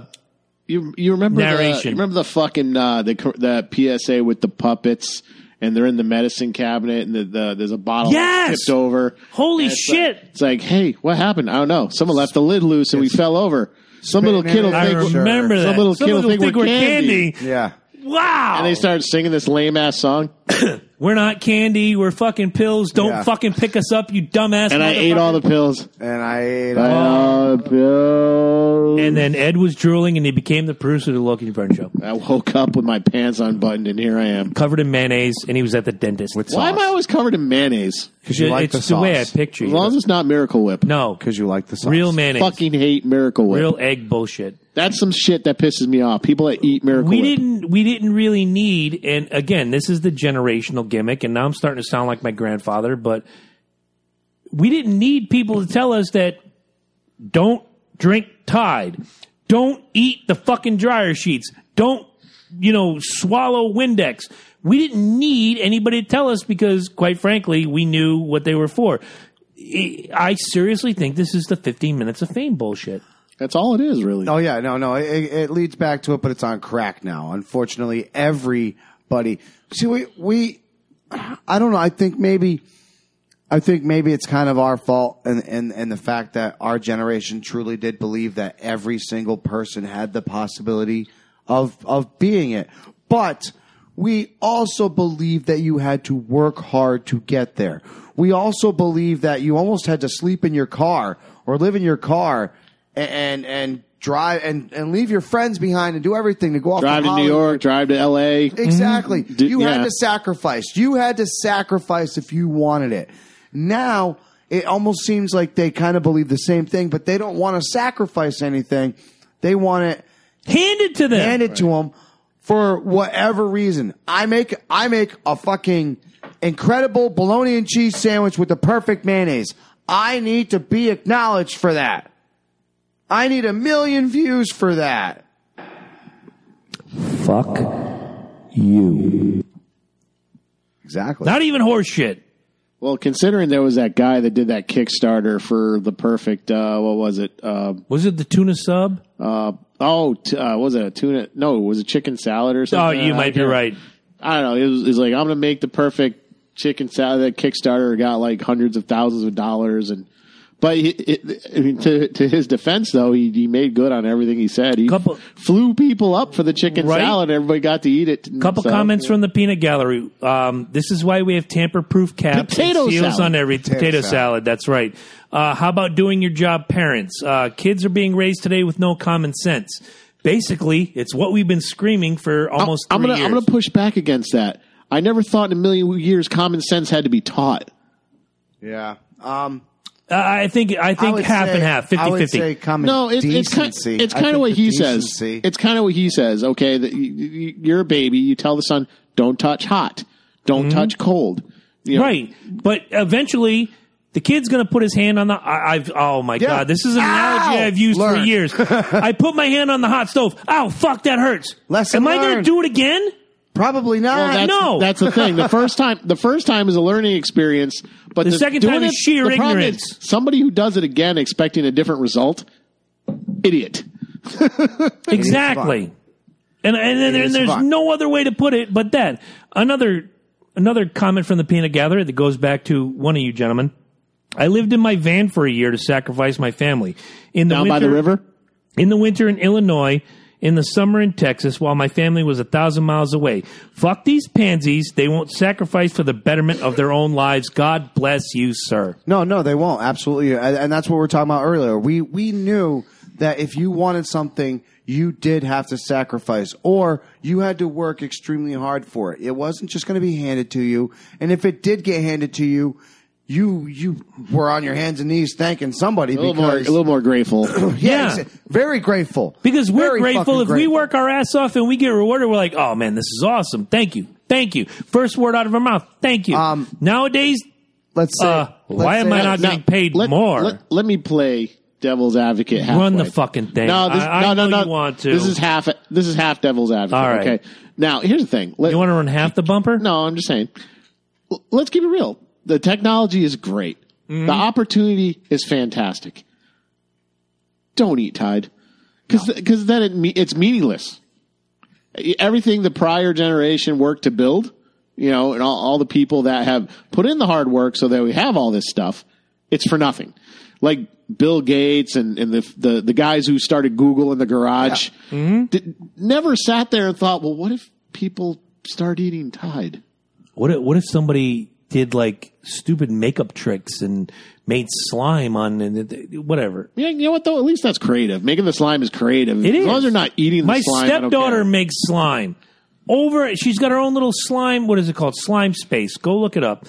[SPEAKER 4] You you remember The,
[SPEAKER 3] Narration.
[SPEAKER 4] you remember the fucking uh, the co- the PSA with the puppets and they're in the medicine cabinet and the, the there's a bottle
[SPEAKER 3] Yes!
[SPEAKER 4] tipped over.
[SPEAKER 3] Holy
[SPEAKER 4] And it's
[SPEAKER 3] shit.
[SPEAKER 4] like- it's like, hey, what happened? I don't know. Someone left the lid loose and we fell over. Some little
[SPEAKER 2] Spitting
[SPEAKER 4] kid will
[SPEAKER 2] in it.
[SPEAKER 3] I
[SPEAKER 4] think
[SPEAKER 2] Sure.
[SPEAKER 3] remember
[SPEAKER 4] Some
[SPEAKER 3] that.
[SPEAKER 4] little
[SPEAKER 3] Some
[SPEAKER 4] kid will
[SPEAKER 3] little
[SPEAKER 4] think we're candy.
[SPEAKER 2] Yeah.
[SPEAKER 3] Wow,
[SPEAKER 4] and they start singing this lame ass song.
[SPEAKER 3] we're not candy. We're fucking pills. Don't
[SPEAKER 2] Yeah.
[SPEAKER 3] fucking pick us up, you dumbass.
[SPEAKER 4] And I ate all the pills.
[SPEAKER 2] And I ate
[SPEAKER 4] I ate
[SPEAKER 2] all-
[SPEAKER 4] all the
[SPEAKER 3] Oh.
[SPEAKER 4] pills.
[SPEAKER 3] And then Ed was drooling, and he became the producer of the Loki Burn Show,
[SPEAKER 4] I woke up with my pants unbuttoned and here I am.
[SPEAKER 3] covered in mayonnaise, and he was at the dentist. With
[SPEAKER 4] Why am I always covered in mayonnaise?
[SPEAKER 2] Because you like
[SPEAKER 3] it's
[SPEAKER 2] the sauce.
[SPEAKER 3] way I picture
[SPEAKER 4] As
[SPEAKER 3] you.
[SPEAKER 4] long as it's not Miracle Whip.
[SPEAKER 3] no,
[SPEAKER 2] Because you like the sauce.
[SPEAKER 3] real mayonnaise,
[SPEAKER 4] Fucking hate Miracle Whip.
[SPEAKER 3] real egg bullshit.
[SPEAKER 4] That's some shit that pisses me off. People that eat Miracle
[SPEAKER 3] we
[SPEAKER 4] Whip.
[SPEAKER 3] didn't we didn't really need and again this is the generational gimmick and now i'm starting to sound like my grandfather but we didn't need people to tell us that don't drink tide don't eat the fucking dryer sheets don't you know swallow windex we didn't need anybody to tell us because quite frankly we knew what they were for I- i seriously think this is the 15 minutes of fame bullshit
[SPEAKER 4] That's all it is, really.
[SPEAKER 2] Oh yeah, no, no. It, it leads back to it, but it's on crack now. Unfortunately, everybody. See, we we. I don't know. I think maybe. I think maybe it's kind of our fault, and and and the fact that our generation truly did believe that every single person had the possibility of of being it, but. We also believe that you had to work hard to get there. We also believe that you almost had to sleep in your car or live in your car and and, and drive and, and leave your friends behind and do everything to go off to
[SPEAKER 4] drive to New
[SPEAKER 2] Hollywood.
[SPEAKER 4] York, drive to L.A.
[SPEAKER 3] Mm-hmm.
[SPEAKER 2] Exactly.
[SPEAKER 4] Mm-hmm. D-
[SPEAKER 2] you
[SPEAKER 4] yeah.
[SPEAKER 2] had to sacrifice. You had to sacrifice if you wanted it. Now it almost seems like they kind of believe the same thing, but they don't want to sacrifice anything. They want it
[SPEAKER 3] hand it to them
[SPEAKER 2] handed to them for whatever reason. I make I make a fucking incredible bologna and cheese sandwich with the perfect mayonnaise. I need to be acknowledged for that. I need a million views for that.
[SPEAKER 3] fuck you
[SPEAKER 2] Exactly.
[SPEAKER 3] Not even horse shit.
[SPEAKER 4] Well, considering there was that guy that did that Kickstarter for the perfect, uh, what was it? Uh,
[SPEAKER 3] Was it the tuna sub?
[SPEAKER 4] uh, oh, t- uh, what was it a tuna? No, it was a chicken salad or
[SPEAKER 3] Oh,
[SPEAKER 4] something.
[SPEAKER 3] you
[SPEAKER 4] I
[SPEAKER 3] might be
[SPEAKER 4] can't-
[SPEAKER 3] right.
[SPEAKER 4] I don't know. It was, it was like I'm gonna make the perfect chicken salad. That Kickstarter got like hundreds of thousands of dollars, and but he, it, I mean, to to his defense though, he he made good on everything he said. He
[SPEAKER 3] Couple-
[SPEAKER 4] flew people up for the chicken
[SPEAKER 3] Right?
[SPEAKER 4] salad. Everybody got to eat it.
[SPEAKER 3] Couple
[SPEAKER 4] So-
[SPEAKER 3] comments from the peanut gallery. Um, this is why we have tamper-proof caps
[SPEAKER 4] Potato
[SPEAKER 3] and seals
[SPEAKER 4] salad.
[SPEAKER 3] on every potato, salad.
[SPEAKER 2] salad.
[SPEAKER 3] That's right. Uh, how about doing your job, parents? Uh, kids are being raised today with no common sense. Basically, it's what we've been screaming for almost
[SPEAKER 4] I'm
[SPEAKER 3] 3
[SPEAKER 4] gonna
[SPEAKER 3] years.
[SPEAKER 4] I'm gonna push back against that. I never thought in a million years common sense had to be taught.
[SPEAKER 2] yeah. Um
[SPEAKER 3] Uh, I think I
[SPEAKER 2] I
[SPEAKER 3] think
[SPEAKER 2] would
[SPEAKER 3] half
[SPEAKER 2] say-
[SPEAKER 3] and half, 50-50.
[SPEAKER 2] I would say common
[SPEAKER 4] No, it's it's kind,
[SPEAKER 2] decency.
[SPEAKER 4] it's
[SPEAKER 2] I
[SPEAKER 4] kind
[SPEAKER 2] think
[SPEAKER 4] of what
[SPEAKER 2] the
[SPEAKER 4] he
[SPEAKER 2] decency-
[SPEAKER 4] says. It's kind of what he says. Okay, that you, you- you're a baby. You tell the son, don't touch hot, don't
[SPEAKER 3] Mm-hmm.
[SPEAKER 4] touch cold. You know,
[SPEAKER 3] Right, but eventually the kid's going to put his hand on the. I, I've oh my god, this is an analogy
[SPEAKER 2] Ow!
[SPEAKER 3] I've used for
[SPEAKER 2] Learned.
[SPEAKER 3] years. I put my hand on the hot stove. Ow, fuck, that hurts.
[SPEAKER 2] Lesson
[SPEAKER 3] Am I going to
[SPEAKER 2] learned.
[SPEAKER 3] do it again?
[SPEAKER 2] Probably not.
[SPEAKER 4] Well, that's,
[SPEAKER 3] No.
[SPEAKER 4] that's the thing. The first time, the first time is a learning experience, but
[SPEAKER 3] The second
[SPEAKER 4] doing
[SPEAKER 3] time is
[SPEAKER 4] it-
[SPEAKER 3] sheer
[SPEAKER 4] the problem is
[SPEAKER 3] ignorance.
[SPEAKER 4] somebody who does it again, expecting a different result, idiot.
[SPEAKER 3] Exactly. And and, and,
[SPEAKER 2] is
[SPEAKER 3] there's
[SPEAKER 2] fun.
[SPEAKER 3] no other way to put it but that. Another another comment from the peanut gatherer that goes back to one of you gentlemen. I lived in my van for a year to sacrifice my family. In the
[SPEAKER 4] Down
[SPEAKER 3] winter,
[SPEAKER 4] by the river.
[SPEAKER 3] in the winter in Illinois, in the summer in Texas, while my family was a thousand miles away. Fuck these pansies. They won't sacrifice for the betterment of their own lives. God bless you, sir.
[SPEAKER 2] No, no, they won't. Absolutely, and, and that's what we were talking about earlier. We we knew that if you wanted something, you did have to sacrifice, or you had to work extremely hard for it. It wasn't just going to be handed to you, and if it did get handed to you, you you were on your hands and knees thanking somebody
[SPEAKER 4] A little more, a
[SPEAKER 2] because
[SPEAKER 4] little more grateful.
[SPEAKER 2] yeah,
[SPEAKER 3] Yeah.
[SPEAKER 2] exa- very grateful
[SPEAKER 3] Because we're
[SPEAKER 2] Very
[SPEAKER 3] grateful
[SPEAKER 2] fucking
[SPEAKER 3] if we work our ass off and we get rewarded, we're like, oh man, this is awesome. Thank you. Thank you. First word out of our mouth. Thank you.
[SPEAKER 2] Um,
[SPEAKER 3] Nowadays,
[SPEAKER 2] Let's say,
[SPEAKER 3] Uh,
[SPEAKER 2] let's
[SPEAKER 3] why am
[SPEAKER 2] say-
[SPEAKER 3] I not
[SPEAKER 4] Now,
[SPEAKER 3] getting paid
[SPEAKER 4] let-
[SPEAKER 3] more.
[SPEAKER 4] Let, let me play devil's advocate. Halfway.
[SPEAKER 3] Run the fucking thing.
[SPEAKER 4] No, this,
[SPEAKER 3] I- I
[SPEAKER 4] no, no,
[SPEAKER 3] know
[SPEAKER 4] no.
[SPEAKER 3] you want to.
[SPEAKER 4] This is half. This is half devil's advocate.
[SPEAKER 3] All right.
[SPEAKER 4] Okay. Now here's the thing. Let-
[SPEAKER 3] you want to run half the bumper?
[SPEAKER 4] No, I'm just saying. L- Let's keep it real. The technology is great. The opportunity is fantastic. Don't eat Tide, because then it me- it's meaningless. E- Everything the prior generation worked to build, you know, and all, all the people that have put in the hard work so that we have all this stuff, it's for nothing. Like Bill Gates and, and the, the the guys who started Google in the garage did, never sat there and thought, well, what if people start eating Tide?
[SPEAKER 3] What if, what if somebody did like stupid makeup tricks and made slime on and it- whatever?
[SPEAKER 4] Yeah, you know what though? At least that's creative. Making the slime is creative.
[SPEAKER 3] It
[SPEAKER 4] as
[SPEAKER 3] is.
[SPEAKER 4] long as you're not eating the
[SPEAKER 3] My
[SPEAKER 4] slime. I don't
[SPEAKER 3] stepdaughter
[SPEAKER 4] care.
[SPEAKER 3] makes slime. Over, she's got her own little slime. What is it called? Slime space. Go look it up.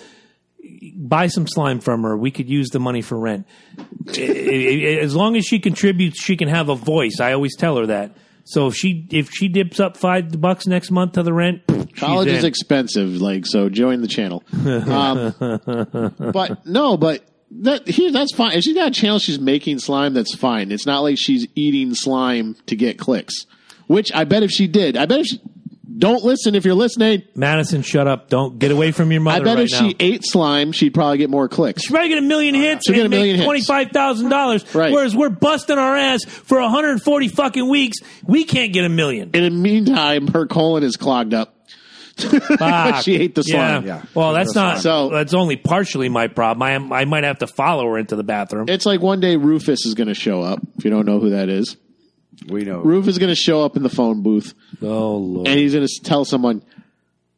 [SPEAKER 3] Buy some slime from her. We could use the money for rent. I- I- I- as long as she contributes, she can have a voice. I always tell her that. So if she if she dips up five bucks next month to the rent, she's
[SPEAKER 4] college is
[SPEAKER 3] in.
[SPEAKER 4] expensive. Like so, join the channel. Um, but no, but that here that's fine. If she's got a channel, she's making slime. That's fine. It's not like she's eating slime to get clicks. Which I bet if she did, I bet if she don't listen if you're listening.
[SPEAKER 3] Madison, shut up! Don't get away from your mother.
[SPEAKER 4] I bet
[SPEAKER 3] right
[SPEAKER 4] if
[SPEAKER 3] now.
[SPEAKER 4] she ate slime, she'd probably get more clicks.
[SPEAKER 3] She'll probably get a million hits
[SPEAKER 4] She'll get
[SPEAKER 3] and
[SPEAKER 4] a million
[SPEAKER 3] make
[SPEAKER 4] hits.
[SPEAKER 3] twenty five thousand dollars.
[SPEAKER 4] Right.
[SPEAKER 3] Whereas we're busting our ass for hundred and forty fucking weeks, we can't get a million.
[SPEAKER 4] And in the meantime, her colon is clogged up.
[SPEAKER 3] Fuck.
[SPEAKER 4] She ate the slime.
[SPEAKER 2] Yeah.
[SPEAKER 3] Well, that's not.
[SPEAKER 4] slime.
[SPEAKER 3] So that's only partially my problem. I am, I might have to follow her into the bathroom.
[SPEAKER 4] It's like one day Rufus is going to show up. If you don't know who that is,
[SPEAKER 2] we know
[SPEAKER 4] Rufus is going to show up in the phone booth
[SPEAKER 3] oh lord.
[SPEAKER 4] and he's going to tell someone,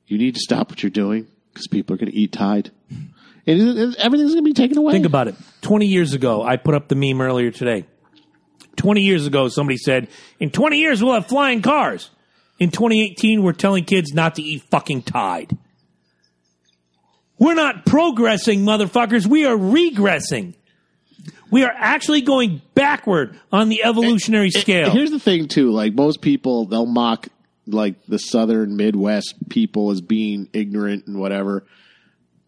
[SPEAKER 4] "You need to stop what you're doing because people are going to eat Tide, and it- it- everything's going to be taken away."
[SPEAKER 3] Think about it. Twenty years ago, I put up the meme earlier today. Twenty years ago, somebody said, "In twenty years, we'll have flying cars." In 2018, we're telling kids not to eat fucking Tide. We're not progressing, motherfuckers. We are regressing. We are actually going backward on the evolutionary scale.
[SPEAKER 4] Here's the thing, too. Like most people, they'll mock like the Southern Midwest people as being ignorant and whatever.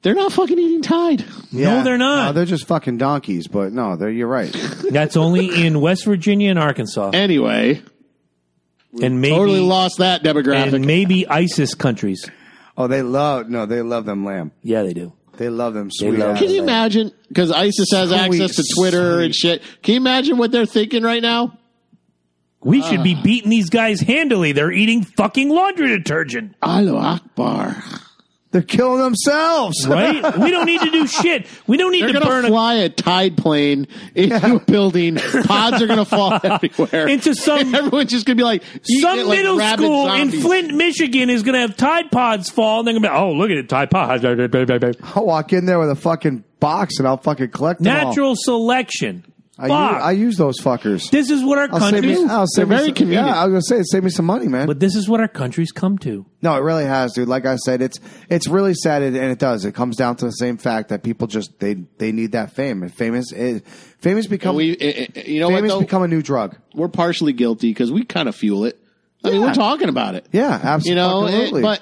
[SPEAKER 4] They're not fucking eating Tide.
[SPEAKER 2] Yeah.
[SPEAKER 3] No, they're not.
[SPEAKER 2] No, they're just fucking donkeys. But no, they're, you're right.
[SPEAKER 3] That's only in West Virginia and Arkansas,
[SPEAKER 4] Anyway,
[SPEAKER 3] and maybe
[SPEAKER 4] totally lost that demographic.
[SPEAKER 3] and maybe ISIS countries.
[SPEAKER 2] Oh, they love no, they love them lamb.
[SPEAKER 3] Yeah, they do.
[SPEAKER 2] They love them sweet.
[SPEAKER 3] love
[SPEAKER 2] ass
[SPEAKER 4] Can you
[SPEAKER 2] lamb.
[SPEAKER 4] imagine? Because ISIS has
[SPEAKER 2] Sweet,
[SPEAKER 4] access to Twitter and shit. Can you imagine what they're thinking right now?
[SPEAKER 3] We should
[SPEAKER 4] Ah.
[SPEAKER 3] be beating these guys handily. They're eating fucking laundry detergent,
[SPEAKER 4] Allahu Akbar.
[SPEAKER 2] They're killing themselves.
[SPEAKER 3] right? we don't need to do shit. We don't need
[SPEAKER 4] They're
[SPEAKER 3] to
[SPEAKER 4] going
[SPEAKER 3] burn
[SPEAKER 4] to
[SPEAKER 3] a,
[SPEAKER 4] fly a tide plane into a building. Pods are going to fall everywhere.
[SPEAKER 3] Into some-
[SPEAKER 4] Everyone's just going to be like, eating
[SPEAKER 3] some
[SPEAKER 4] it like
[SPEAKER 3] middle
[SPEAKER 4] rabid
[SPEAKER 3] school in
[SPEAKER 4] zombies.
[SPEAKER 3] Flint, Michigan is going to have Tide Pods fall, and they're going to be, oh, look at it, Tide Pods.
[SPEAKER 2] I'll walk in there with a fucking box and I'll fucking collect them all.
[SPEAKER 3] Natural selection.
[SPEAKER 2] I,
[SPEAKER 3] Fuck.
[SPEAKER 2] u- I use those fuckers.
[SPEAKER 3] this is what our
[SPEAKER 2] I'll save
[SPEAKER 3] country.
[SPEAKER 2] me. I'll save
[SPEAKER 4] They're
[SPEAKER 2] me
[SPEAKER 4] very
[SPEAKER 2] some-
[SPEAKER 4] convenient.
[SPEAKER 2] Yeah, I was gonna say, save me some money, man.
[SPEAKER 3] but this is what our country's come to.
[SPEAKER 2] no, it really has, dude. Like I said, it's it's really sad, and and it does. It comes down to the same fact that people just they they need that fame, and famous is famous become
[SPEAKER 4] And we, eh, eh, you know what,
[SPEAKER 2] famous
[SPEAKER 4] though?
[SPEAKER 2] become a new drug.
[SPEAKER 4] we're partially guilty because we kind of fuel it. I mean,
[SPEAKER 2] Yeah.
[SPEAKER 4] we're talking about it.
[SPEAKER 2] Yeah, abso-
[SPEAKER 4] You know, eh,
[SPEAKER 2] absolutely.
[SPEAKER 4] but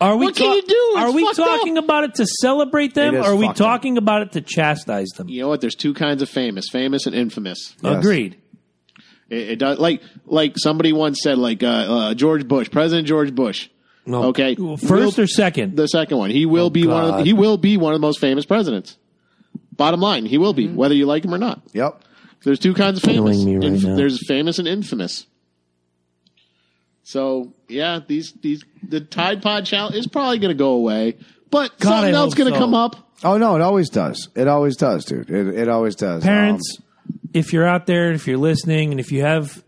[SPEAKER 3] Are we
[SPEAKER 4] What can
[SPEAKER 3] ta-
[SPEAKER 4] you do?
[SPEAKER 3] Are
[SPEAKER 4] It's
[SPEAKER 3] we
[SPEAKER 4] fucked up.
[SPEAKER 3] talking about it to celebrate them?
[SPEAKER 2] It
[SPEAKER 3] Or
[SPEAKER 2] is
[SPEAKER 3] are we
[SPEAKER 2] fucked up.
[SPEAKER 3] talking about it to chastise them?
[SPEAKER 4] you know what? There's two kinds of famous famous and infamous.
[SPEAKER 2] Yes.
[SPEAKER 3] Agreed.
[SPEAKER 4] It, it does like like somebody once said like uh, uh, George Bush, President George Bush.
[SPEAKER 3] No.
[SPEAKER 4] Okay,
[SPEAKER 3] First
[SPEAKER 4] We'll-
[SPEAKER 3] or second?
[SPEAKER 4] the second one. He will be one of the,
[SPEAKER 3] Oh, God.
[SPEAKER 4] he will be one of the most famous presidents. Bottom line, he will be whether you like him or not.
[SPEAKER 2] Yep.
[SPEAKER 4] There's two kinds of famous.
[SPEAKER 3] Mm-hmm. Killing me right now.
[SPEAKER 4] there's famous and infamous. So yeah, these these the Tide Pod challenge is probably going to go away, but
[SPEAKER 3] God,
[SPEAKER 4] something
[SPEAKER 3] I
[SPEAKER 4] else
[SPEAKER 3] hope
[SPEAKER 4] going to
[SPEAKER 3] so.
[SPEAKER 4] come up.
[SPEAKER 2] Oh no, it always does. It always does, dude. It it always does.
[SPEAKER 3] Parents,
[SPEAKER 2] Um,
[SPEAKER 3] if you're out there, if you're listening, and if you have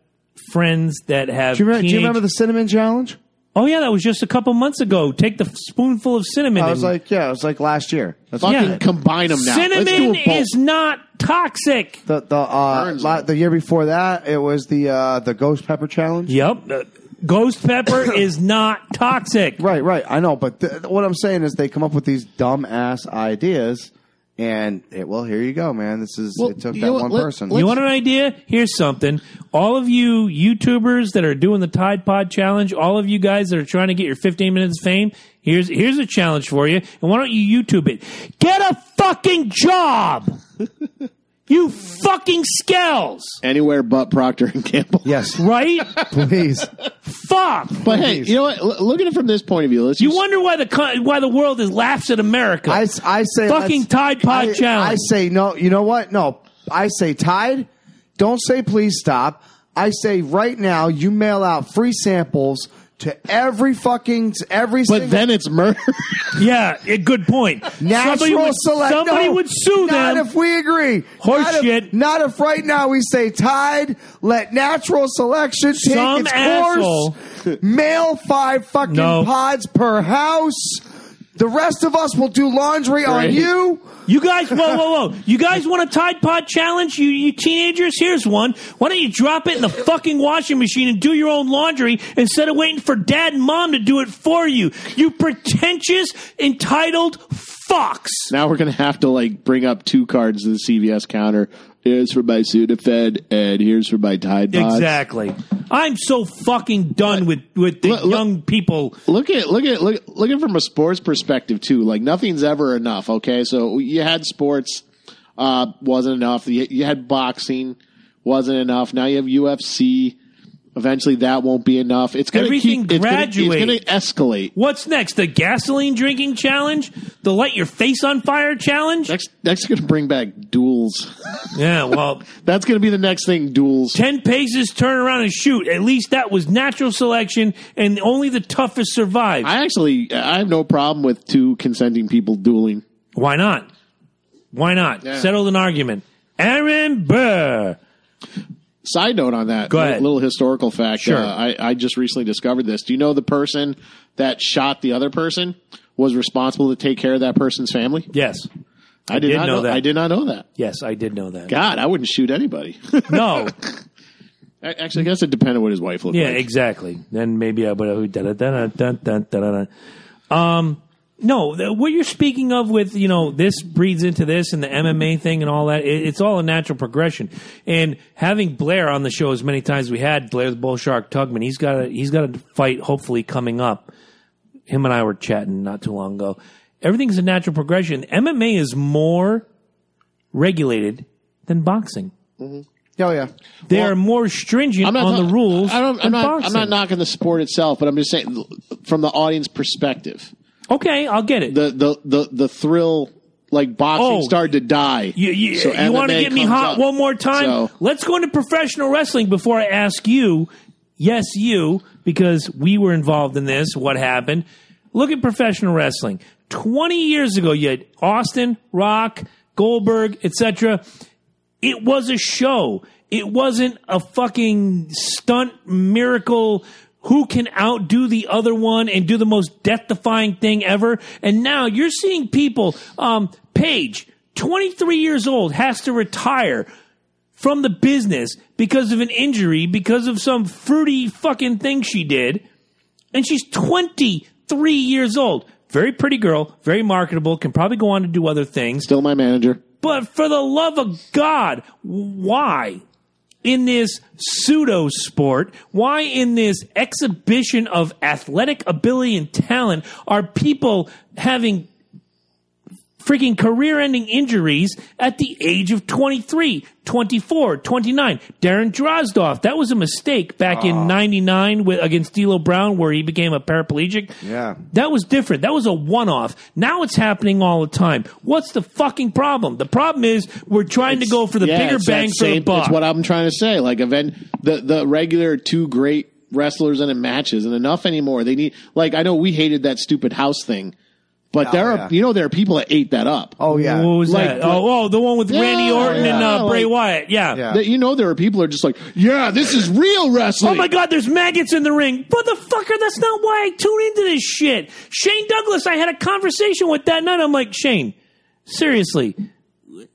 [SPEAKER 3] friends that have
[SPEAKER 2] do, you remember, do you
[SPEAKER 3] teenage-
[SPEAKER 2] remember the cinnamon challenge?
[SPEAKER 3] Oh yeah, that was just a couple months ago. Take the spoonful of cinnamon.
[SPEAKER 2] I was
[SPEAKER 3] and-
[SPEAKER 2] like, yeah, it was like last year. That's
[SPEAKER 4] Fucking
[SPEAKER 3] Yeah.
[SPEAKER 4] combine them now. Let's do
[SPEAKER 3] cinnamon
[SPEAKER 4] a bowl.
[SPEAKER 3] is not toxic.
[SPEAKER 2] the the uh,
[SPEAKER 4] Burns
[SPEAKER 2] la-
[SPEAKER 4] it.
[SPEAKER 2] the year before that. It was the uh, the ghost pepper challenge.
[SPEAKER 3] Yep. Uh, Ghost pepper is not toxic.
[SPEAKER 2] Right, right. I know, but th- what I'm saying is they come up with these dumb ass ideas, and it, well, here you go, man. This is
[SPEAKER 4] Well,
[SPEAKER 2] it took
[SPEAKER 4] you
[SPEAKER 2] that
[SPEAKER 4] know what,
[SPEAKER 2] one
[SPEAKER 4] let-
[SPEAKER 2] person.
[SPEAKER 4] let's-
[SPEAKER 3] You want an idea? Here's something. All of you YouTubers that are doing the Tide Pod challenge, all of you guys that are trying to get your 15 minutes of fame, here's here's a challenge for you. And why don't you YouTube it? Get a fucking job. you fucking scales,
[SPEAKER 4] anywhere but Procter and Gamble.
[SPEAKER 2] yes,
[SPEAKER 3] right?
[SPEAKER 2] please.
[SPEAKER 3] Fuck.
[SPEAKER 4] But hey, you know what? L- look at it from this point of view. Let's
[SPEAKER 3] You
[SPEAKER 4] just-
[SPEAKER 3] wonder why the co- why the world has laughs at America.
[SPEAKER 2] I, s- I say
[SPEAKER 3] Fucking
[SPEAKER 2] let's-
[SPEAKER 3] Tide Pod
[SPEAKER 2] I-
[SPEAKER 3] challenge.
[SPEAKER 2] I say no. You know what? No, I say Tide. Don't say please stop. I say right now. You mail out free samples to every fucking every.
[SPEAKER 4] But
[SPEAKER 2] single,
[SPEAKER 4] then it's murder.
[SPEAKER 3] yeah, a good point. somebody
[SPEAKER 2] Natural
[SPEAKER 3] would,
[SPEAKER 2] select.
[SPEAKER 3] somebody
[SPEAKER 2] no,
[SPEAKER 3] would sue
[SPEAKER 2] not
[SPEAKER 3] them.
[SPEAKER 2] if we agree.
[SPEAKER 3] Horse
[SPEAKER 2] not if,
[SPEAKER 3] shit.
[SPEAKER 2] Not if right now we say Tide, let natural selection take
[SPEAKER 3] Some
[SPEAKER 2] its
[SPEAKER 3] asshole.
[SPEAKER 2] course. Mail five fucking
[SPEAKER 3] No.
[SPEAKER 2] pods per house. The rest of us will do laundry on
[SPEAKER 4] Great.
[SPEAKER 2] you.
[SPEAKER 3] You guys, whoa, whoa, whoa! You guys want a Tide Pod challenge? You, you teenagers, here's one. Why don't you drop it in the fucking washing machine and do your own laundry instead of waiting for dad and mom to do it for you? You pretentious, entitled fucks!
[SPEAKER 4] now we're gonna have to like bring up two cards to the CVS counter. Here's for my Sudafed, and here's for my Tide Pods.
[SPEAKER 3] Exactly. I'm so fucking done with with the
[SPEAKER 4] Look, look-
[SPEAKER 3] young people.
[SPEAKER 4] Look at look at look look at it from a sports perspective too. Like nothing's ever enough. Okay, so you had sports, uh, wasn't enough. You, you had boxing, wasn't enough. Now you have UFC. Eventually, that won't be enough. It's gonna
[SPEAKER 3] Everything
[SPEAKER 4] keep, it's gonna- it's gonna
[SPEAKER 3] graduates.
[SPEAKER 4] escalate.
[SPEAKER 3] What's next? The gasoline drinking challenge? The light your face on fire challenge?
[SPEAKER 4] Next, next, gonna bring back duels.
[SPEAKER 3] Yeah, well,
[SPEAKER 4] That's gonna be the next thing. Duels.
[SPEAKER 3] 10 paces, turn around and shoot. At least that was natural selection, and only the toughest survived.
[SPEAKER 4] I actually, I have no problem with two consenting people dueling.
[SPEAKER 3] Why not? Why not?
[SPEAKER 4] Yeah.
[SPEAKER 3] Settled an argument. Aaron Burr.
[SPEAKER 4] Side note on that.
[SPEAKER 3] Go ahead.
[SPEAKER 4] Little historical fact.
[SPEAKER 3] Sure.
[SPEAKER 4] Uh, I, I just recently discovered this. Do you know the person that shot the other person was responsible to take care of that person's family?
[SPEAKER 3] Yes.
[SPEAKER 4] I did,
[SPEAKER 3] did
[SPEAKER 4] not
[SPEAKER 3] know that.
[SPEAKER 4] I did not know that.
[SPEAKER 3] Yes, I did know that.
[SPEAKER 4] God, I wouldn't shoot anybody.
[SPEAKER 3] No.
[SPEAKER 4] I- Actually, I guess it depended on what his wife looked
[SPEAKER 3] Yeah,
[SPEAKER 4] like.
[SPEAKER 3] exactly. Then maybe I would have. da- da- da- da- da- da- da- da. Um, no, the, what you're speaking of with you know this breeds into this and the MMA thing and all that. It, it's all a natural progression. And having Blair on the show as many times as we had Blair the Bull Shark Tugman, he's got a he's got a fight hopefully coming up. Him and I were chatting not too long ago. Everything's a natural progression. MMA is more regulated than boxing.
[SPEAKER 2] Oh yeah.
[SPEAKER 3] They are more stringent on
[SPEAKER 4] talking-
[SPEAKER 3] the rules
[SPEAKER 4] I don't,
[SPEAKER 3] than
[SPEAKER 4] I'm, not,
[SPEAKER 3] boxing.
[SPEAKER 4] I'm not knocking the sport itself, but I'm just saying from the audience perspective,
[SPEAKER 3] okay, I'll get it.
[SPEAKER 4] the, the, the, the thrill, like boxing
[SPEAKER 3] Oh.
[SPEAKER 4] started to die.
[SPEAKER 3] You, you,
[SPEAKER 4] So
[SPEAKER 3] you want to
[SPEAKER 4] MMA
[SPEAKER 3] get me
[SPEAKER 4] comes
[SPEAKER 3] hot
[SPEAKER 4] up.
[SPEAKER 3] one more time?
[SPEAKER 4] So-
[SPEAKER 3] Let's go into professional wrestling before I ask you. Yes, you, because we were involved in this. What happened? Look at professional wrestling. 20 years ago, you had Austin, Rock, Goldberg, etc. It was a show. It wasn't a fucking stunt miracle. Who can outdo the other one and do the most death defying thing ever? And now you're seeing people, um, Paige, 23 years old, has to retire from the business because of an injury, because of some fruity fucking thing she did. And she's 23 years old. Very pretty girl, very marketable, can probably go on to do other things.
[SPEAKER 4] Still my manager.
[SPEAKER 3] But for the love of God, why in this pseudo sport, why in this exhibition of athletic ability and talent are people having freaking career ending injuries at the age of 23, 24, 29. Darren Drozdoff, that was a mistake back
[SPEAKER 4] Ah.
[SPEAKER 3] in 99 with, against D'Lo Brown where he became a paraplegic.
[SPEAKER 2] Yeah.
[SPEAKER 3] That was different. That was a one off. Now it's happening all the time. What's the fucking problem? The problem is we're trying to go for the
[SPEAKER 4] Yeah,
[SPEAKER 3] bigger
[SPEAKER 4] it's that
[SPEAKER 3] bang for the
[SPEAKER 4] same-
[SPEAKER 3] buck.
[SPEAKER 4] It's what I'm trying to say. Like event the the regular two great wrestlers in a match isn't enough anymore. They need like I know we hated that stupid house thing, but there are
[SPEAKER 2] Oh, yeah.
[SPEAKER 4] you know there are people that ate that up.
[SPEAKER 2] Oh yeah.
[SPEAKER 3] What was
[SPEAKER 4] Like,
[SPEAKER 3] that?
[SPEAKER 4] like-
[SPEAKER 3] oh, oh, the one with
[SPEAKER 4] Yeah,
[SPEAKER 3] Randy Orton and
[SPEAKER 4] yeah,
[SPEAKER 3] uh, Bray
[SPEAKER 4] like-
[SPEAKER 3] Wyatt. Yeah.
[SPEAKER 2] Yeah.
[SPEAKER 4] That you know there are people that are just like, yeah, this is real wrestling.
[SPEAKER 3] Oh my God, there's maggots in the ring. Motherfucker, that's not why I tune into this shit. Shane Douglas, I had a conversation with that night. I'm like, Shane, seriously,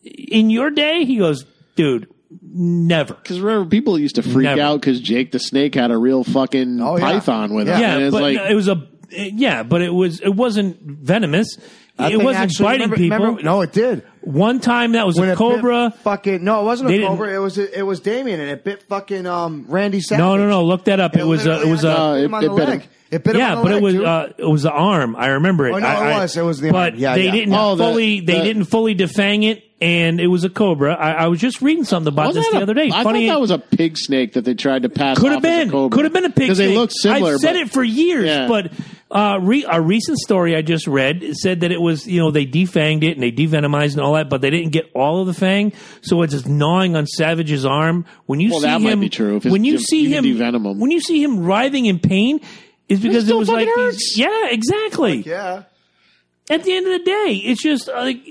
[SPEAKER 3] in your day? He goes, dude, never.
[SPEAKER 4] Because remember, people used to freak
[SPEAKER 3] Never.
[SPEAKER 4] out because Jake the Snake had a real fucking
[SPEAKER 2] Oh, yeah.
[SPEAKER 4] python with him.
[SPEAKER 2] Yeah,
[SPEAKER 4] and
[SPEAKER 3] Yeah,
[SPEAKER 4] it's
[SPEAKER 3] but
[SPEAKER 4] like,
[SPEAKER 3] no, it was a yeah, but it was it wasn't venomous.
[SPEAKER 2] That
[SPEAKER 3] It
[SPEAKER 2] thing
[SPEAKER 3] wasn't
[SPEAKER 2] actually-
[SPEAKER 3] biting
[SPEAKER 2] remember-
[SPEAKER 3] people.
[SPEAKER 2] remember- no, it did.
[SPEAKER 3] One time that was
[SPEAKER 2] When
[SPEAKER 3] a
[SPEAKER 2] it bit
[SPEAKER 3] cobra.
[SPEAKER 2] fucking no, it wasn't
[SPEAKER 3] They
[SPEAKER 2] a
[SPEAKER 3] didn't-
[SPEAKER 2] cobra. It was it was Damien, and it bit fucking um Randy Savage.
[SPEAKER 3] no, no, no. Look that up. It, was a, it
[SPEAKER 2] literally
[SPEAKER 3] was a
[SPEAKER 2] actually bit him
[SPEAKER 4] Uh,
[SPEAKER 2] on
[SPEAKER 4] it-
[SPEAKER 2] the
[SPEAKER 4] it bit him.
[SPEAKER 2] leg. It bit him
[SPEAKER 3] yeah,
[SPEAKER 2] on the
[SPEAKER 3] but it
[SPEAKER 2] leg,
[SPEAKER 3] was
[SPEAKER 2] dude.
[SPEAKER 3] uh, it was the arm. I remember it.
[SPEAKER 2] Oh, no,
[SPEAKER 3] I-
[SPEAKER 2] it
[SPEAKER 3] I-
[SPEAKER 2] was. It was the
[SPEAKER 3] but
[SPEAKER 2] arm. Yeah,
[SPEAKER 3] they
[SPEAKER 2] yeah.
[SPEAKER 3] didn't
[SPEAKER 4] Oh, the-
[SPEAKER 3] fully. They
[SPEAKER 4] the-
[SPEAKER 3] didn't fully defang it, and it was a cobra. I, I was just reading something about
[SPEAKER 4] Wasn't
[SPEAKER 3] this
[SPEAKER 4] that
[SPEAKER 3] the
[SPEAKER 4] a-
[SPEAKER 3] other day.
[SPEAKER 4] I
[SPEAKER 3] Funny,
[SPEAKER 4] thought that was a pig snake that they tried to pass.
[SPEAKER 3] could have
[SPEAKER 4] off as
[SPEAKER 3] been.
[SPEAKER 4] a cobra.
[SPEAKER 3] Could have been a pig.
[SPEAKER 4] because they
[SPEAKER 3] snake.
[SPEAKER 4] look similar.
[SPEAKER 3] I've said
[SPEAKER 4] but-
[SPEAKER 3] it for years,
[SPEAKER 4] Yeah.
[SPEAKER 3] but uh, re- a recent story I just read said that it was you know they defanged it and they devenomized and all that, but they didn't get all of the fang, so it's just gnawing on Savage's arm. When you
[SPEAKER 4] Well,
[SPEAKER 3] see
[SPEAKER 4] that
[SPEAKER 3] him,
[SPEAKER 4] might be true. If it's
[SPEAKER 3] when you
[SPEAKER 4] de-
[SPEAKER 3] see
[SPEAKER 4] you can
[SPEAKER 3] him,
[SPEAKER 4] devenom him.
[SPEAKER 3] when you see him writhing in pain. Is because it,
[SPEAKER 4] still
[SPEAKER 3] was like
[SPEAKER 4] fucking
[SPEAKER 3] these-
[SPEAKER 4] hurts.
[SPEAKER 3] yeah, exactly
[SPEAKER 2] yeah.
[SPEAKER 3] at the end of the day, it's just uh, like,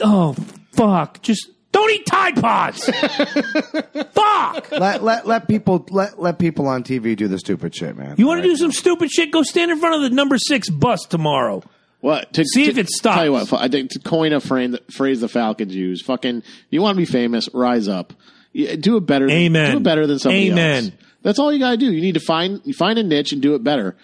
[SPEAKER 3] oh fuck, just don't eat Tide Pods. fuck.
[SPEAKER 2] Let, let let people let let people on TV do the stupid shit, man.
[SPEAKER 3] You want to do some stupid shit? Go stand in front of the number six bus tomorrow.
[SPEAKER 4] What? To,
[SPEAKER 3] See if
[SPEAKER 4] to-
[SPEAKER 3] it stops.
[SPEAKER 4] Tell you what, I think to coin a frame, phrase the Falcons use. Fucking, you want to be famous? Rise up. Yeah, Do it better. Than,
[SPEAKER 3] Amen.
[SPEAKER 4] Do it better than somebody
[SPEAKER 3] Amen.
[SPEAKER 4] else. That's all you gotta do. You need to find you find a niche and do it better.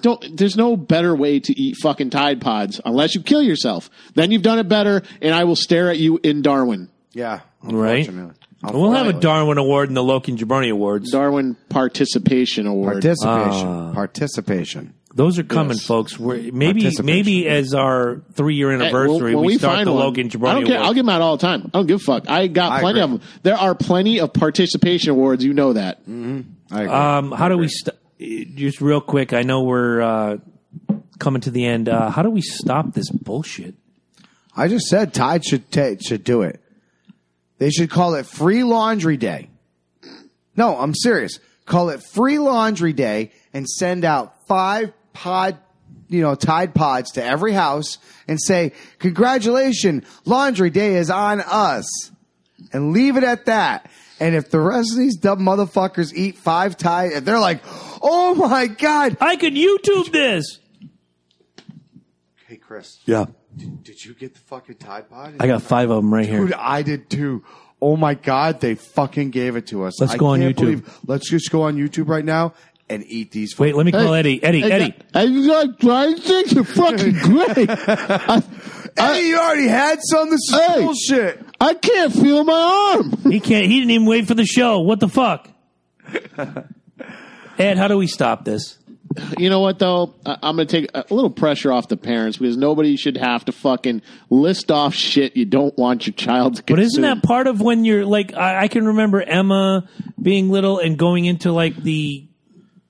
[SPEAKER 4] Don't. There's no better way to eat fucking Tide Pods unless you kill yourself. Then you've done it better, and I will stare at you in Darwin.
[SPEAKER 2] Yeah.
[SPEAKER 3] Right.
[SPEAKER 2] unfortunately.
[SPEAKER 3] We'll have a
[SPEAKER 2] Unfortunately.
[SPEAKER 3] Darwin Award and the Loki and Jabroni Awards.
[SPEAKER 4] Darwin Participation Award.
[SPEAKER 2] participation.
[SPEAKER 3] Ah.
[SPEAKER 2] Participation.
[SPEAKER 3] Those are coming,
[SPEAKER 4] Yes.
[SPEAKER 3] folks. We're, maybe
[SPEAKER 2] Participation.
[SPEAKER 3] got- as our three year
[SPEAKER 4] Hey, well,
[SPEAKER 3] anniversary, we, start the
[SPEAKER 4] one,
[SPEAKER 3] Loki and Jabroni
[SPEAKER 4] I don't care.
[SPEAKER 3] Awards.
[SPEAKER 4] I'll give them out all the time. I don't give a fuck. I got
[SPEAKER 2] I
[SPEAKER 4] plenty
[SPEAKER 2] agree.
[SPEAKER 4] of them. There are plenty of participation awards. You know that.
[SPEAKER 3] Mm.
[SPEAKER 2] I agree.
[SPEAKER 3] Um, how do we st- just real quick? I know we're uh, coming to the end. Uh, how do we stop this bullshit?
[SPEAKER 2] I just said Tide should ta- should do it. They should call it Free Laundry Day. No, I'm serious. Call it Free Laundry Day and send out five pod, you know, Tide Pods to every house and say, "Congratulations, Laundry Day is on us," and leave it at that. And if the rest of these dumb motherfuckers eat five Tide, if they're like, "Oh my god,"
[SPEAKER 3] I could YouTube this.
[SPEAKER 2] hey Chris,
[SPEAKER 3] Yeah,
[SPEAKER 2] did, did you get the fucking Tide Pod?
[SPEAKER 3] I got five of them right here.
[SPEAKER 2] Dude, I did too. Oh my God, they fucking gave it to us.
[SPEAKER 3] Let's
[SPEAKER 2] I
[SPEAKER 3] go on
[SPEAKER 2] can't
[SPEAKER 3] YouTube.
[SPEAKER 2] let's just go on YouTube right now and eat these.
[SPEAKER 3] Wait, let me call Eddie. Eddie,
[SPEAKER 4] Hey,
[SPEAKER 3] Eddie.
[SPEAKER 4] I got dry things are fucking great. I,
[SPEAKER 2] Eddie, you already had some. This is
[SPEAKER 4] Hey.
[SPEAKER 2] bullshit.
[SPEAKER 4] I can't feel my arm.
[SPEAKER 3] He can't. He didn't even wait for the show. What the fuck? Ed, how do we stop this?
[SPEAKER 4] You know what though? I, I'm gonna take a little pressure off the parents because nobody should have to fucking list off shit you don't want your child to consume.
[SPEAKER 3] But isn't that part of when you're like? I, I can remember Emma being little and going into like the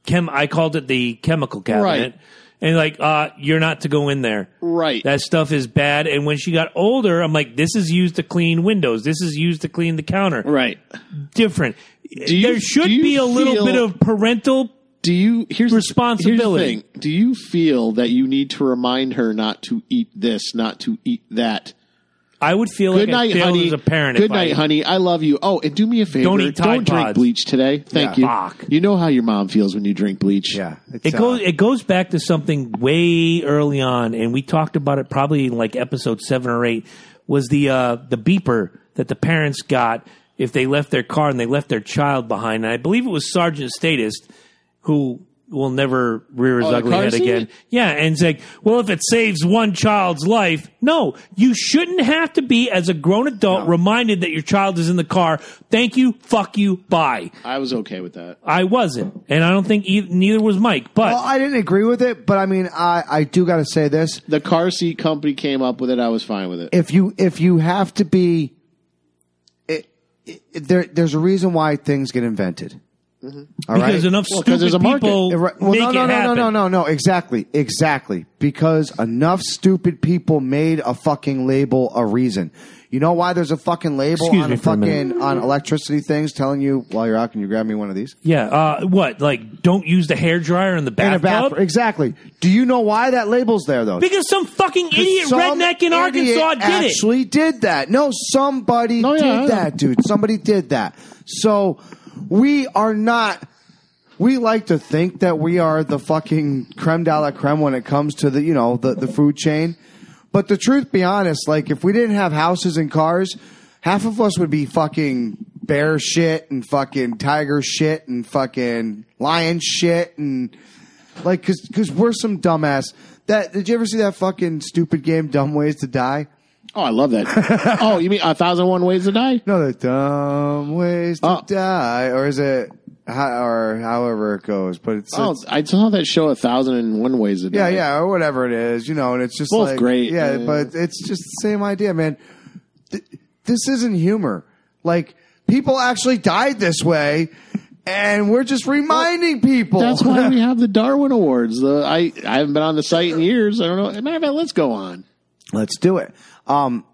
[SPEAKER 3] chem. I called it the chemical cabinet,
[SPEAKER 4] Right.
[SPEAKER 3] and like, uh, you're not to go in there.
[SPEAKER 4] right?
[SPEAKER 3] That stuff is bad. And when she got older, I'm like, this is used to clean windows. This is used to clean the counter.
[SPEAKER 4] right.
[SPEAKER 3] Different.
[SPEAKER 4] you-
[SPEAKER 3] there should
[SPEAKER 4] do you
[SPEAKER 3] be a little
[SPEAKER 4] feel-
[SPEAKER 3] bit of parental.
[SPEAKER 4] Do you here's the-
[SPEAKER 3] Responsibility.
[SPEAKER 4] Here's the thing. Do you feel that you need to remind her not to eat this, not to eat that?
[SPEAKER 3] I would feel
[SPEAKER 4] Good
[SPEAKER 3] like I
[SPEAKER 4] night,
[SPEAKER 3] failed
[SPEAKER 4] honey.
[SPEAKER 3] as a parent.
[SPEAKER 4] Good
[SPEAKER 3] if
[SPEAKER 4] night,
[SPEAKER 3] I,
[SPEAKER 4] honey. I love you. Oh, and do me a favor.
[SPEAKER 3] Don't eat Tide
[SPEAKER 4] Don't drink
[SPEAKER 3] Pods.
[SPEAKER 4] bleach today. Thank
[SPEAKER 2] Yeah.
[SPEAKER 4] you.
[SPEAKER 3] Fuck.
[SPEAKER 4] You know how your mom feels when you drink bleach.
[SPEAKER 2] Yeah, it's,
[SPEAKER 3] It
[SPEAKER 2] uh,
[SPEAKER 3] goes. It goes back to something way early on, and we talked about it probably in like episode seven or eight. Was the uh, the beeper that the parents got if they left their car and they left their child behind? And I believe it was Sergeant Statist who will never rear his
[SPEAKER 4] Oh, the
[SPEAKER 3] ugly
[SPEAKER 4] car
[SPEAKER 3] head
[SPEAKER 4] seat?
[SPEAKER 3] again. Yeah, and it's like, well, if it saves one child's life, no, you shouldn't have to be as a grown adult reminded that your child is in the car. Thank you, fuck you, bye.
[SPEAKER 4] I was okay with that.
[SPEAKER 3] I wasn't, and I don't think eith- neither was Mike. But
[SPEAKER 2] Well, I didn't agree with it, but I mean, I, I do got to say this.
[SPEAKER 4] The car seat company came up with it. I was fine with it.
[SPEAKER 2] if you if you have to be it, it, there there's a reason why things get invented All right?
[SPEAKER 3] because enough
[SPEAKER 4] 'cause
[SPEAKER 3] stupid
[SPEAKER 4] there's a market.
[SPEAKER 3] people
[SPEAKER 2] It- right-
[SPEAKER 3] make
[SPEAKER 2] no, no,
[SPEAKER 3] it
[SPEAKER 2] no,
[SPEAKER 3] happen.
[SPEAKER 2] no, no, no, no. Exactly, exactly. Because enough stupid people made a fucking label a reason. You know why there's a fucking label
[SPEAKER 3] Excuse
[SPEAKER 2] on
[SPEAKER 3] me
[SPEAKER 2] a
[SPEAKER 3] for a minute.
[SPEAKER 2] fucking on electricity things telling you while you're out, can you grab me one of these?
[SPEAKER 3] Yeah, uh, what? Like, don't use the hair dryer in the
[SPEAKER 2] In a
[SPEAKER 3] bathtub?
[SPEAKER 2] bathroom, exactly. Do you know why that label's there though?
[SPEAKER 3] Because some fucking idiot
[SPEAKER 2] Some
[SPEAKER 3] redneck in
[SPEAKER 2] idiot
[SPEAKER 3] Arkansas did it.
[SPEAKER 2] actually did that. No, somebody
[SPEAKER 4] No, yeah, I know.
[SPEAKER 2] did that, dude. Somebody did that. So we are not. We like to think that we are the fucking creme de la creme when it comes to the you know the the food chain, but the truth be honest, like if we didn't have houses and cars, half of us would be fucking bear shit and fucking tiger shit and fucking lion shit and like, cause, cause we're some dumbass. That did you ever see that fucking stupid game, Dumb Ways to Die?
[SPEAKER 4] Oh, I love that. oh, you mean a thousand one ways to die?
[SPEAKER 2] No, the Dumb Ways to
[SPEAKER 4] Oh.
[SPEAKER 2] Die, or is it, ho- or however it goes? But it's,
[SPEAKER 4] Oh,
[SPEAKER 2] it's-
[SPEAKER 4] I saw that show a thousand and one ways to
[SPEAKER 2] yeah,
[SPEAKER 4] die.
[SPEAKER 2] yeah, or whatever it is, you know. And it's just
[SPEAKER 4] Both
[SPEAKER 2] like,
[SPEAKER 4] great,
[SPEAKER 2] yeah,
[SPEAKER 4] yeah.
[SPEAKER 2] but it's just the same idea, man. Th- this isn't humor. Like people actually died this way, and we're just reminding people.
[SPEAKER 4] That's why we have the Darwin Awards. The I I haven't been on the site in years. I don't know. As a matter of fact, let's go on.
[SPEAKER 2] Let's do it. Um,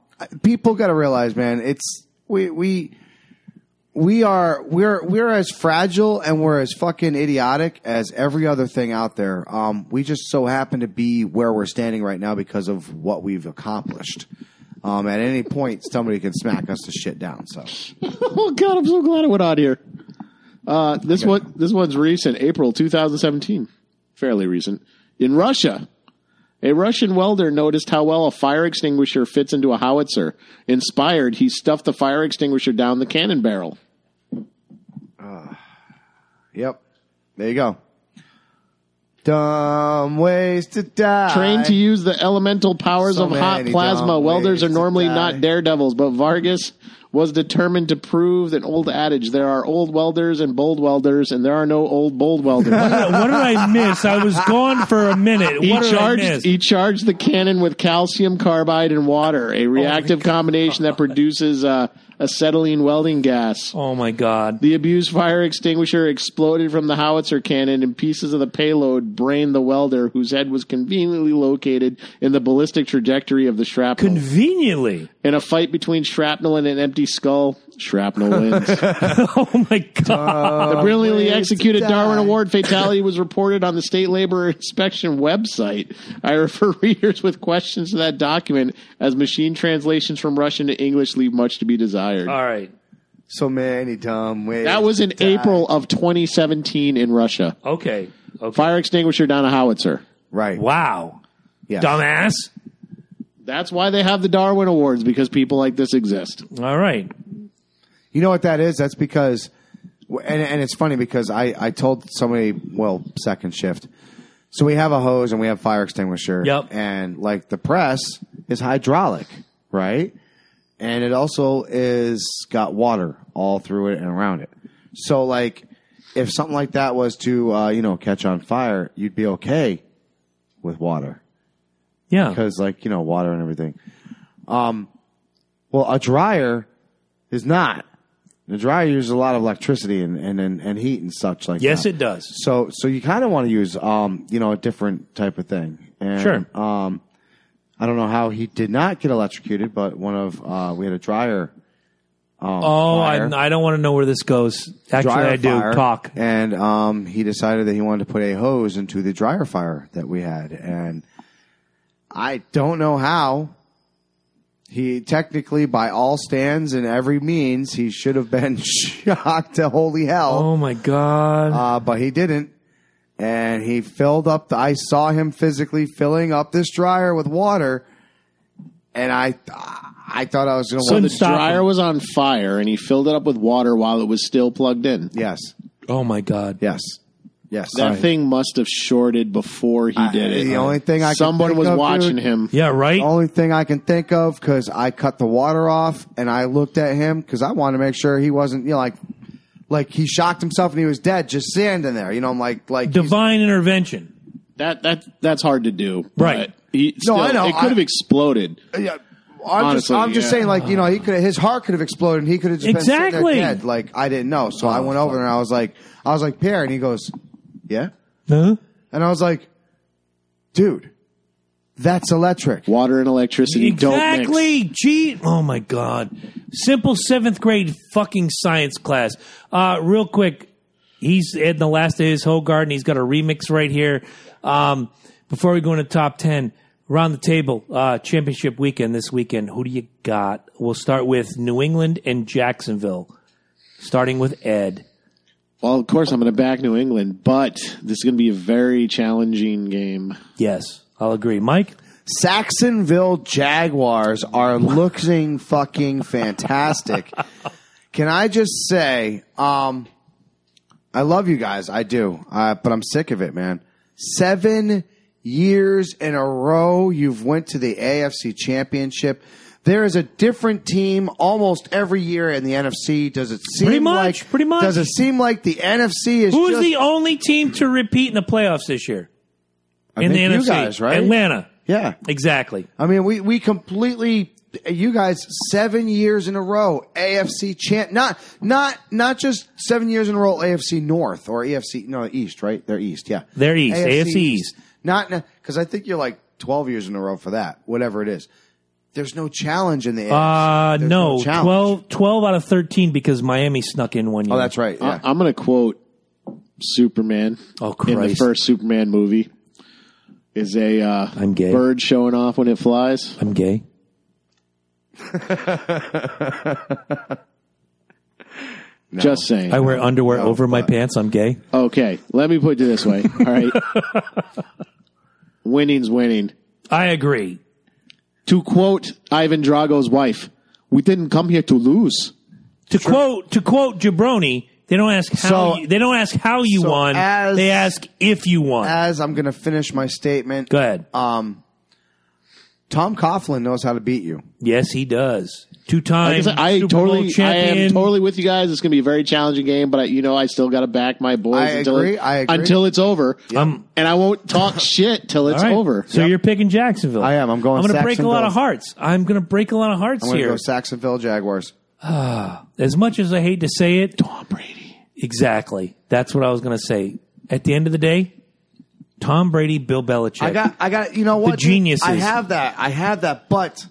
[SPEAKER 2] people got to realize, man, it's we we we are we're we're as fragile and we're as fucking idiotic as every other thing out there. Um, we just so happen to be where we're standing right now because of what we've accomplished. Um, at any point, somebody can smack us to shit down. So
[SPEAKER 4] Oh God, I'm so glad I went on here. Uh, this one, this one's recent, April 2017, fairly recent. In Russia, a Russian welder noticed how well a fire extinguisher fits into a howitzer. Inspired, he stuffed the fire extinguisher down the cannon barrel.
[SPEAKER 2] yep, there you go. Dumb ways to die.
[SPEAKER 4] Trained to use the elemental powers
[SPEAKER 2] So
[SPEAKER 4] of hot
[SPEAKER 2] many
[SPEAKER 4] plasma,
[SPEAKER 2] dumb
[SPEAKER 4] welders are
[SPEAKER 2] ways to
[SPEAKER 4] normally
[SPEAKER 2] die.
[SPEAKER 4] not daredevils, but Vargas was determined to prove an old adage: there are old welders and bold welders, and there are no old bold welders.
[SPEAKER 3] what did I miss? I was gone for a minute.
[SPEAKER 4] He
[SPEAKER 3] What did I miss?
[SPEAKER 4] charged, he charged the cannon with calcium carbide and water, a reactive combination that produces uh, acetylene welding gas.
[SPEAKER 3] oh my god.
[SPEAKER 4] The abused fire extinguisher exploded from the howitzer cannon, and pieces of the payload brained the welder, whose head was conveniently located in the ballistic trajectory of the shrapnel.
[SPEAKER 3] Conveniently.
[SPEAKER 4] in a fight between shrapnel and an empty skull, shrapnel wins.
[SPEAKER 3] Oh my god.
[SPEAKER 4] The brilliantly
[SPEAKER 2] Ways to
[SPEAKER 4] executed
[SPEAKER 2] die.
[SPEAKER 4] Darwin Award fatality was reported on the state labor inspection website. I refer readers with questions to that document as machine translations from Russian to English leave much to be desired.
[SPEAKER 3] All right.
[SPEAKER 2] So many dumb ways.
[SPEAKER 4] that was in
[SPEAKER 2] to die.
[SPEAKER 4] April of 2017 in Russia.
[SPEAKER 3] Okay. Okay.
[SPEAKER 4] Fire extinguisher down a howitzer.
[SPEAKER 2] right?
[SPEAKER 3] Wow.
[SPEAKER 2] Yeah.
[SPEAKER 3] Dumbass.
[SPEAKER 4] That's why they have the Darwin Awards because people like this exist.
[SPEAKER 3] All right.
[SPEAKER 2] You know what that is? That's because, and, and it's funny because I, I told somebody, well, second shift. So we have a hose and we have fire extinguisher.
[SPEAKER 3] Yep.
[SPEAKER 2] And like the press is hydraulic, right? And it also is got water all through it and around it. So like, if something like that was to, uh, you know, catch on fire, you'd be okay with water
[SPEAKER 3] Yeah.
[SPEAKER 2] because like you know water and everything. Um, well, a dryer is not. The dryer uses a lot of electricity and and and, and heat and such like.
[SPEAKER 3] Yes,
[SPEAKER 2] that.
[SPEAKER 3] it does.
[SPEAKER 2] So so you kind of want to use um you know a different type of thing. And,
[SPEAKER 3] Sure.
[SPEAKER 2] Um, I don't know how he did not get electrocuted, but one of uh we had a dryer. Um,
[SPEAKER 3] Oh, I,
[SPEAKER 2] fire-
[SPEAKER 3] I don't want to know where this goes. Actually,
[SPEAKER 2] dryer
[SPEAKER 3] I do.
[SPEAKER 2] fire,
[SPEAKER 3] Talk.
[SPEAKER 2] And um, he decided that he wanted to put a hose into the dryer fire that we had, and I don't know how. He technically, by all stands and every means, he should have been shocked to holy hell,
[SPEAKER 3] Oh my god.
[SPEAKER 2] uh, but he didn't. And he filled up. The, I saw him physically filling up this dryer with water, and I, I thought I was going to.
[SPEAKER 4] So the
[SPEAKER 3] Couldn't stop
[SPEAKER 4] dryer
[SPEAKER 3] them.
[SPEAKER 4] was on fire and he filled it up with water while it was still plugged in.
[SPEAKER 2] yes,
[SPEAKER 3] oh my god.
[SPEAKER 2] yes. Yes.
[SPEAKER 4] That
[SPEAKER 2] Sorry.
[SPEAKER 4] thing must have shorted before he did it.
[SPEAKER 2] the only thing I can
[SPEAKER 4] someone
[SPEAKER 2] think
[SPEAKER 4] was
[SPEAKER 2] of, dude-
[SPEAKER 4] watching him.
[SPEAKER 3] Yeah, right.
[SPEAKER 2] The only thing I can think of because I cut the water off and I looked at him because I wanted to make sure he wasn't, you know, like, like he shocked himself and he was dead, just standing there. You know, I'm like, like he's-
[SPEAKER 3] Divine intervention.
[SPEAKER 4] That that that's hard to do. but
[SPEAKER 3] Right.
[SPEAKER 4] He,
[SPEAKER 2] No,
[SPEAKER 4] still,
[SPEAKER 2] I know.
[SPEAKER 4] It could have
[SPEAKER 2] I-
[SPEAKER 4] exploded.
[SPEAKER 2] yeah, I'm just,
[SPEAKER 4] Honestly,
[SPEAKER 2] I'm just
[SPEAKER 4] yeah.
[SPEAKER 2] saying, like, you know, he could his heart could have exploded. and He could have just been
[SPEAKER 3] Exactly.
[SPEAKER 2] sitting there dead. Like I didn't know, so I went over there and I was like, I was like, Pierre, and he goes, yeah,
[SPEAKER 3] Huh?
[SPEAKER 2] and I was like, dude, that's electric.
[SPEAKER 4] Water and electricity don't mix.
[SPEAKER 3] Exactly. Gee. Oh my God. Simple seventh grade fucking science class. Uh, real quick. He's in the last day of his whole garden. He's got a remix right here. Um, before we go into top 10, around the table, uh, championship weekend this weekend. Who do you got? We'll start with New England and Jacksonville, starting with Ed.
[SPEAKER 4] Well, of course, I'm going to back New England, but this is going to be a very challenging game.
[SPEAKER 3] Yes, I'll agree. Mike?
[SPEAKER 2] Saxonville Jaguars are looking fucking fantastic. Can I just say, um, I love you guys. I do. Uh, but I'm sick of it, man. Seven years in a row you've went to the AFC championship. There is a different team almost every year in the NFC. Does it seem
[SPEAKER 3] Pretty much,
[SPEAKER 2] like
[SPEAKER 3] pretty much.
[SPEAKER 2] Does it seem like the NFC is
[SPEAKER 3] Who is
[SPEAKER 2] just,
[SPEAKER 3] the only team to repeat in the playoffs this year?
[SPEAKER 2] I
[SPEAKER 3] in the
[SPEAKER 2] think
[SPEAKER 3] NFC?
[SPEAKER 2] you guys, right?
[SPEAKER 3] Atlanta.
[SPEAKER 2] Yeah.
[SPEAKER 3] Exactly.
[SPEAKER 2] I mean, we we completely you guys seven years in a row AFC champ. Not not not just seven years in a row AFC North or AFC no East right? They're East, yeah.
[SPEAKER 3] They're East, AFC East.
[SPEAKER 2] Not because I think you're like twelve years in a row for that. Whatever it is, there's no challenge in the AFC.
[SPEAKER 3] Uh,
[SPEAKER 2] There's
[SPEAKER 3] no,
[SPEAKER 2] challenge.
[SPEAKER 3] 12, 12 out of 13 because Miami snuck in one year.
[SPEAKER 2] Oh, that's right. Yeah.
[SPEAKER 3] Uh-uh.
[SPEAKER 4] I, am going to quote Superman
[SPEAKER 3] Oh,
[SPEAKER 4] in the
[SPEAKER 3] Christ.
[SPEAKER 4] first Superman movie. Is a uh,
[SPEAKER 3] I'm gay.
[SPEAKER 4] bird showing off when it flies?
[SPEAKER 3] I'm gay.
[SPEAKER 4] Just saying.
[SPEAKER 3] I
[SPEAKER 2] Oh,
[SPEAKER 3] wear underwear over my pants. I'm gay.
[SPEAKER 4] okay, let me put it this way. All right, winning's winning.
[SPEAKER 3] I agree.
[SPEAKER 4] To quote Ivan Drago's wife, "We didn't come here to lose."
[SPEAKER 3] To quote, to quote Jabroni, they don't ask how
[SPEAKER 2] So-
[SPEAKER 3] you, they don't ask how you
[SPEAKER 2] so
[SPEAKER 3] won.
[SPEAKER 2] as-
[SPEAKER 3] they ask if you won.
[SPEAKER 2] As I'm going to finish my statement,
[SPEAKER 3] Go ahead.
[SPEAKER 2] um, Tom Coughlin knows how to beat you.
[SPEAKER 3] yes, he does. Two
[SPEAKER 4] Like I
[SPEAKER 3] time
[SPEAKER 4] said, I
[SPEAKER 3] Super Bowl
[SPEAKER 4] totally, I
[SPEAKER 3] champion.
[SPEAKER 4] am totally with you guys. It's going to be a very challenging game, but I, you know, I still got to back my boys
[SPEAKER 2] I
[SPEAKER 4] until
[SPEAKER 2] agree,
[SPEAKER 4] it-
[SPEAKER 2] I agree.
[SPEAKER 4] until it's over,
[SPEAKER 3] I'm-
[SPEAKER 4] and I won't talk shit till it's
[SPEAKER 3] All right.
[SPEAKER 4] over.
[SPEAKER 3] So you're picking Jacksonville.
[SPEAKER 2] I am. I'm going
[SPEAKER 3] I'm gonna break a lot
[SPEAKER 2] Saxonville.
[SPEAKER 3] of hearts. I'm going to break a lot of hearts
[SPEAKER 2] I'm going to go
[SPEAKER 3] here.
[SPEAKER 2] Saxonville Jaguars.
[SPEAKER 3] as much as I hate to say it,
[SPEAKER 4] Tom Brady.
[SPEAKER 3] Exactly. That's what I was going to say. At the end of the day, Tom Brady, Bill Belichick.
[SPEAKER 2] I got, I got. You know what? dude?
[SPEAKER 3] geniuses.
[SPEAKER 2] I have that. I have that. But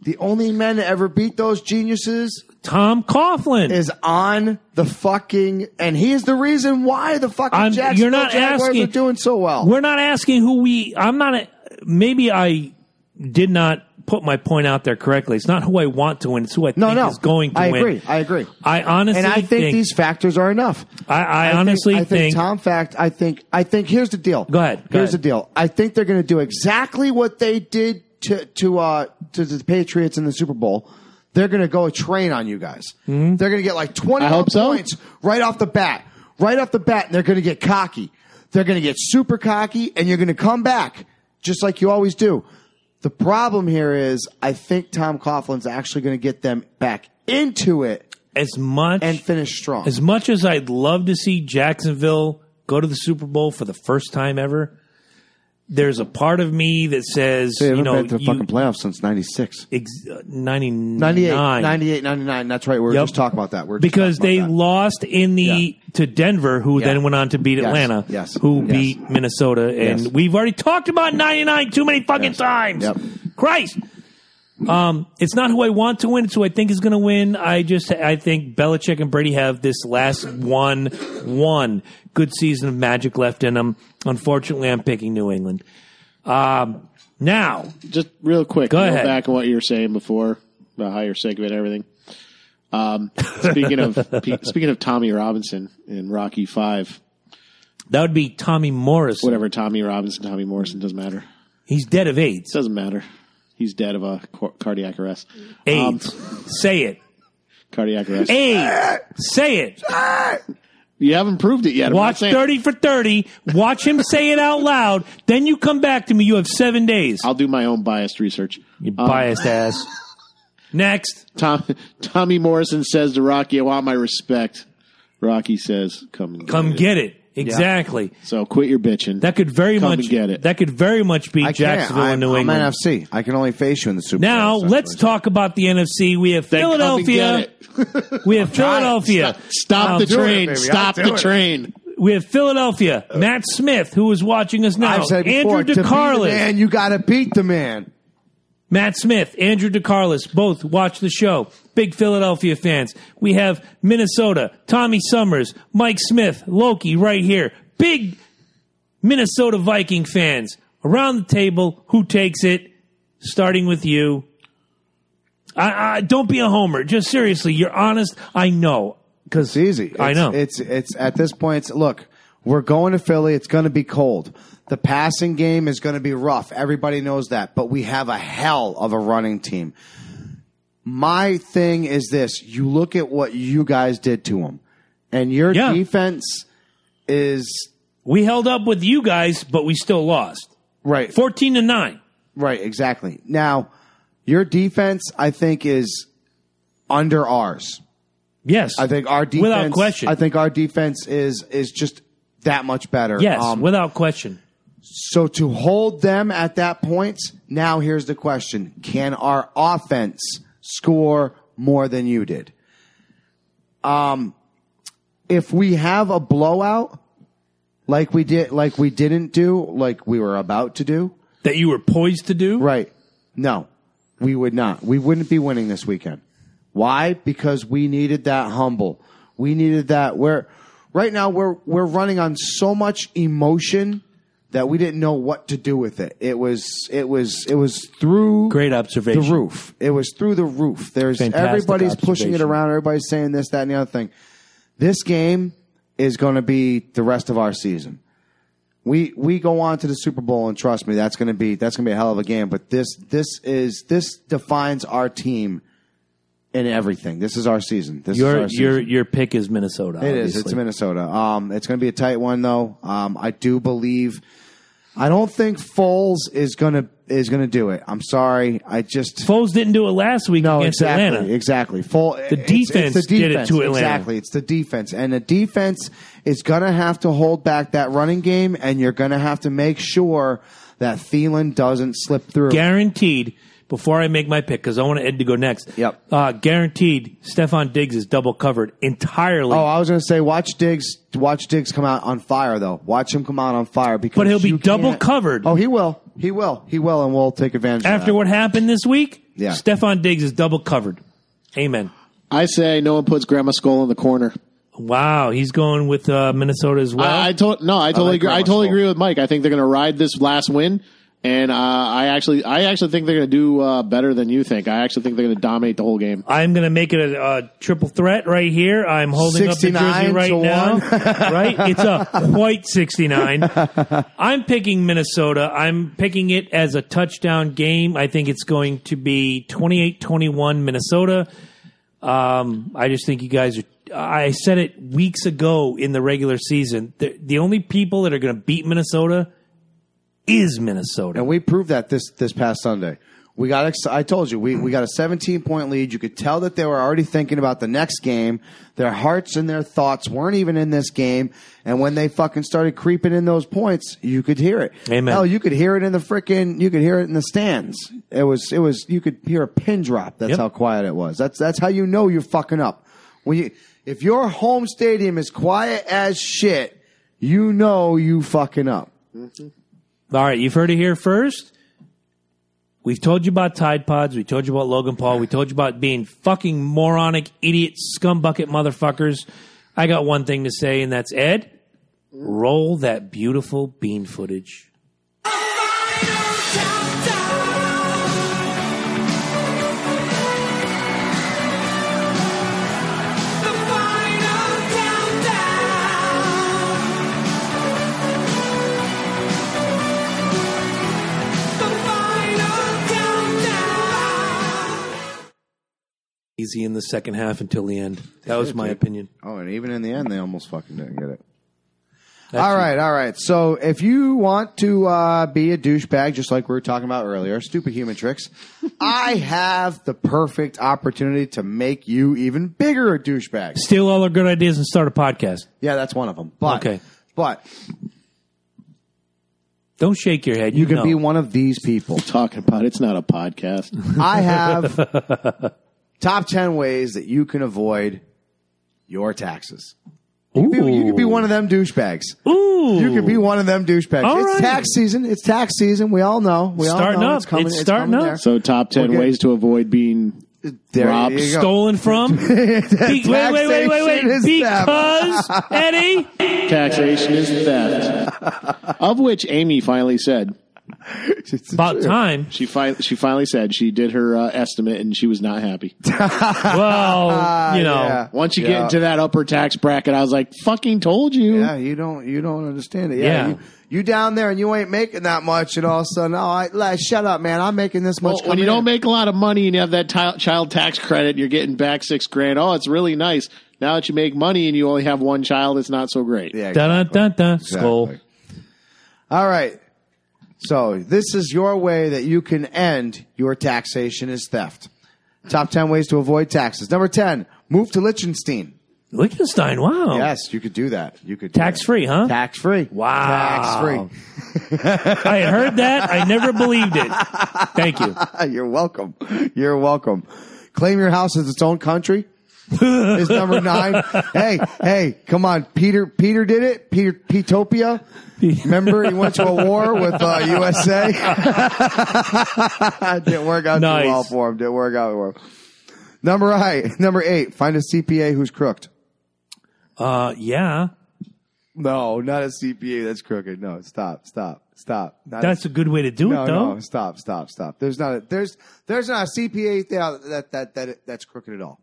[SPEAKER 2] the only men to ever beat those geniuses
[SPEAKER 3] Tom Coughlin.
[SPEAKER 2] is on the fucking, and he is the reason why the fucking
[SPEAKER 3] I'm-
[SPEAKER 2] Jacksonville
[SPEAKER 3] you're not
[SPEAKER 2] Jaguars
[SPEAKER 3] asking-
[SPEAKER 2] are doing so well.
[SPEAKER 3] We're not asking who we. I'm not. Maybe I did not put my point out there correctly. It's not who I want to win. It's who I
[SPEAKER 2] no,
[SPEAKER 3] think
[SPEAKER 2] no,
[SPEAKER 3] is going to
[SPEAKER 2] I
[SPEAKER 3] win.
[SPEAKER 2] agree. I agree.
[SPEAKER 3] I honestly
[SPEAKER 2] and I think,
[SPEAKER 3] think
[SPEAKER 2] these factors are enough.
[SPEAKER 3] I, I,
[SPEAKER 2] think-
[SPEAKER 3] honestly
[SPEAKER 2] I think, Tom fact. I think. I think. Here's the deal.
[SPEAKER 3] Go ahead, go
[SPEAKER 2] here's
[SPEAKER 3] ahead.
[SPEAKER 2] the deal. I think they're going to do exactly what they did to to uh to the Patriots in the Super Bowl. They're going to go a train on you guys.
[SPEAKER 3] Hmm?
[SPEAKER 2] They're going to get like twenty
[SPEAKER 4] I
[SPEAKER 2] more
[SPEAKER 4] hope so.
[SPEAKER 2] points right off the bat. Right off the bat, and they're going to get cocky. They're going to get super cocky, and you're going to come back just like you always do. The problem here is, I think Tom Coughlin's actually going to get them back into it
[SPEAKER 3] as much
[SPEAKER 2] and finish strong.
[SPEAKER 3] as much as I'd love to see Jacksonville go to the Super Bowl for the first time ever. There's a part of me that says,
[SPEAKER 2] They
[SPEAKER 3] you
[SPEAKER 2] haven't
[SPEAKER 3] know,
[SPEAKER 2] been to the
[SPEAKER 3] you-
[SPEAKER 2] fucking playoffs since 96.
[SPEAKER 3] ex- uh, 99.
[SPEAKER 2] 98, 98, 99. That's right. We were
[SPEAKER 3] Yep.
[SPEAKER 2] just talking about that. We We're just
[SPEAKER 3] because they
[SPEAKER 2] talking about
[SPEAKER 3] lost in the
[SPEAKER 2] Yeah.
[SPEAKER 3] to Denver, who
[SPEAKER 2] Yeah.
[SPEAKER 3] then went on to beat
[SPEAKER 2] Yes,
[SPEAKER 3] Atlanta,
[SPEAKER 2] yes,
[SPEAKER 3] who
[SPEAKER 2] yes.
[SPEAKER 3] beat Minnesota, and
[SPEAKER 2] Yes.
[SPEAKER 3] we've already talked about ninety nine too many fucking
[SPEAKER 2] Yes.
[SPEAKER 3] times.
[SPEAKER 2] Yep.
[SPEAKER 3] Christ, um, it's not who I want to win; it's who I think is going to win. I just I think Belichick and Brady have this last one one good season of magic left in them. Unfortunately, I'm picking New England. Um, now,
[SPEAKER 4] Just real quick,
[SPEAKER 3] Go
[SPEAKER 4] go
[SPEAKER 3] ahead.
[SPEAKER 4] back on what you were saying before about how you're sick of it, and everything. Um, speaking of pe- speaking of Tommy Robinson in Rocky Five,
[SPEAKER 3] that would be Tommy Morris.
[SPEAKER 4] whatever Tommy Robinson, Tommy Morrison doesn't matter.
[SPEAKER 3] He's dead of AIDS.
[SPEAKER 4] Doesn't matter. He's dead of a cor- cardiac arrest.
[SPEAKER 2] Um,
[SPEAKER 3] AIDS. Say it.
[SPEAKER 2] Eh.
[SPEAKER 4] Cardiac arrest.
[SPEAKER 3] AIDS. Say it.
[SPEAKER 4] You haven't proved it yet. I'm not
[SPEAKER 3] Watch
[SPEAKER 4] saying-
[SPEAKER 3] 30 for 30. Watch him say it out loud. Then you come back to me. You have seven days.
[SPEAKER 4] I'll do my own biased research. Um,
[SPEAKER 3] you biased ass. Next.
[SPEAKER 4] Tom, Tommy Morrison says to Rocky, "I want my respect." Rocky says, "Come, and
[SPEAKER 3] Come
[SPEAKER 4] it."
[SPEAKER 3] get it. Exactly.
[SPEAKER 4] So quit your bitching.
[SPEAKER 3] That could very
[SPEAKER 4] Come
[SPEAKER 3] much
[SPEAKER 4] and get it.
[SPEAKER 3] That could very much be
[SPEAKER 2] I can't.
[SPEAKER 3] Jacksonville
[SPEAKER 2] I'm,
[SPEAKER 3] and New
[SPEAKER 2] I'm
[SPEAKER 3] England.
[SPEAKER 2] NFC. I can only face you in the Super
[SPEAKER 3] Now
[SPEAKER 2] Bowl.
[SPEAKER 3] let's talk about the NFC. We have
[SPEAKER 4] Then come and
[SPEAKER 3] Philadelphia.
[SPEAKER 4] get it.
[SPEAKER 3] We have Philadelphia.
[SPEAKER 4] Stop
[SPEAKER 3] Um,
[SPEAKER 4] the train.
[SPEAKER 2] baby.
[SPEAKER 4] Stop
[SPEAKER 2] I'll do
[SPEAKER 4] the
[SPEAKER 2] it.
[SPEAKER 4] train.
[SPEAKER 3] We have Philadelphia. Matt Smith, who is watching us now.
[SPEAKER 2] I've said it before,
[SPEAKER 3] Andrew
[SPEAKER 2] to beat the
[SPEAKER 3] DeCarlis.
[SPEAKER 2] man, you got to beat the man.
[SPEAKER 3] Matt Smith, Andrew DeCarlis, both watch the show. Big Philadelphia fans. We have Minnesota, Tommy Summers, Mike Smith, Loki right here. Big Minnesota Viking fans around the table. Who takes it? Starting with you. I, I don't be a homer. Just seriously, you're honest. I know.
[SPEAKER 2] Because it's easy. It's,
[SPEAKER 3] I know.
[SPEAKER 2] It's it's at this point. It's, look, we're going to Philly. It's going to be cold. The passing game is going to be rough. Everybody knows that. But we have a hell of a running team. My thing is this: you look at what you guys did to them, and your
[SPEAKER 3] Yeah.
[SPEAKER 2] defense is
[SPEAKER 3] We held up with you guys, but we still lost.
[SPEAKER 2] right.
[SPEAKER 3] 14 to 9.
[SPEAKER 2] Right, exactly. Now, your defense, I think, is under ours.
[SPEAKER 3] Yes.
[SPEAKER 2] I think our defense,
[SPEAKER 3] Without question.
[SPEAKER 2] I think our defense is is just that much better.
[SPEAKER 3] yes,
[SPEAKER 2] Um,
[SPEAKER 3] without question.
[SPEAKER 2] so to hold them at that point, now here's the question: Can our offense score more than you did? Um, if we have a blowout, like we did, like we didn't do, like we were about to do,
[SPEAKER 3] That you were poised to do.
[SPEAKER 2] Right. No, we would not. We wouldn't be winning this weekend. Why? Because we needed that humble. We needed that. We're right now. We're we're running on so much emotion that we didn't know what to do with it. It was it was it was through
[SPEAKER 3] Great
[SPEAKER 2] the
[SPEAKER 3] observation.
[SPEAKER 2] roof. It was through the roof. There's
[SPEAKER 3] Fantastic
[SPEAKER 2] everybody's pushing it
[SPEAKER 3] observation.
[SPEAKER 2] around. Everybody's saying this, that, and the other thing. This game is going to be the rest of our season. We we go on to the Super Bowl, and trust me, that's going to be that's going to be a hell of a game. But this this is this defines our team in everything. This is our season. This is
[SPEAKER 3] Your
[SPEAKER 2] our season.
[SPEAKER 3] your your pick is Minnesota.
[SPEAKER 2] It is. It's Minnesota. Um, it's going to be a tight one though. Um, I do believe. I don't think Foles is gonna is gonna do it. I'm sorry. I just
[SPEAKER 3] Foles didn't do it last week
[SPEAKER 2] no
[SPEAKER 3] against
[SPEAKER 2] Oh, exactly
[SPEAKER 3] Atlanta.
[SPEAKER 2] exactly. Fol- the
[SPEAKER 3] defense did it to Atlanta.
[SPEAKER 2] Exactly. It's the defense, and the defense is gonna have to hold back that running game, and you're gonna have to make sure that Thielen doesn't slip through.
[SPEAKER 3] Guaranteed. Before I make my pick, because I want Ed to go next.
[SPEAKER 2] Yep.
[SPEAKER 3] Uh, guaranteed. Stefan Diggs is double covered entirely.
[SPEAKER 2] Oh, I was gonna say, watch Diggs. Watch Diggs come out on fire, though. Watch him come out on fire because.
[SPEAKER 3] But he'll be
[SPEAKER 2] you
[SPEAKER 3] double
[SPEAKER 2] can't-
[SPEAKER 3] covered.
[SPEAKER 2] Oh, he will. He will. He will, and we'll take advantage. of
[SPEAKER 3] After
[SPEAKER 2] that.
[SPEAKER 3] what happened this week,
[SPEAKER 2] Yeah.
[SPEAKER 3] Stefan Diggs is double covered. Amen.
[SPEAKER 4] I say no one puts Grandma Skull in the corner.
[SPEAKER 3] Wow, he's going with uh, Minnesota as well.
[SPEAKER 4] I, I told no, I totally
[SPEAKER 2] like
[SPEAKER 4] agree. I
[SPEAKER 2] Grandma
[SPEAKER 4] totally
[SPEAKER 2] Skull.
[SPEAKER 4] agree with Mike. I think they're going to ride this last win, and uh, I actually, I actually think they're going to do uh, better than you think. I actually think they're going to dominate the whole game.
[SPEAKER 3] I'm going to make it a, a triple threat right here. I'm holding up the
[SPEAKER 2] 69
[SPEAKER 3] jersey
[SPEAKER 2] to
[SPEAKER 3] right
[SPEAKER 2] one.
[SPEAKER 3] now. right? It's a white 69. I'm picking Minnesota. I'm picking it as a touchdown game. I think it's going to be 28 21 Minnesota. Um, I just think you guys are. I said it weeks ago in the regular season. The, the only people that are going to beat Minnesota is Minnesota.
[SPEAKER 2] and we proved that this this past Sunday. We got. Ex- I told you we we got a 17 point lead. You could tell that they were already thinking about the next game. Their hearts and their thoughts weren't even in this game. And when they fucking started creeping in those points, you could hear it.
[SPEAKER 3] Amen.
[SPEAKER 2] Hell, you could hear it in the freaking. You could hear it in the stands. It was. It was. You could hear a pin drop. That's
[SPEAKER 3] Yep.
[SPEAKER 2] how quiet it was. That's that's how you know you're fucking up. When you if your home stadium is quiet as shit, you know you fucking up.
[SPEAKER 3] All right, you've heard it here first. We've told you about Tide Pods. We told you about Logan Paul. We told you about being fucking moronic, idiot, scumbucket motherfuckers. I got one thing to say, and that's Ed, roll that beautiful bean footage. easy in the second half until the end. That was my opinion.
[SPEAKER 2] Oh, and even in the end, they almost fucking didn't get it. all right, all right. So if you want to uh, be a douchebag, just like we were talking about earlier, stupid human tricks, I have the perfect opportunity to make you even bigger a douchebag.
[SPEAKER 3] Steal all our good ideas and start a podcast.
[SPEAKER 2] Yeah, that's one of them. But,
[SPEAKER 3] Okay.
[SPEAKER 2] but
[SPEAKER 3] Don't shake your head. You,
[SPEAKER 2] you can
[SPEAKER 3] know.
[SPEAKER 2] be one of these people.
[SPEAKER 4] Talking about it's not a podcast.
[SPEAKER 2] I have top 10 ways that you can avoid your taxes. You could be, you could be one of them douchebags.
[SPEAKER 3] Ooh.
[SPEAKER 2] You could be one of them douchebags.
[SPEAKER 3] All
[SPEAKER 2] it's
[SPEAKER 3] right.
[SPEAKER 2] tax season. It's tax season. We all know. We all
[SPEAKER 3] Starting
[SPEAKER 2] know
[SPEAKER 3] up.
[SPEAKER 2] it's coming.
[SPEAKER 3] It's starting
[SPEAKER 2] coming
[SPEAKER 3] up.
[SPEAKER 4] So top ten
[SPEAKER 2] Okay.
[SPEAKER 4] ways to avoid being
[SPEAKER 2] There,
[SPEAKER 4] Rob
[SPEAKER 2] there you go.
[SPEAKER 3] stolen from. Be- wait, wait, wait, wait,
[SPEAKER 2] Taxation
[SPEAKER 3] wait, wait.
[SPEAKER 2] is
[SPEAKER 3] Because Eddie,
[SPEAKER 4] taxation is theft. of which Amy finally said
[SPEAKER 2] It's
[SPEAKER 3] about
[SPEAKER 2] true.
[SPEAKER 3] time.
[SPEAKER 4] she fi- she finally said she did her uh, estimate and she was not happy.
[SPEAKER 3] Well, you know,
[SPEAKER 2] yeah.
[SPEAKER 4] Once you
[SPEAKER 2] Yeah.
[SPEAKER 4] get into that upper tax bracket, I was like, "Fucking told you."
[SPEAKER 2] Yeah, you don't you don't understand it. Yeah,
[SPEAKER 3] Yeah.
[SPEAKER 2] You, you down there and you ain't making that much, and all of a sudden, all right, like, shut up, man. I'm making this much.
[SPEAKER 4] Well, when you
[SPEAKER 2] coming
[SPEAKER 4] don't
[SPEAKER 2] in.
[SPEAKER 4] make a lot of money and you have that ti- child tax credit, you're getting back six grand. Oh, it's really nice. Now that you make money and you only have one child, it's not so great.
[SPEAKER 2] yeah,
[SPEAKER 3] dun dun dun dun. Skull.
[SPEAKER 2] Exactly. All right. So this is your way that you can end your taxation is theft. Top 10 ways to avoid taxes. Number 10, move to Liechtenstein.
[SPEAKER 3] Liechtenstein. Wow.
[SPEAKER 2] Yes, you could do that. You could
[SPEAKER 3] Tax free, Um, huh?
[SPEAKER 2] Tax free.
[SPEAKER 3] Wow.
[SPEAKER 2] Tax
[SPEAKER 3] I had heard that. I never believed it. Thank you.
[SPEAKER 2] free. You're welcome. You're welcome. Claim your house as its own country. is number nine. Hey, hey, come on, Peter. Peter did it. Peter Petopia. Remember, he went to a war with uh, USA. Didn't work out
[SPEAKER 3] Nice.
[SPEAKER 2] too well for him. Didn't work out for him. Number eight. Number eight. Find a CPA who's crooked.
[SPEAKER 3] Uh, yeah.
[SPEAKER 2] No, not a CPA that's crooked. No, stop, stop, stop. Not
[SPEAKER 3] That's a good way to do
[SPEAKER 2] no,
[SPEAKER 3] it, though.
[SPEAKER 2] no, stop, stop, stop. There's not a there's there's not a CPA that that that, that that's crooked at all.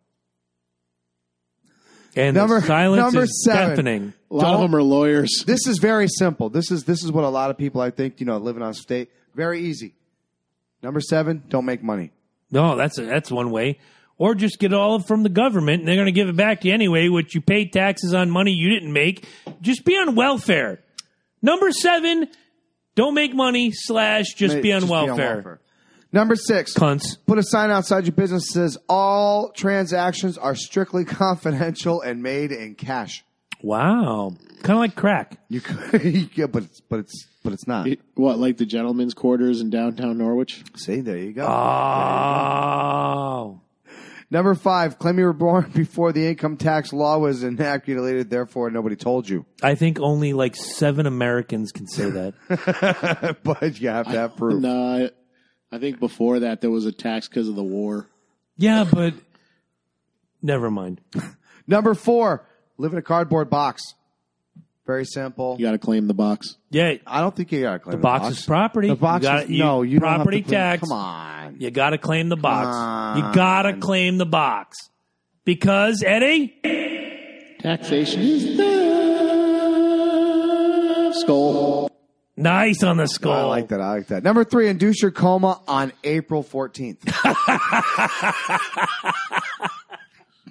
[SPEAKER 3] And
[SPEAKER 2] Number-
[SPEAKER 3] the silence
[SPEAKER 2] number
[SPEAKER 3] is
[SPEAKER 2] seven.
[SPEAKER 3] deafening.
[SPEAKER 4] A lot of
[SPEAKER 2] Don't-
[SPEAKER 4] them are lawyers.
[SPEAKER 2] This is very simple. This is this is what a lot of people I think you know living on state very easy. Number seven, don't make money.
[SPEAKER 3] No, that's that's one way. Or just get all from the government, and they're going to give it back to you anyway. Which you paid taxes on money you didn't make. Just be on welfare. Number seven, don't make money slash just, be on,
[SPEAKER 2] Just
[SPEAKER 3] welfare.
[SPEAKER 2] Number six,
[SPEAKER 3] Cunts.
[SPEAKER 2] put a sign outside your business that says all transactions are strictly confidential and made in cash.
[SPEAKER 3] Wow, kind of like crack.
[SPEAKER 2] You could, yeah, but it's but it's but it's not.
[SPEAKER 4] It- what, like the gentlemen's quarters in downtown Norwich?
[SPEAKER 2] See, there you go.
[SPEAKER 3] Ah, Oh,
[SPEAKER 2] Number five, claim you were born before the income tax law was enacted, therefore nobody told you.
[SPEAKER 3] I think only like seven Americans can say that.
[SPEAKER 2] but you have to have proof.
[SPEAKER 4] No, I think before that there was a tax because of the war.
[SPEAKER 3] yeah, but never mind.
[SPEAKER 2] Number four, live in a cardboard box. Very simple.
[SPEAKER 4] You got to claim the box.
[SPEAKER 3] Yeah,
[SPEAKER 2] I don't think you got to claim the,
[SPEAKER 3] box
[SPEAKER 2] box
[SPEAKER 3] is property.
[SPEAKER 2] The box
[SPEAKER 3] You
[SPEAKER 2] is-
[SPEAKER 3] gotta- you-
[SPEAKER 2] no, you don't have to
[SPEAKER 3] property
[SPEAKER 2] claim-
[SPEAKER 3] tax.
[SPEAKER 2] Come on,
[SPEAKER 3] You got to claim the box.
[SPEAKER 2] Come
[SPEAKER 3] You got to
[SPEAKER 2] on.
[SPEAKER 3] claim the box. Because, Eddie,
[SPEAKER 4] Taxation is theft. Skull.
[SPEAKER 3] nice on the skull.
[SPEAKER 2] I like that. I like that. Number three, induce your coma on April fourteenth.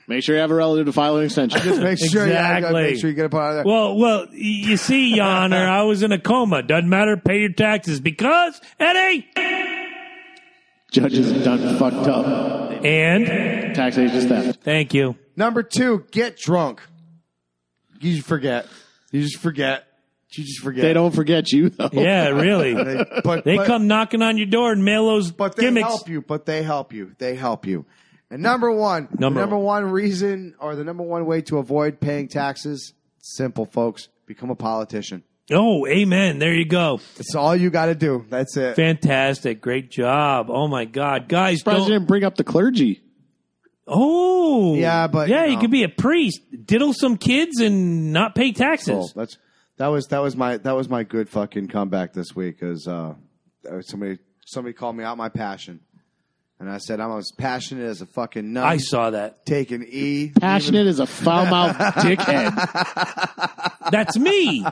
[SPEAKER 4] Make sure you have a relative to file an extension.
[SPEAKER 2] Make sure, yeah, you gotta
[SPEAKER 3] Exactly.
[SPEAKER 2] make sure you get a part of that.
[SPEAKER 3] Well, well, y- you see, Your Honor, I was in a coma. Doesn't matter. Pay your taxes because, Eddie,
[SPEAKER 4] Judges done fucked up.
[SPEAKER 3] and
[SPEAKER 4] Taxation is theft.
[SPEAKER 3] thank you.
[SPEAKER 2] Number two, get drunk. You just forget. You just forget. You just forget.
[SPEAKER 4] They don't forget you though.
[SPEAKER 3] Yeah, really.
[SPEAKER 2] They, but,
[SPEAKER 3] They
[SPEAKER 2] but-
[SPEAKER 3] come knocking on your door and mail those
[SPEAKER 2] but they
[SPEAKER 3] gimmicks.
[SPEAKER 2] help you. But they help you. They help you. And number one,
[SPEAKER 3] Number
[SPEAKER 2] the number one reason or the number one way to avoid paying taxes, simple, folks. Become a politician.
[SPEAKER 3] Oh, amen. There you go.
[SPEAKER 2] That's all you got to do. That's it.
[SPEAKER 3] Fantastic. Great job. Oh my God, guys.
[SPEAKER 4] Surprised you
[SPEAKER 3] Don't,
[SPEAKER 4] didn't bring up the clergy.
[SPEAKER 3] oh,
[SPEAKER 2] Yeah, but,
[SPEAKER 3] yeah,
[SPEAKER 2] you
[SPEAKER 3] you,
[SPEAKER 2] know.
[SPEAKER 3] could be a priest, diddle some kids, and not pay taxes.
[SPEAKER 2] Cool. That's that was that was my that was my good fucking comeback this week. Is uh, somebody somebody called me out my passion, and I said I'm as passionate as a fucking nut.
[SPEAKER 3] I saw that.
[SPEAKER 2] taking E.
[SPEAKER 4] Passionate as a foul mouthed dickhead.
[SPEAKER 3] That's me.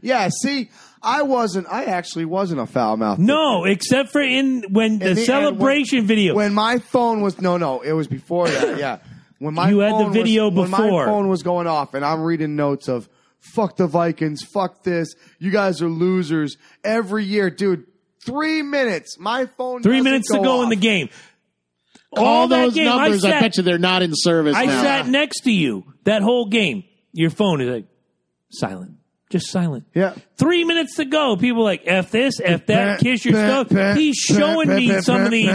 [SPEAKER 2] Yeah, see, I wasn't. I actually wasn't a foul mouth.
[SPEAKER 3] No, except for in when the,
[SPEAKER 2] In end,
[SPEAKER 3] celebration
[SPEAKER 2] when-
[SPEAKER 3] video.
[SPEAKER 2] When my phone was no, no, it was before that. Yeah, when my
[SPEAKER 3] You had the
[SPEAKER 2] phone was-
[SPEAKER 3] video
[SPEAKER 2] when my
[SPEAKER 3] before.
[SPEAKER 2] phone was going off, and I'm reading notes of "fuck the Vikings, fuck this, you guys are losers." Every year, dude, three minutes. My phone.
[SPEAKER 3] three
[SPEAKER 2] doesn't
[SPEAKER 3] minutes
[SPEAKER 2] go
[SPEAKER 3] to go
[SPEAKER 2] off.
[SPEAKER 3] in the game.
[SPEAKER 4] All
[SPEAKER 3] that
[SPEAKER 4] those
[SPEAKER 3] game, I
[SPEAKER 4] numbers, I,
[SPEAKER 3] sat-
[SPEAKER 4] bet you they're not in service
[SPEAKER 3] I
[SPEAKER 4] now.
[SPEAKER 3] sat next to you that whole game. Your phone is like silent, just silent.
[SPEAKER 2] Yeah.
[SPEAKER 3] Three minutes to go. People like f this, f that. Kiss your stuff. He's showing me some of these.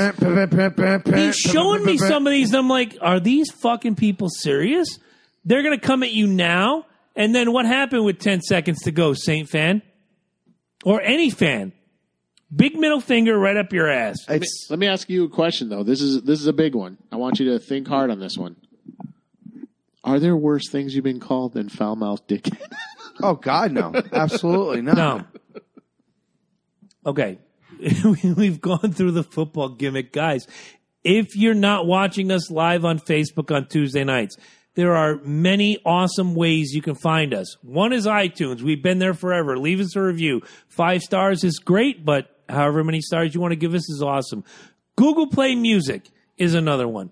[SPEAKER 3] He's showing me some of these. and I'm like, are these fucking people serious? They're gonna come at you now. And then what happened with ten seconds to go, Saint fan, or any fan? Big middle finger right up your ass.
[SPEAKER 2] It's
[SPEAKER 4] Let me ask you a question though. This is this is a big one. I want you to think hard on this one. Are there worse things you've been called than foul mouthed dick?
[SPEAKER 2] oh god, no, absolutely not.
[SPEAKER 3] No. Okay. We- We've gone through the football gimmick, guys. If you're not watching us live on Facebook on Tuesday nights, there are many awesome ways you can find us. One is iTunes. We've been there forever. Leave us a review. Five stars is great, but however many stars you want to give us is awesome. Google Play Music is another one.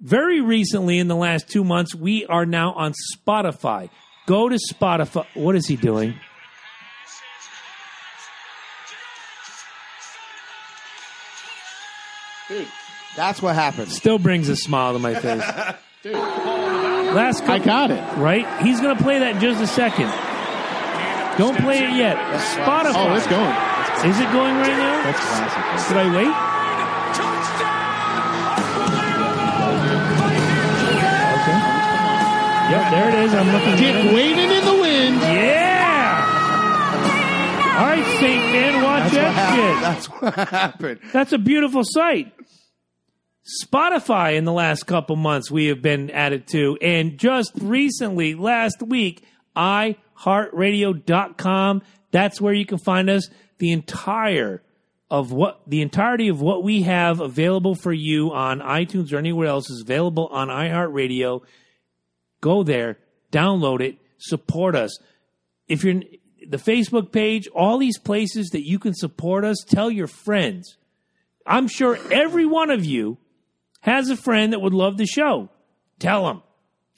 [SPEAKER 3] Very recently, in the last two months, we are now on Spotify. Go to Spotify. What is he doing?
[SPEAKER 2] That's what happens.
[SPEAKER 3] still brings a smile to my face. Last
[SPEAKER 4] I
[SPEAKER 3] couple,
[SPEAKER 4] got it.
[SPEAKER 3] right? He's going to play that in just a second. Don't play it yet. Spotify.
[SPEAKER 4] Oh, it's going.
[SPEAKER 3] Is it going right now? That's classic. Should I wait? Yep, there it is. I'm looking
[SPEAKER 4] Dick
[SPEAKER 3] at it.
[SPEAKER 4] waving in the wind.
[SPEAKER 3] Yeah! All right, Saint Man, watch
[SPEAKER 2] That's what
[SPEAKER 3] that shit.
[SPEAKER 2] happened. That's what happened.
[SPEAKER 3] That's a beautiful sight. Spotify in the last couple months we have been added to, and just recently, last week, iHeartRadio.com. That's where you can find us. The entire of what the entirety of what we have available for you on iTunes or anywhere else is available on iHeartRadio. Go there, download it, support us if you're the Facebook page, all these places that you can support us, tell your friends. I'm sure every one of you has a friend that would love the show. Tell them.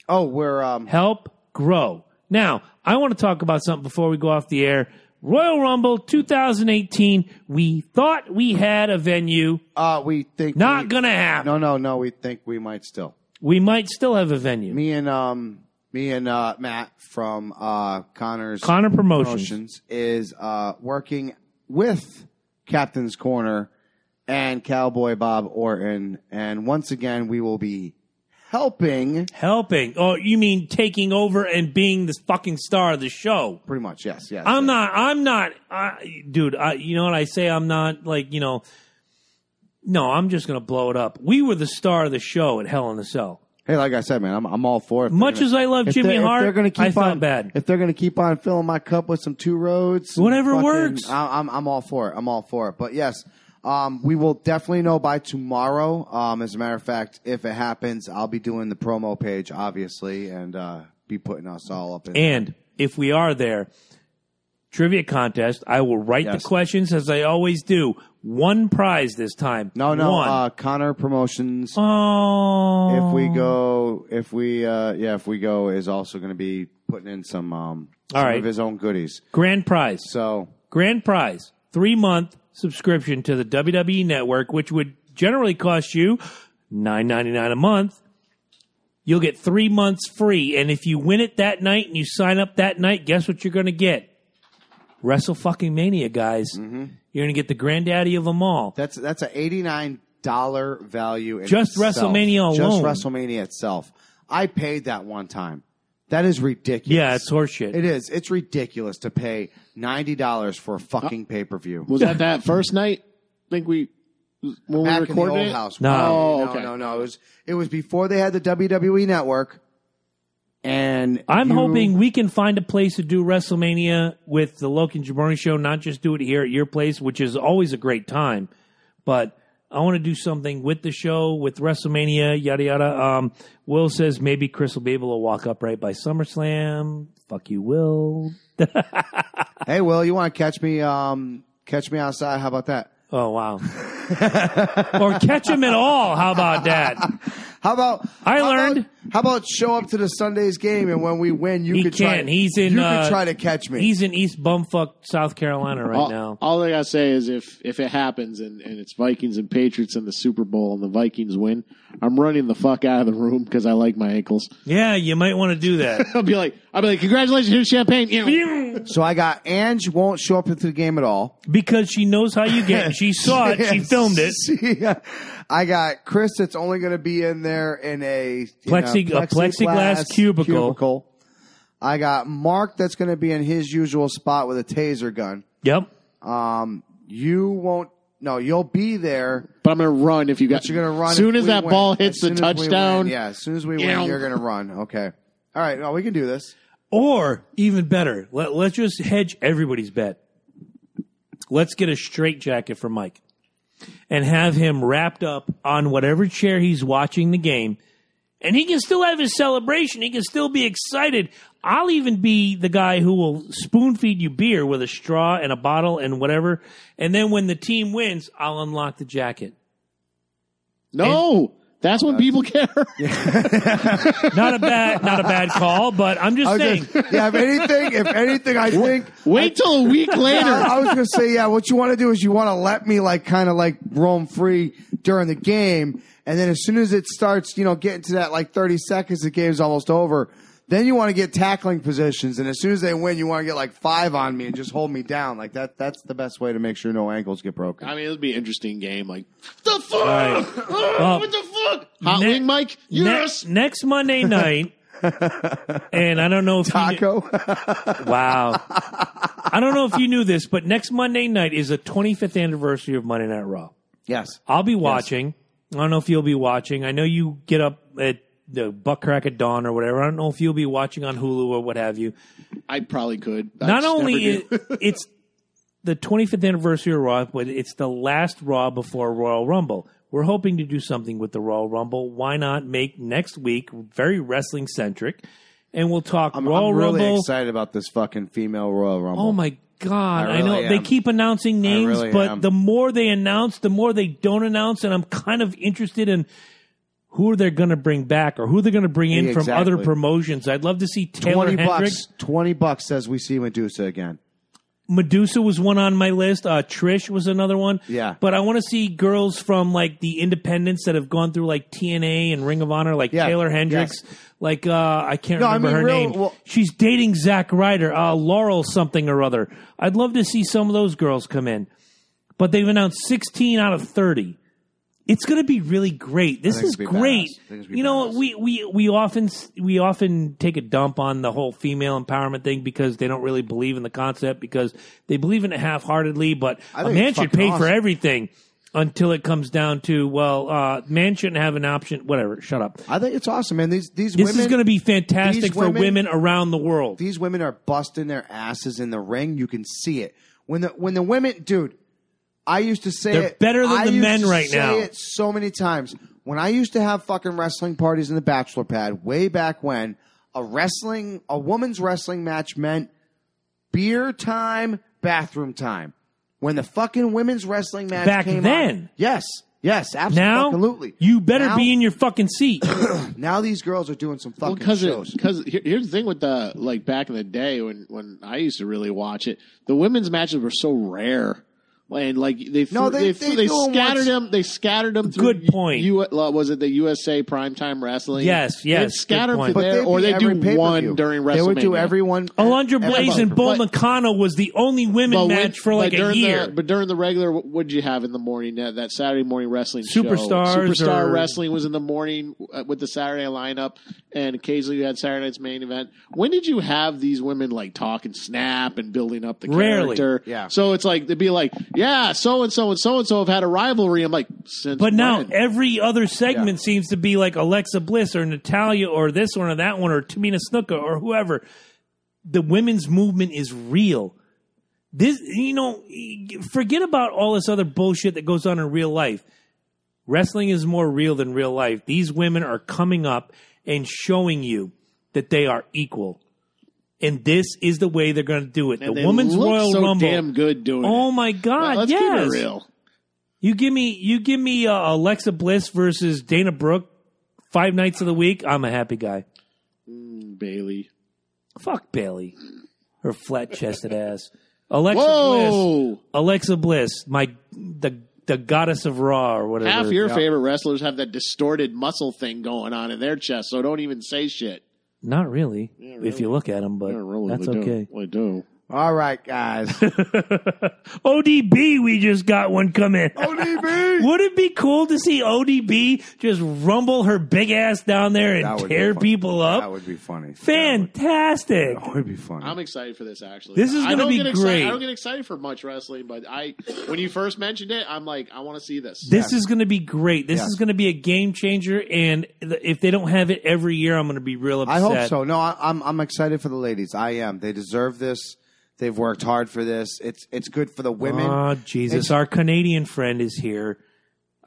[SPEAKER 2] Oh, we're um.
[SPEAKER 3] Help grow. Now, I want to talk about something before we go off the air. Royal Rumble 2018. We thought we had a venue.
[SPEAKER 2] Uh, we think
[SPEAKER 3] Not
[SPEAKER 2] we-
[SPEAKER 3] gonna happen.
[SPEAKER 2] No, no, no. We think we might still.
[SPEAKER 3] We might still have a venue.
[SPEAKER 2] Me and um, me and uh, Matt from uh, Connor's
[SPEAKER 3] Connor Promotions.
[SPEAKER 2] Promotions is uh, working with Captain's Corner and Cowboy Bob Orton, and once again we will be helping.
[SPEAKER 3] Helping. Oh, you mean taking over and being the fucking star of the show.
[SPEAKER 2] Pretty much, yes, yes.
[SPEAKER 3] I'm not. I'm not. I, dude, I, you know what I say? I'm not like you know. No, I'm just gonna blow it up. We were the star of the show at Hell in a Cell.
[SPEAKER 2] Hey, like I said, man, I'm, I'm all for it.
[SPEAKER 3] Much as I love Jimmy Hart, I felt
[SPEAKER 2] on,
[SPEAKER 3] bad.
[SPEAKER 2] If they're going to keep on filling my cup with some two roads, and
[SPEAKER 3] Whatever works.
[SPEAKER 2] I, I'm I'm all for it. I'm all for it. But yes, um, we will definitely know by tomorrow. Um, as a matter of fact, if it happens, I'll be doing the promo page, obviously, and uh, be putting us all up. In.
[SPEAKER 3] And if we are there, trivia contest. I will write
[SPEAKER 2] Yes.
[SPEAKER 3] the questions as I always do. One prize this time.
[SPEAKER 2] no, no,
[SPEAKER 3] One.
[SPEAKER 2] uh, Connor Promotions.
[SPEAKER 3] oh.
[SPEAKER 2] If we go, if we, uh, yeah, if we go, is also going to be putting in some, um,
[SPEAKER 3] All
[SPEAKER 2] some
[SPEAKER 3] right.
[SPEAKER 2] of his own goodies.
[SPEAKER 3] grand prize.
[SPEAKER 2] So
[SPEAKER 3] grand prize three month subscription to the WWE Network, which would generally cost you nine ninety nine a month. You'll get three months free, and if you win it that night and you sign up that night, guess what you're going to get? Wrestle fucking mania, guys! You're going to get the granddaddy of them all.
[SPEAKER 2] That's that's a eighty nine dollar value. In
[SPEAKER 3] Just
[SPEAKER 2] itself.
[SPEAKER 3] WrestleMania alone.
[SPEAKER 2] Just WrestleMania itself. I paid that one time. That is ridiculous.
[SPEAKER 3] yeah, it's horseshit.
[SPEAKER 2] It is. It's ridiculous to pay ninety dollars for a fucking pay per view.
[SPEAKER 4] Was that that first night? I think we when we
[SPEAKER 2] Back in the
[SPEAKER 4] recorded
[SPEAKER 2] old
[SPEAKER 4] it.
[SPEAKER 2] house.
[SPEAKER 3] No.
[SPEAKER 2] probably.
[SPEAKER 4] Oh,
[SPEAKER 2] no,
[SPEAKER 4] okay.
[SPEAKER 2] no, no. It was it was before they had the WWE network. And
[SPEAKER 3] I'm
[SPEAKER 2] you-
[SPEAKER 3] hoping we can find a place to do WrestleMania with the Loki and Jabroni show, not just do it here at your place, which is always a great time, but I want to do something with the show, with WrestleMania, yada yada. Um, Will says maybe Chris will be able to walk upright by SummerSlam. Fuck you, Will.
[SPEAKER 2] Hey, Will, you want to catch me? Um, catch me outside? How about that?
[SPEAKER 3] Oh wow. or catch him at all. How about that?
[SPEAKER 2] How about
[SPEAKER 3] I
[SPEAKER 2] how
[SPEAKER 3] learned-
[SPEAKER 2] About, how about show up to the Sunday's game and when we win, you
[SPEAKER 3] He
[SPEAKER 2] could try.
[SPEAKER 3] can. He's in,
[SPEAKER 2] You
[SPEAKER 3] uh,
[SPEAKER 2] could try to catch me.
[SPEAKER 3] He's in East Bumfuck, South Carolina right
[SPEAKER 4] all,
[SPEAKER 3] now.
[SPEAKER 4] all I gotta say is if if it happens and, and it's Vikings and Patriots in the Super Bowl and the Vikings win, I'm running the fuck out of the room because I like my ankles.
[SPEAKER 3] Yeah, you might want to do that.
[SPEAKER 4] I'll be like, I'll be like, congratulations, here's champagne. You know.
[SPEAKER 2] so I got Ange won't show up to the game at all.
[SPEAKER 3] because she knows how you get. She saw it. She filmed it.
[SPEAKER 2] She- uh, I got Chris that's only going to be in there in a in a
[SPEAKER 3] Plexig- a plexiglass cubicle.
[SPEAKER 2] cubicle. I got Mark that's going to be in his usual spot with a taser gun.
[SPEAKER 3] Yep.
[SPEAKER 2] Um, you won't. No, you'll be there.
[SPEAKER 4] But I'm gonna run if you got.
[SPEAKER 2] But you're gonna run.
[SPEAKER 4] Soon
[SPEAKER 2] if
[SPEAKER 4] as
[SPEAKER 2] we
[SPEAKER 4] that
[SPEAKER 2] win.
[SPEAKER 4] ball hits
[SPEAKER 2] As
[SPEAKER 4] the
[SPEAKER 2] soon as we
[SPEAKER 4] touchdown.
[SPEAKER 2] win, yeah, as soon as we
[SPEAKER 4] Yeah.
[SPEAKER 2] win, you're gonna run. Okay. All right. No, we can do this.
[SPEAKER 3] Or even better, let, let's just hedge everybody's bet. Let's get a straight jacket for Mike and have him wrapped up on whatever chair he's watching the game. And he can still have his celebration. He can still be excited. I'll even be the guy who will spoon feed you beer with a straw and a bottle and whatever. And then when the team wins, I'll unlock the jacket.
[SPEAKER 4] No, that's
[SPEAKER 2] uh,
[SPEAKER 4] when people care.
[SPEAKER 3] Not a bad, not a bad call, but I'm just
[SPEAKER 2] I was
[SPEAKER 3] saying.
[SPEAKER 2] gonna- yeah. If anything, if anything, I think.
[SPEAKER 4] Wait till a week later.
[SPEAKER 2] I, I was gonna say, yeah. What you want to do is you want to let me like kind of like roam free during the game, and then as soon as it starts, you know, getting to that like thirty seconds, the game's almost over. Then you want to get tackling positions, and as soon as they win, you want to get like five on me and just hold me down. Like that. That's the best way to make sure no ankles get broken.
[SPEAKER 4] I mean, it'll be an interesting game. Like the fuck?
[SPEAKER 3] right.
[SPEAKER 4] Oh,
[SPEAKER 3] Well,
[SPEAKER 4] what the fuck? Hot
[SPEAKER 3] ne-
[SPEAKER 4] wing, Mike.
[SPEAKER 3] Ne-
[SPEAKER 4] Yes.
[SPEAKER 3] next Monday night, and I don't know if you kn-
[SPEAKER 2] Taco.
[SPEAKER 3] wow, I don't know if you knew this, but next Monday night is the 25th anniversary of Monday Night Raw.
[SPEAKER 2] yes.
[SPEAKER 3] I'll be watching. I don't know if you'll be watching. I know you get up at the buck crack at dawn or whatever. I don't know if you'll be watching on Hulu or what have you.
[SPEAKER 4] I probably could. I
[SPEAKER 3] Not
[SPEAKER 4] just
[SPEAKER 3] only
[SPEAKER 4] never do.
[SPEAKER 3] it, it's the 25th anniversary of Raw, but it's the last Raw before Royal Rumble. We're hoping to do something with the Royal Rumble. Why not make next week very wrestling centric, and we'll talk
[SPEAKER 2] I'm,
[SPEAKER 3] Royal
[SPEAKER 2] I'm really
[SPEAKER 3] Rumble.
[SPEAKER 2] excited about this fucking female Royal Rumble.
[SPEAKER 3] Oh my god! I,
[SPEAKER 2] I really
[SPEAKER 3] know they
[SPEAKER 2] am.
[SPEAKER 3] keep announcing names,
[SPEAKER 2] really
[SPEAKER 3] but
[SPEAKER 2] am.
[SPEAKER 3] the more they announce, the more they don't announce, and I'm kind of interested in. Who they're going to bring back, or who they're going to bring in
[SPEAKER 2] Yeah,
[SPEAKER 3] from other
[SPEAKER 2] exactly.
[SPEAKER 3] promotions? I'd love to see Taylor
[SPEAKER 2] Twenty
[SPEAKER 3] Hendricks.
[SPEAKER 2] bucks. Twenty bucks says we see Medusa again.
[SPEAKER 3] Medusa was one on my list. Uh, Trish was another one.
[SPEAKER 2] Yeah.
[SPEAKER 3] But I want to see girls from like the independents that have gone through like TNA and Ring of Honor, like
[SPEAKER 2] Yeah.
[SPEAKER 3] Taylor Hendricks. Like uh, I can't
[SPEAKER 2] No, I
[SPEAKER 3] remember
[SPEAKER 2] mean,
[SPEAKER 3] her
[SPEAKER 2] real-
[SPEAKER 3] name.
[SPEAKER 2] well-
[SPEAKER 3] She's dating Zack Ryder, uh, Laurel something or other. I'd love to see some of those girls come in. But they've announced 16 out of 30. It's going to be really great. This
[SPEAKER 2] think
[SPEAKER 3] is
[SPEAKER 2] it's gonna be
[SPEAKER 3] great.
[SPEAKER 2] badass. I think it's gonna be
[SPEAKER 3] You know,
[SPEAKER 2] badass.
[SPEAKER 3] we we we often we often take a dump on the whole female empowerment thing because they don't really believe in the concept because they believe in it half-heartedly. But
[SPEAKER 2] I
[SPEAKER 3] a
[SPEAKER 2] think
[SPEAKER 3] man
[SPEAKER 2] it's
[SPEAKER 3] should
[SPEAKER 2] fucking
[SPEAKER 3] pay for
[SPEAKER 2] awesome.
[SPEAKER 3] everything until it comes down to well, uh, man shouldn't have an option. Whatever. Shut up.
[SPEAKER 2] I think it's awesome, man. These these
[SPEAKER 3] This
[SPEAKER 2] women
[SPEAKER 3] is going to be fantastic
[SPEAKER 2] these
[SPEAKER 3] for
[SPEAKER 2] women-
[SPEAKER 3] women around the world.
[SPEAKER 2] these women are busting their asses in the ring. You can see it when the when the women, dude. I used to say
[SPEAKER 3] They're
[SPEAKER 2] it
[SPEAKER 3] better than
[SPEAKER 2] I
[SPEAKER 3] the
[SPEAKER 2] used
[SPEAKER 3] men
[SPEAKER 2] to
[SPEAKER 3] right
[SPEAKER 2] say
[SPEAKER 3] now.
[SPEAKER 2] It so many times when I used to have fucking wrestling parties in the bachelor pad way back when a wrestling a woman's wrestling match meant beer time, bathroom time. When the fucking women's wrestling match
[SPEAKER 3] Back
[SPEAKER 2] came
[SPEAKER 3] then.
[SPEAKER 2] on, yes, yes,
[SPEAKER 3] Now,
[SPEAKER 2] absolutely.
[SPEAKER 3] you better
[SPEAKER 2] Now-
[SPEAKER 3] be in your fucking seat.
[SPEAKER 2] Now these girls are doing some fucking
[SPEAKER 4] because
[SPEAKER 2] shows.
[SPEAKER 4] because here's the thing with the like back in the day when when I used to really watch it, the women's matches were so rare. And like they, threw,
[SPEAKER 2] No, they-
[SPEAKER 4] they, threw-
[SPEAKER 2] they
[SPEAKER 4] they
[SPEAKER 2] do 'em
[SPEAKER 4] scattered
[SPEAKER 2] once.
[SPEAKER 4] them, they scattered them. Through
[SPEAKER 3] Good point.
[SPEAKER 4] U, uh, was it the USA Primetime Wrestling?
[SPEAKER 3] Yes, yes,
[SPEAKER 4] They'd scatter
[SPEAKER 3] good point.
[SPEAKER 4] them through there,
[SPEAKER 2] they'd
[SPEAKER 4] or
[SPEAKER 2] be
[SPEAKER 4] they do
[SPEAKER 2] every pay-per-view.
[SPEAKER 4] one during WrestleMania.
[SPEAKER 2] They would do everyone.
[SPEAKER 3] Oh, Alundra Blaze and Bull
[SPEAKER 4] But-
[SPEAKER 3] McConnell was the only women
[SPEAKER 4] when-
[SPEAKER 3] match for like
[SPEAKER 4] but
[SPEAKER 3] a
[SPEAKER 4] during
[SPEAKER 3] year.
[SPEAKER 4] The, but during the regular, what would you have in the morning? That, that Saturday morning wrestling
[SPEAKER 3] Superstars
[SPEAKER 4] show. Superstar
[SPEAKER 3] or-
[SPEAKER 4] wrestling was in the morning uh, with the Saturday lineup, and occasionally you had Saturday night's main event. When did you have these women like talk and snap and building up the
[SPEAKER 3] Rarely.
[SPEAKER 4] character?
[SPEAKER 2] Yeah.
[SPEAKER 4] So it's like they'd be like, yeah, so and so and so and so have had a rivalry. I'm like, since
[SPEAKER 3] But now
[SPEAKER 4] when?
[SPEAKER 3] every other segment seems to be like Alexa Bliss or Natalia or this one or that one or Tamina Snuka or whoever. The women's movement is real. This, you know, forget about all this other bullshit that goes on in real life. Wrestling is more real than real life. These women are coming up and showing you that they are equal. And this is the way they're going to do it.
[SPEAKER 4] And
[SPEAKER 3] the
[SPEAKER 4] they
[SPEAKER 3] women's
[SPEAKER 4] look
[SPEAKER 3] Royal
[SPEAKER 4] so
[SPEAKER 3] Rumble.
[SPEAKER 4] damn good doing
[SPEAKER 3] oh
[SPEAKER 4] it.
[SPEAKER 3] my God!
[SPEAKER 4] Let's
[SPEAKER 3] yes.
[SPEAKER 4] keep it real.
[SPEAKER 3] You give me you give me uh, Alexa Bliss versus Dana Brooke five nights of the week. I'm a happy guy.
[SPEAKER 4] Bailey.
[SPEAKER 3] Fuck Bailey, her flat chested ass. Alexa Bliss.
[SPEAKER 4] Whoa!
[SPEAKER 3] Alexa Bliss, my the the goddess of Raw or whatever.
[SPEAKER 4] Half your favorite wrestlers have that distorted muscle thing going on in their chest, so don't even say shit.
[SPEAKER 3] Not really, if
[SPEAKER 4] really.
[SPEAKER 3] you look at them, but that's okay.
[SPEAKER 4] They do.
[SPEAKER 2] All right, guys.
[SPEAKER 3] ODB, we just got one coming.
[SPEAKER 2] ODB.
[SPEAKER 3] Would it be cool to see ODB just rumble her big ass down there
[SPEAKER 2] That
[SPEAKER 3] and
[SPEAKER 2] would be
[SPEAKER 3] tear
[SPEAKER 2] funny.
[SPEAKER 3] people up?
[SPEAKER 2] That would be funny.
[SPEAKER 3] Fantastic.
[SPEAKER 2] That would, that would be funny.
[SPEAKER 4] I'm excited for this. Actually,
[SPEAKER 3] This is
[SPEAKER 4] I
[SPEAKER 3] gonna
[SPEAKER 4] don't
[SPEAKER 3] be
[SPEAKER 4] get excited-
[SPEAKER 3] great.
[SPEAKER 4] I don't get excited for much wrestling, but I when you first mentioned it, I'm like, I want to see this.
[SPEAKER 3] This is going to be great. This
[SPEAKER 2] Yes.
[SPEAKER 3] is going to be a game changer. And th- if they don't have it every year, I'm going to be real upset.
[SPEAKER 2] I hope so. No, I, I'm I'm excited for the ladies. I am. They deserve this. They've worked hard for this. It's it's good for the women.
[SPEAKER 3] Oh, Jesus!
[SPEAKER 2] It's-
[SPEAKER 3] Our Canadian friend is here.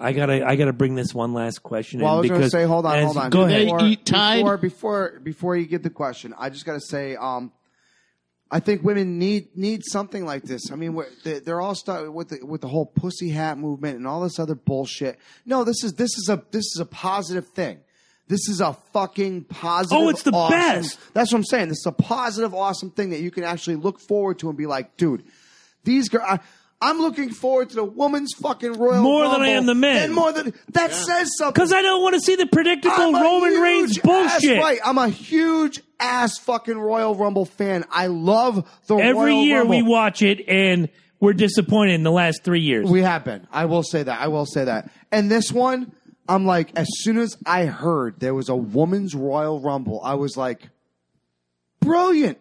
[SPEAKER 3] I gotta, I gotta bring this one last question.
[SPEAKER 2] well, I
[SPEAKER 3] in
[SPEAKER 2] was going to
[SPEAKER 3] because-
[SPEAKER 2] say, hold on,
[SPEAKER 3] as-
[SPEAKER 2] hold on.
[SPEAKER 3] Go ahead.
[SPEAKER 4] They eat Tide?
[SPEAKER 2] Before, before before you get the question, I just got to say, um, I think women need need something like this. I mean, we're- they- they're all stuck with the, with the whole pussy hat movement and all this other bullshit. No, this is this is a this is a positive thing. This is a fucking positive.
[SPEAKER 3] Oh, it's the
[SPEAKER 2] awesome-
[SPEAKER 3] best.
[SPEAKER 2] That's what I'm saying. This is a positive, awesome thing that you can actually look forward to and be like, dude, these girls. I'm looking forward to the woman's fucking Royal
[SPEAKER 3] More than
[SPEAKER 2] Rumble
[SPEAKER 3] I am the men.
[SPEAKER 2] And more than that says something.
[SPEAKER 3] Because I don't want to see the predictable
[SPEAKER 2] I'm a
[SPEAKER 3] Roman
[SPEAKER 2] huge
[SPEAKER 3] Reigns
[SPEAKER 2] ass-
[SPEAKER 3] bullshit.
[SPEAKER 2] right. I'm a huge ass fucking Royal Rumble fan. I love the
[SPEAKER 3] Every
[SPEAKER 2] Royal
[SPEAKER 3] year
[SPEAKER 2] Rumble.
[SPEAKER 3] we watch it and we're disappointed in the last three years.
[SPEAKER 2] We have been. I will say that. I will say that. And this one, I'm like, as soon as I heard there was a woman's Royal Rumble, I was like, brilliant.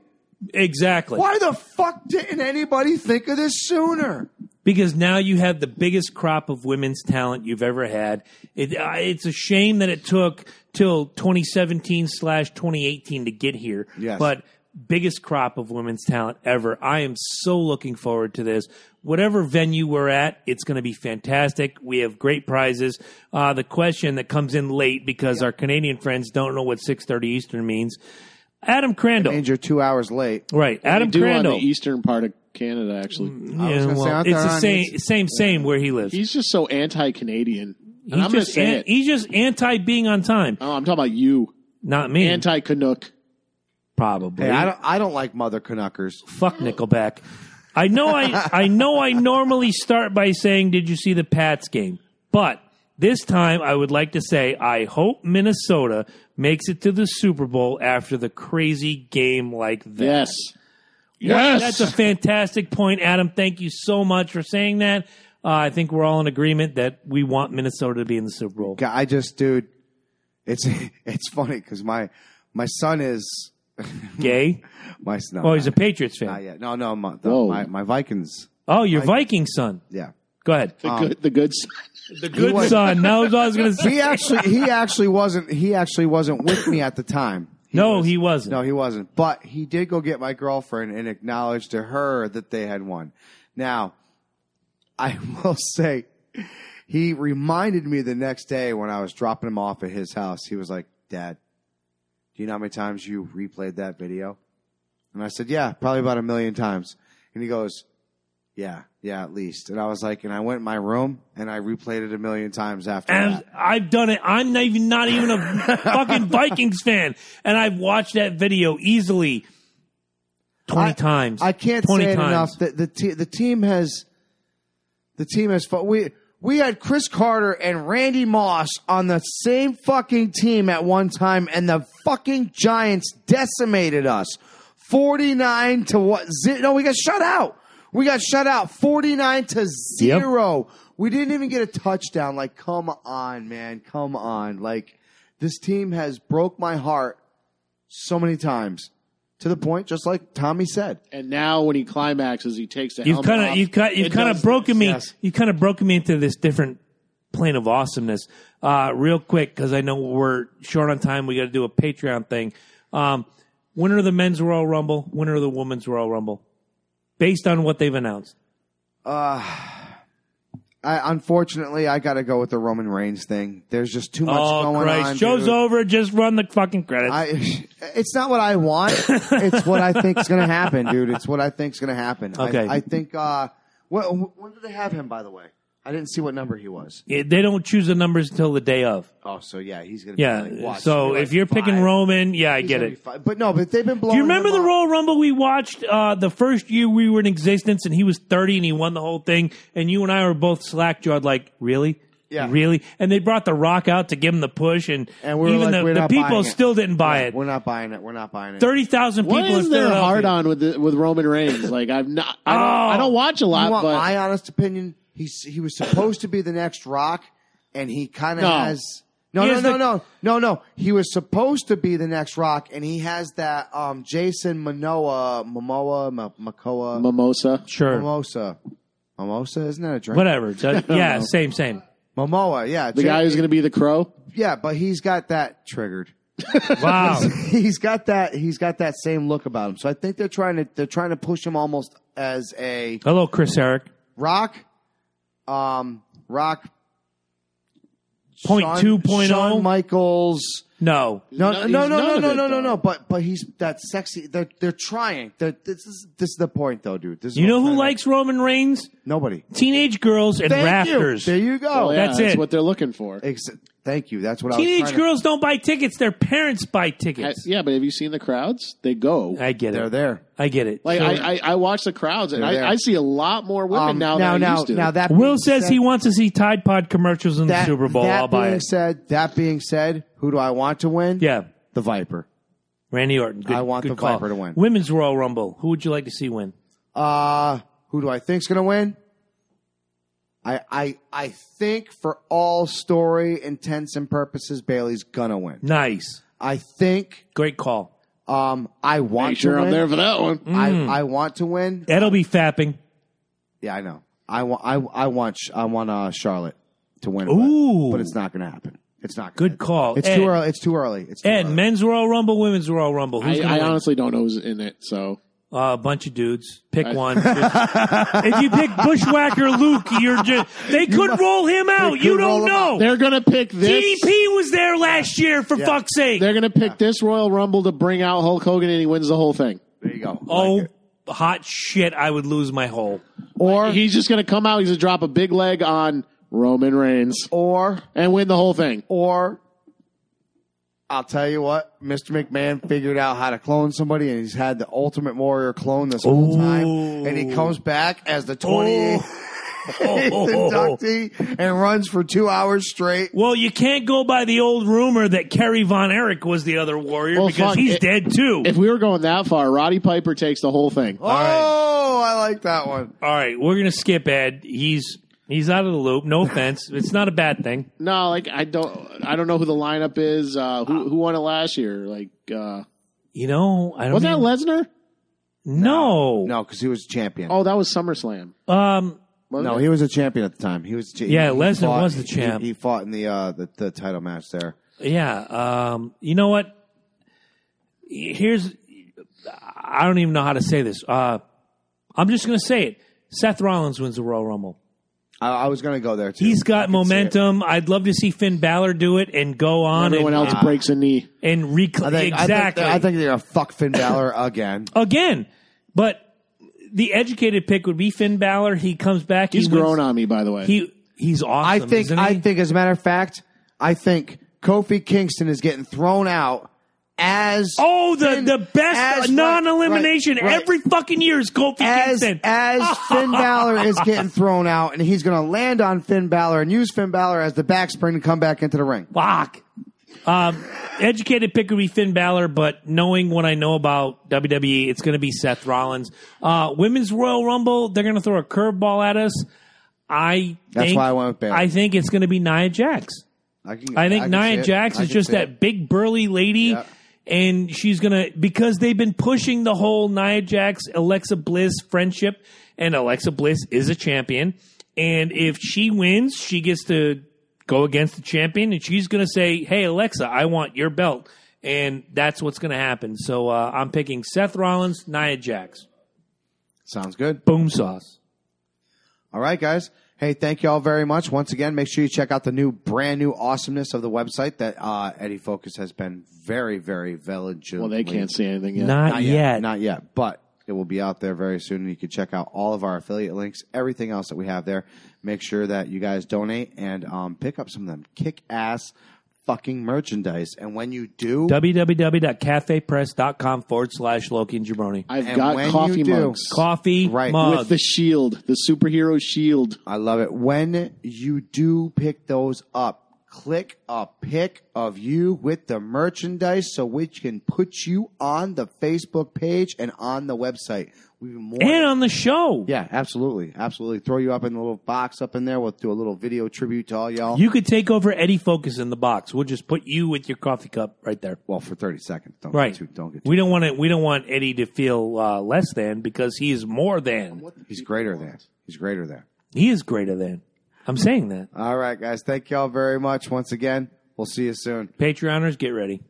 [SPEAKER 3] exactly.
[SPEAKER 2] Why the fuck didn't anybody think of this sooner?
[SPEAKER 3] because now you have the biggest crop of women's talent you've ever had. It, uh, it's a shame that it took till 2017 slash 2018 to get here.
[SPEAKER 2] Yes.
[SPEAKER 3] But biggest crop of women's talent ever. I am so looking forward to this. Whatever venue we're at, it's going to be fantastic. We have great prizes. Uh, the question that comes in late because our Canadian friends don't know what 6:30 Eastern means. Adam Crandall,
[SPEAKER 2] Means you're two hours late.
[SPEAKER 3] right? Adam
[SPEAKER 4] they do
[SPEAKER 3] Crandall. Mm.
[SPEAKER 4] on the eastern part of Canada. Actually,
[SPEAKER 2] I was
[SPEAKER 3] Yeah,
[SPEAKER 2] gonna say,
[SPEAKER 3] well,
[SPEAKER 2] aren't
[SPEAKER 3] it's
[SPEAKER 2] there
[SPEAKER 3] the
[SPEAKER 2] on
[SPEAKER 3] same,
[SPEAKER 2] each-
[SPEAKER 3] same, same where he lives.
[SPEAKER 4] he's just so anti-Canadian, and
[SPEAKER 3] He's
[SPEAKER 4] I'm going to
[SPEAKER 3] just
[SPEAKER 4] say
[SPEAKER 3] an- e-
[SPEAKER 4] it.
[SPEAKER 3] He's just anti being on time.
[SPEAKER 4] oh, I'm talking about you,
[SPEAKER 3] Not me.
[SPEAKER 4] anti-Canuck.
[SPEAKER 3] probably.
[SPEAKER 2] Hey, I don't. I don't like mother Canuckers.
[SPEAKER 3] Fuck Nickelback. I know I I know I normally start by saying did you see the Pats game? But this time I would like to say I hope Minnesota makes it to the Super Bowl after the crazy game like that.
[SPEAKER 4] Yes, yes.
[SPEAKER 3] That's a fantastic point, Adam. Thank you so much for saying that. Uh, I think we're all in agreement that we want Minnesota to be in the Super Bowl.
[SPEAKER 2] God, I just, dude, it's it's funny because my my son is
[SPEAKER 3] Gay?
[SPEAKER 2] my son.
[SPEAKER 3] Oh, he's a Patriots
[SPEAKER 2] not
[SPEAKER 3] fan.
[SPEAKER 2] yet. No, no, my, the,
[SPEAKER 4] Whoa.
[SPEAKER 2] my my Vikings.
[SPEAKER 3] Oh, your Viking son.
[SPEAKER 2] Yeah,
[SPEAKER 3] Go ahead.
[SPEAKER 4] the good, the good.
[SPEAKER 3] The good
[SPEAKER 2] was-
[SPEAKER 3] son. That was what I was going to say.
[SPEAKER 2] he actually he actually wasn't he actually wasn't with me at the time.
[SPEAKER 3] no, he wasn't.
[SPEAKER 2] No, he wasn't. But he did go get my girlfriend and acknowledge to her that they had won. Now, I will say, he reminded me the next day when I was dropping him off at his house. He was like, Dad, do you know how many times you replayed that video? And I said, Yeah, probably about a million times. And he goes, Yeah, yeah, at least. And I was like, and I went in my room and I replayed it a million times after
[SPEAKER 3] And
[SPEAKER 2] that.
[SPEAKER 3] I've done it. I'm not even not even a fucking Vikings fan, and I've watched that video easily twenty
[SPEAKER 2] I-
[SPEAKER 3] times.
[SPEAKER 2] I can't
[SPEAKER 3] 20
[SPEAKER 2] say it
[SPEAKER 3] times.
[SPEAKER 2] enough that the te- the team has the team has fought. we we had Chris Carter and Randy Moss on the same fucking team at one time and the fucking Giants decimated us. 49 to what zi- no we got shut out. We got shut out 49 to 0. We didn't even get a touchdown. Like come on, man. Come on. Like this team has broke my heart so many times to the point just like Tommy said.
[SPEAKER 4] And now when he climaxes, he takes the
[SPEAKER 3] You've
[SPEAKER 4] helmet
[SPEAKER 3] kind of
[SPEAKER 4] off.
[SPEAKER 3] you've kind you've
[SPEAKER 4] It
[SPEAKER 3] kind of
[SPEAKER 4] does
[SPEAKER 3] broken me.
[SPEAKER 4] this.
[SPEAKER 2] yes.
[SPEAKER 3] You kind of broken me into this different plane of awesomeness. Uh, real quick, because I know we're short on time. We got to do a Patreon thing. Um, winner of the men's Royal Rumble, winner of the women's Royal Rumble, based on what they've announced.
[SPEAKER 2] I, unfortunately, I got to go with the Roman Reigns thing. There's just too much
[SPEAKER 3] Oh
[SPEAKER 2] going
[SPEAKER 3] Christ!
[SPEAKER 2] on.
[SPEAKER 3] Show's
[SPEAKER 2] dude.
[SPEAKER 3] over. Just run the fucking credits.
[SPEAKER 2] I, it's not what I want. it's what I think's going to happen, dude. It's what I think's going to happen.
[SPEAKER 3] Okay.
[SPEAKER 2] I, I think. Uh, what, when did they have him? By the way, I didn't see what number he was.
[SPEAKER 3] Yeah, they don't choose the numbers until the day of.
[SPEAKER 2] Oh, so yeah, he's going to.
[SPEAKER 3] Yeah.
[SPEAKER 2] Be like, watch,
[SPEAKER 3] so
[SPEAKER 2] he'll be
[SPEAKER 3] if
[SPEAKER 2] like
[SPEAKER 3] you're picking
[SPEAKER 2] five.
[SPEAKER 3] Roman, yeah, I
[SPEAKER 2] He's
[SPEAKER 3] get
[SPEAKER 2] gonna be
[SPEAKER 3] it.
[SPEAKER 2] five. But no, but they've been blowing.
[SPEAKER 3] Do you remember
[SPEAKER 2] him
[SPEAKER 3] the
[SPEAKER 2] up.
[SPEAKER 3] Royal Rumble we watched uh, the first year we were in existence, and he was thirty and he won the whole thing, and you and I were both slack jawed, like really.
[SPEAKER 2] Yeah.
[SPEAKER 3] Really? And they brought The Rock out to give him the push, and,
[SPEAKER 2] And we were
[SPEAKER 3] even
[SPEAKER 2] like,
[SPEAKER 3] the,
[SPEAKER 2] we're
[SPEAKER 3] the
[SPEAKER 2] not
[SPEAKER 3] people
[SPEAKER 2] buying it.
[SPEAKER 3] still didn't buy it.
[SPEAKER 2] We're not buying it. We're not buying it.
[SPEAKER 3] Thirty thousand people.
[SPEAKER 4] What is
[SPEAKER 3] in
[SPEAKER 4] their
[SPEAKER 3] Philadelphia.
[SPEAKER 4] hard on with the, with Roman Reigns? Like I've not, I don't,
[SPEAKER 3] Oh.
[SPEAKER 4] I don't watch a
[SPEAKER 2] you
[SPEAKER 4] lot,
[SPEAKER 2] want
[SPEAKER 4] but
[SPEAKER 2] my honest opinion? He's he was supposed to be the next Rock, and he kind of
[SPEAKER 4] No.
[SPEAKER 2] has. No,
[SPEAKER 3] He
[SPEAKER 2] no,
[SPEAKER 3] has
[SPEAKER 2] no,
[SPEAKER 3] the-
[SPEAKER 2] no, no, no. He was supposed to be the next Rock, and he has that um, Jason Manoa, Momoa, Ma- Makoa,
[SPEAKER 4] Mimosa.
[SPEAKER 3] Sure.
[SPEAKER 2] Mimosa, Mimosa. Isn't that a drink?
[SPEAKER 3] Whatever. So- yeah. Same. Same.
[SPEAKER 2] Momoa. Yeah,
[SPEAKER 4] The guy who's going to be the crow.
[SPEAKER 2] yeah, but he's got that triggered.
[SPEAKER 3] Wow.
[SPEAKER 2] he's got that. He's got that same look about him. So I think they're trying to they're trying to push him almost as a
[SPEAKER 3] Hello, Chris Eric.
[SPEAKER 2] Rock, um, Rock.
[SPEAKER 3] Point
[SPEAKER 2] Shawn-
[SPEAKER 3] two point
[SPEAKER 2] Shawn
[SPEAKER 3] oh.
[SPEAKER 2] Michaels.
[SPEAKER 3] No.
[SPEAKER 2] No, no,
[SPEAKER 4] no-
[SPEAKER 2] no,
[SPEAKER 4] he's none
[SPEAKER 2] no,
[SPEAKER 4] of
[SPEAKER 2] no, no,
[SPEAKER 4] it,
[SPEAKER 2] no,
[SPEAKER 4] though.
[SPEAKER 2] no. But but he's that sexy. They're they're trying. They're, this is this is the point though, dude. This is
[SPEAKER 3] You
[SPEAKER 2] what
[SPEAKER 3] know
[SPEAKER 2] I'm
[SPEAKER 3] who
[SPEAKER 2] trying to-
[SPEAKER 3] likes Roman Reigns?
[SPEAKER 2] nobody.
[SPEAKER 3] Teenage girls and
[SPEAKER 2] Thank
[SPEAKER 3] rafters.
[SPEAKER 2] you. There you go.
[SPEAKER 4] Well, Oh, yeah,
[SPEAKER 3] That's
[SPEAKER 4] That's
[SPEAKER 3] it.
[SPEAKER 4] what they're looking for.
[SPEAKER 2] Ex- thank you. That's what I was
[SPEAKER 3] Teenage
[SPEAKER 2] trying
[SPEAKER 3] girls don't buy tickets; their parents buy
[SPEAKER 4] I-
[SPEAKER 3] tickets.
[SPEAKER 4] yeah, but have you seen the crowds? They go.
[SPEAKER 3] I get
[SPEAKER 2] To, they're
[SPEAKER 3] it.
[SPEAKER 2] there.
[SPEAKER 3] I get it.
[SPEAKER 4] like
[SPEAKER 3] So-
[SPEAKER 4] I, I, I watch the crowds, and
[SPEAKER 2] They're there.
[SPEAKER 4] I, I see a lot more women
[SPEAKER 2] Um,
[SPEAKER 4] now,
[SPEAKER 2] now,
[SPEAKER 4] than I
[SPEAKER 2] now,
[SPEAKER 4] used to.
[SPEAKER 2] now that
[SPEAKER 3] Will
[SPEAKER 2] being
[SPEAKER 3] says
[SPEAKER 2] said-
[SPEAKER 3] he wants to see Tide Pod commercials in the
[SPEAKER 2] that-
[SPEAKER 3] Super Bowl.
[SPEAKER 2] That
[SPEAKER 3] I'll buy
[SPEAKER 2] being
[SPEAKER 3] it.
[SPEAKER 2] said, that being said, who do I want to win?
[SPEAKER 3] Yeah,
[SPEAKER 2] the Viper.
[SPEAKER 3] Randy Orton. Good,
[SPEAKER 2] I want
[SPEAKER 3] good
[SPEAKER 2] the
[SPEAKER 3] call.
[SPEAKER 2] Viper to win.
[SPEAKER 3] Women's Royal Rumble. Who would you like to see win?
[SPEAKER 2] Uh, who do I think's going to win? I, I, I think for all story intents and purposes, Bailey's going to win.
[SPEAKER 3] Nice,
[SPEAKER 2] I think,
[SPEAKER 3] great call.
[SPEAKER 2] um, I want
[SPEAKER 4] Make sure
[SPEAKER 2] to win.
[SPEAKER 4] I'm there for that one.
[SPEAKER 3] Hmm.
[SPEAKER 2] I, I want to win.
[SPEAKER 3] That'll be fapping.
[SPEAKER 2] Yeah, I know. I want, I, I want, Sh- I want, uh, Charlotte to win.
[SPEAKER 3] Ooh.
[SPEAKER 2] But, but it's not going to happen. It's not gonna
[SPEAKER 3] Good call.
[SPEAKER 2] It's
[SPEAKER 3] Ed,
[SPEAKER 2] too early. It's too early. It's too
[SPEAKER 3] Ed,
[SPEAKER 2] early.
[SPEAKER 3] men's Royal Rumble, women's Royal Rumble. Who's
[SPEAKER 4] I,
[SPEAKER 3] gonna
[SPEAKER 4] I
[SPEAKER 3] win?
[SPEAKER 4] honestly don't know who's in it. So
[SPEAKER 3] Uh, a bunch of dudes. Pick one. if you pick Bushwhacker Luke, you're just they could roll him out.
[SPEAKER 2] could
[SPEAKER 3] You
[SPEAKER 2] roll
[SPEAKER 3] don't
[SPEAKER 2] him out.
[SPEAKER 3] know.
[SPEAKER 4] they're going to pick this.
[SPEAKER 3] DDP was there last year for fuck's sake.
[SPEAKER 4] They're going to pick this Royal Rumble to bring out Hulk Hogan, and he wins the whole thing.
[SPEAKER 2] There you go.
[SPEAKER 3] oh,
[SPEAKER 2] Like it.
[SPEAKER 3] hot shit! I would lose my hole.
[SPEAKER 2] or,
[SPEAKER 4] He's just going to come out. He's going to drop a big leg on Roman Reigns
[SPEAKER 2] or,
[SPEAKER 4] and win the whole thing.
[SPEAKER 2] Or I'll tell you what, Mr. McMahon figured out how to clone somebody, and he's had the Ultimate Warrior clone this whole time, and he comes back as the 28th
[SPEAKER 3] Oh.
[SPEAKER 2] inductee and runs for two hours straight.
[SPEAKER 3] Well, you can't go by the old rumor that Kerry Von Erich was the other warrior
[SPEAKER 4] Well,
[SPEAKER 3] because
[SPEAKER 4] fuck,
[SPEAKER 3] he's
[SPEAKER 4] it-
[SPEAKER 3] dead too.
[SPEAKER 4] If we were going that far, Roddy Piper takes the whole thing.
[SPEAKER 2] Oh, I like that one.
[SPEAKER 3] All right, we're gonna skip Ed. He's he's out of the loop. No offense. it's not a bad thing.
[SPEAKER 4] No, like I don't, I don't know who the lineup is. Uh, who who won it last year? Like, uh,
[SPEAKER 3] You know, I don't.
[SPEAKER 4] was that
[SPEAKER 3] even-
[SPEAKER 4] Lesnar?
[SPEAKER 3] no.
[SPEAKER 2] No, because he was a champion.
[SPEAKER 4] Oh, that was SummerSlam.
[SPEAKER 3] Um.
[SPEAKER 2] no, he was a champion at the time. He was.
[SPEAKER 3] Yeah,
[SPEAKER 2] he
[SPEAKER 3] Lesnar
[SPEAKER 2] fought-
[SPEAKER 3] was the
[SPEAKER 2] he-
[SPEAKER 3] champ.
[SPEAKER 2] He, fought in the, uh, the the title match there.
[SPEAKER 3] Yeah. Um. You know what? Here's. I don't even know how to say this. Uh, I'm just gonna say it. Seth Rollins wins the Royal Rumble.
[SPEAKER 2] I, I was gonna go there too.
[SPEAKER 3] He's
[SPEAKER 2] I could
[SPEAKER 3] got
[SPEAKER 2] see it.
[SPEAKER 3] momentum. I'd love to see Finn Balor do it and go on
[SPEAKER 4] Everyone
[SPEAKER 3] and,
[SPEAKER 4] else breaks a knee.
[SPEAKER 3] and
[SPEAKER 2] I
[SPEAKER 3] reclaim
[SPEAKER 2] think, I think-
[SPEAKER 3] exactly
[SPEAKER 2] I think, they're gonna fuck Finn Balor again.
[SPEAKER 3] again. But the educated pick would be Finn Balor. He comes back.
[SPEAKER 4] He's
[SPEAKER 3] he wins.
[SPEAKER 4] grown on me, by the way.
[SPEAKER 3] He he's awesome.
[SPEAKER 2] I think.
[SPEAKER 3] isn't he?
[SPEAKER 2] I think. As a matter of fact, I think Kofi Kingston is getting thrown out as
[SPEAKER 3] Oh, the
[SPEAKER 2] Finn-
[SPEAKER 3] the best
[SPEAKER 2] as-
[SPEAKER 3] non-elimination
[SPEAKER 2] right, right,
[SPEAKER 3] every fucking year is Kofi
[SPEAKER 2] as
[SPEAKER 3] Kingston.
[SPEAKER 2] as Finn Balor is getting thrown out, and he's going to land on Finn Balor and use Finn Balor as the back spring to come back into the ring.
[SPEAKER 3] Fuck. Um, educated pick would be Finn Balor, but knowing what I know about WWE, it's going to be Seth Rollins. Uh, women's Royal Rumble, they're going to throw a curveball at us. I
[SPEAKER 2] That's
[SPEAKER 3] think-
[SPEAKER 2] why I went with Balor.
[SPEAKER 3] I think it's going to be Nia Jax.
[SPEAKER 2] I, can,
[SPEAKER 3] I think
[SPEAKER 2] can see
[SPEAKER 3] Nia
[SPEAKER 2] it.
[SPEAKER 3] Jax
[SPEAKER 2] I
[SPEAKER 3] is
[SPEAKER 2] can
[SPEAKER 3] just
[SPEAKER 2] see
[SPEAKER 3] that
[SPEAKER 2] it.
[SPEAKER 3] big burly lady,
[SPEAKER 2] Yeah.
[SPEAKER 3] and she's gonna because they've been pushing the whole Nia Jax Alexa Bliss friendship, and Alexa Bliss is a champion, and if she wins, she gets to go against the champion, and she's gonna say, "Hey Alexa, I want your belt," and that's what's gonna happen. So uh, I'm picking Seth Rollins, Nia Jax,
[SPEAKER 2] Sounds good.
[SPEAKER 3] boom sauce.
[SPEAKER 2] All right, guys. Hey, thank you all very much. Once again, make sure you check out the new, brand new awesomeness of the website that uh, Eddie Focus has been very, very
[SPEAKER 4] Well,
[SPEAKER 2] diligently.
[SPEAKER 4] they can't see anything yet.
[SPEAKER 3] Not,
[SPEAKER 2] Not
[SPEAKER 3] yet.
[SPEAKER 2] yet. Not yet, but it will be out there very soon. And you can check out all of our affiliate links, everything else that we have there. Make sure that you guys donate and um, pick up some of them kick ass fucking merchandise. And when you do,
[SPEAKER 3] www.cafepress.com forward slash Loki and Jabroni.
[SPEAKER 4] I've
[SPEAKER 2] And when
[SPEAKER 4] got coffee
[SPEAKER 2] you do-
[SPEAKER 4] mugs
[SPEAKER 3] Coffee
[SPEAKER 2] Right.
[SPEAKER 3] mug.
[SPEAKER 4] with the shield, the superhero shield.
[SPEAKER 2] I love it. When you do pick those up, click a pic of you with the merchandise so we can put you on the Facebook page and on the website. We've been more
[SPEAKER 3] and on the show.
[SPEAKER 2] Yeah, absolutely. Absolutely. Throw you up in the little box up in there. We'll do a little video tribute to all y'all.
[SPEAKER 3] You could take over Eddie Focus in the box. We'll just put you with your coffee cup right there.
[SPEAKER 2] well, for 30 seconds. Don't
[SPEAKER 3] Right.
[SPEAKER 2] get too, don't get too.
[SPEAKER 3] we don't want to. We don't want Eddie to feel uh, less than because he is more than.
[SPEAKER 2] He's greater than. He's greater than.
[SPEAKER 3] He is greater than. I'm saying that.
[SPEAKER 2] All right, guys. Thank y'all very much once again. We'll see you soon.
[SPEAKER 3] Patreoners, get ready.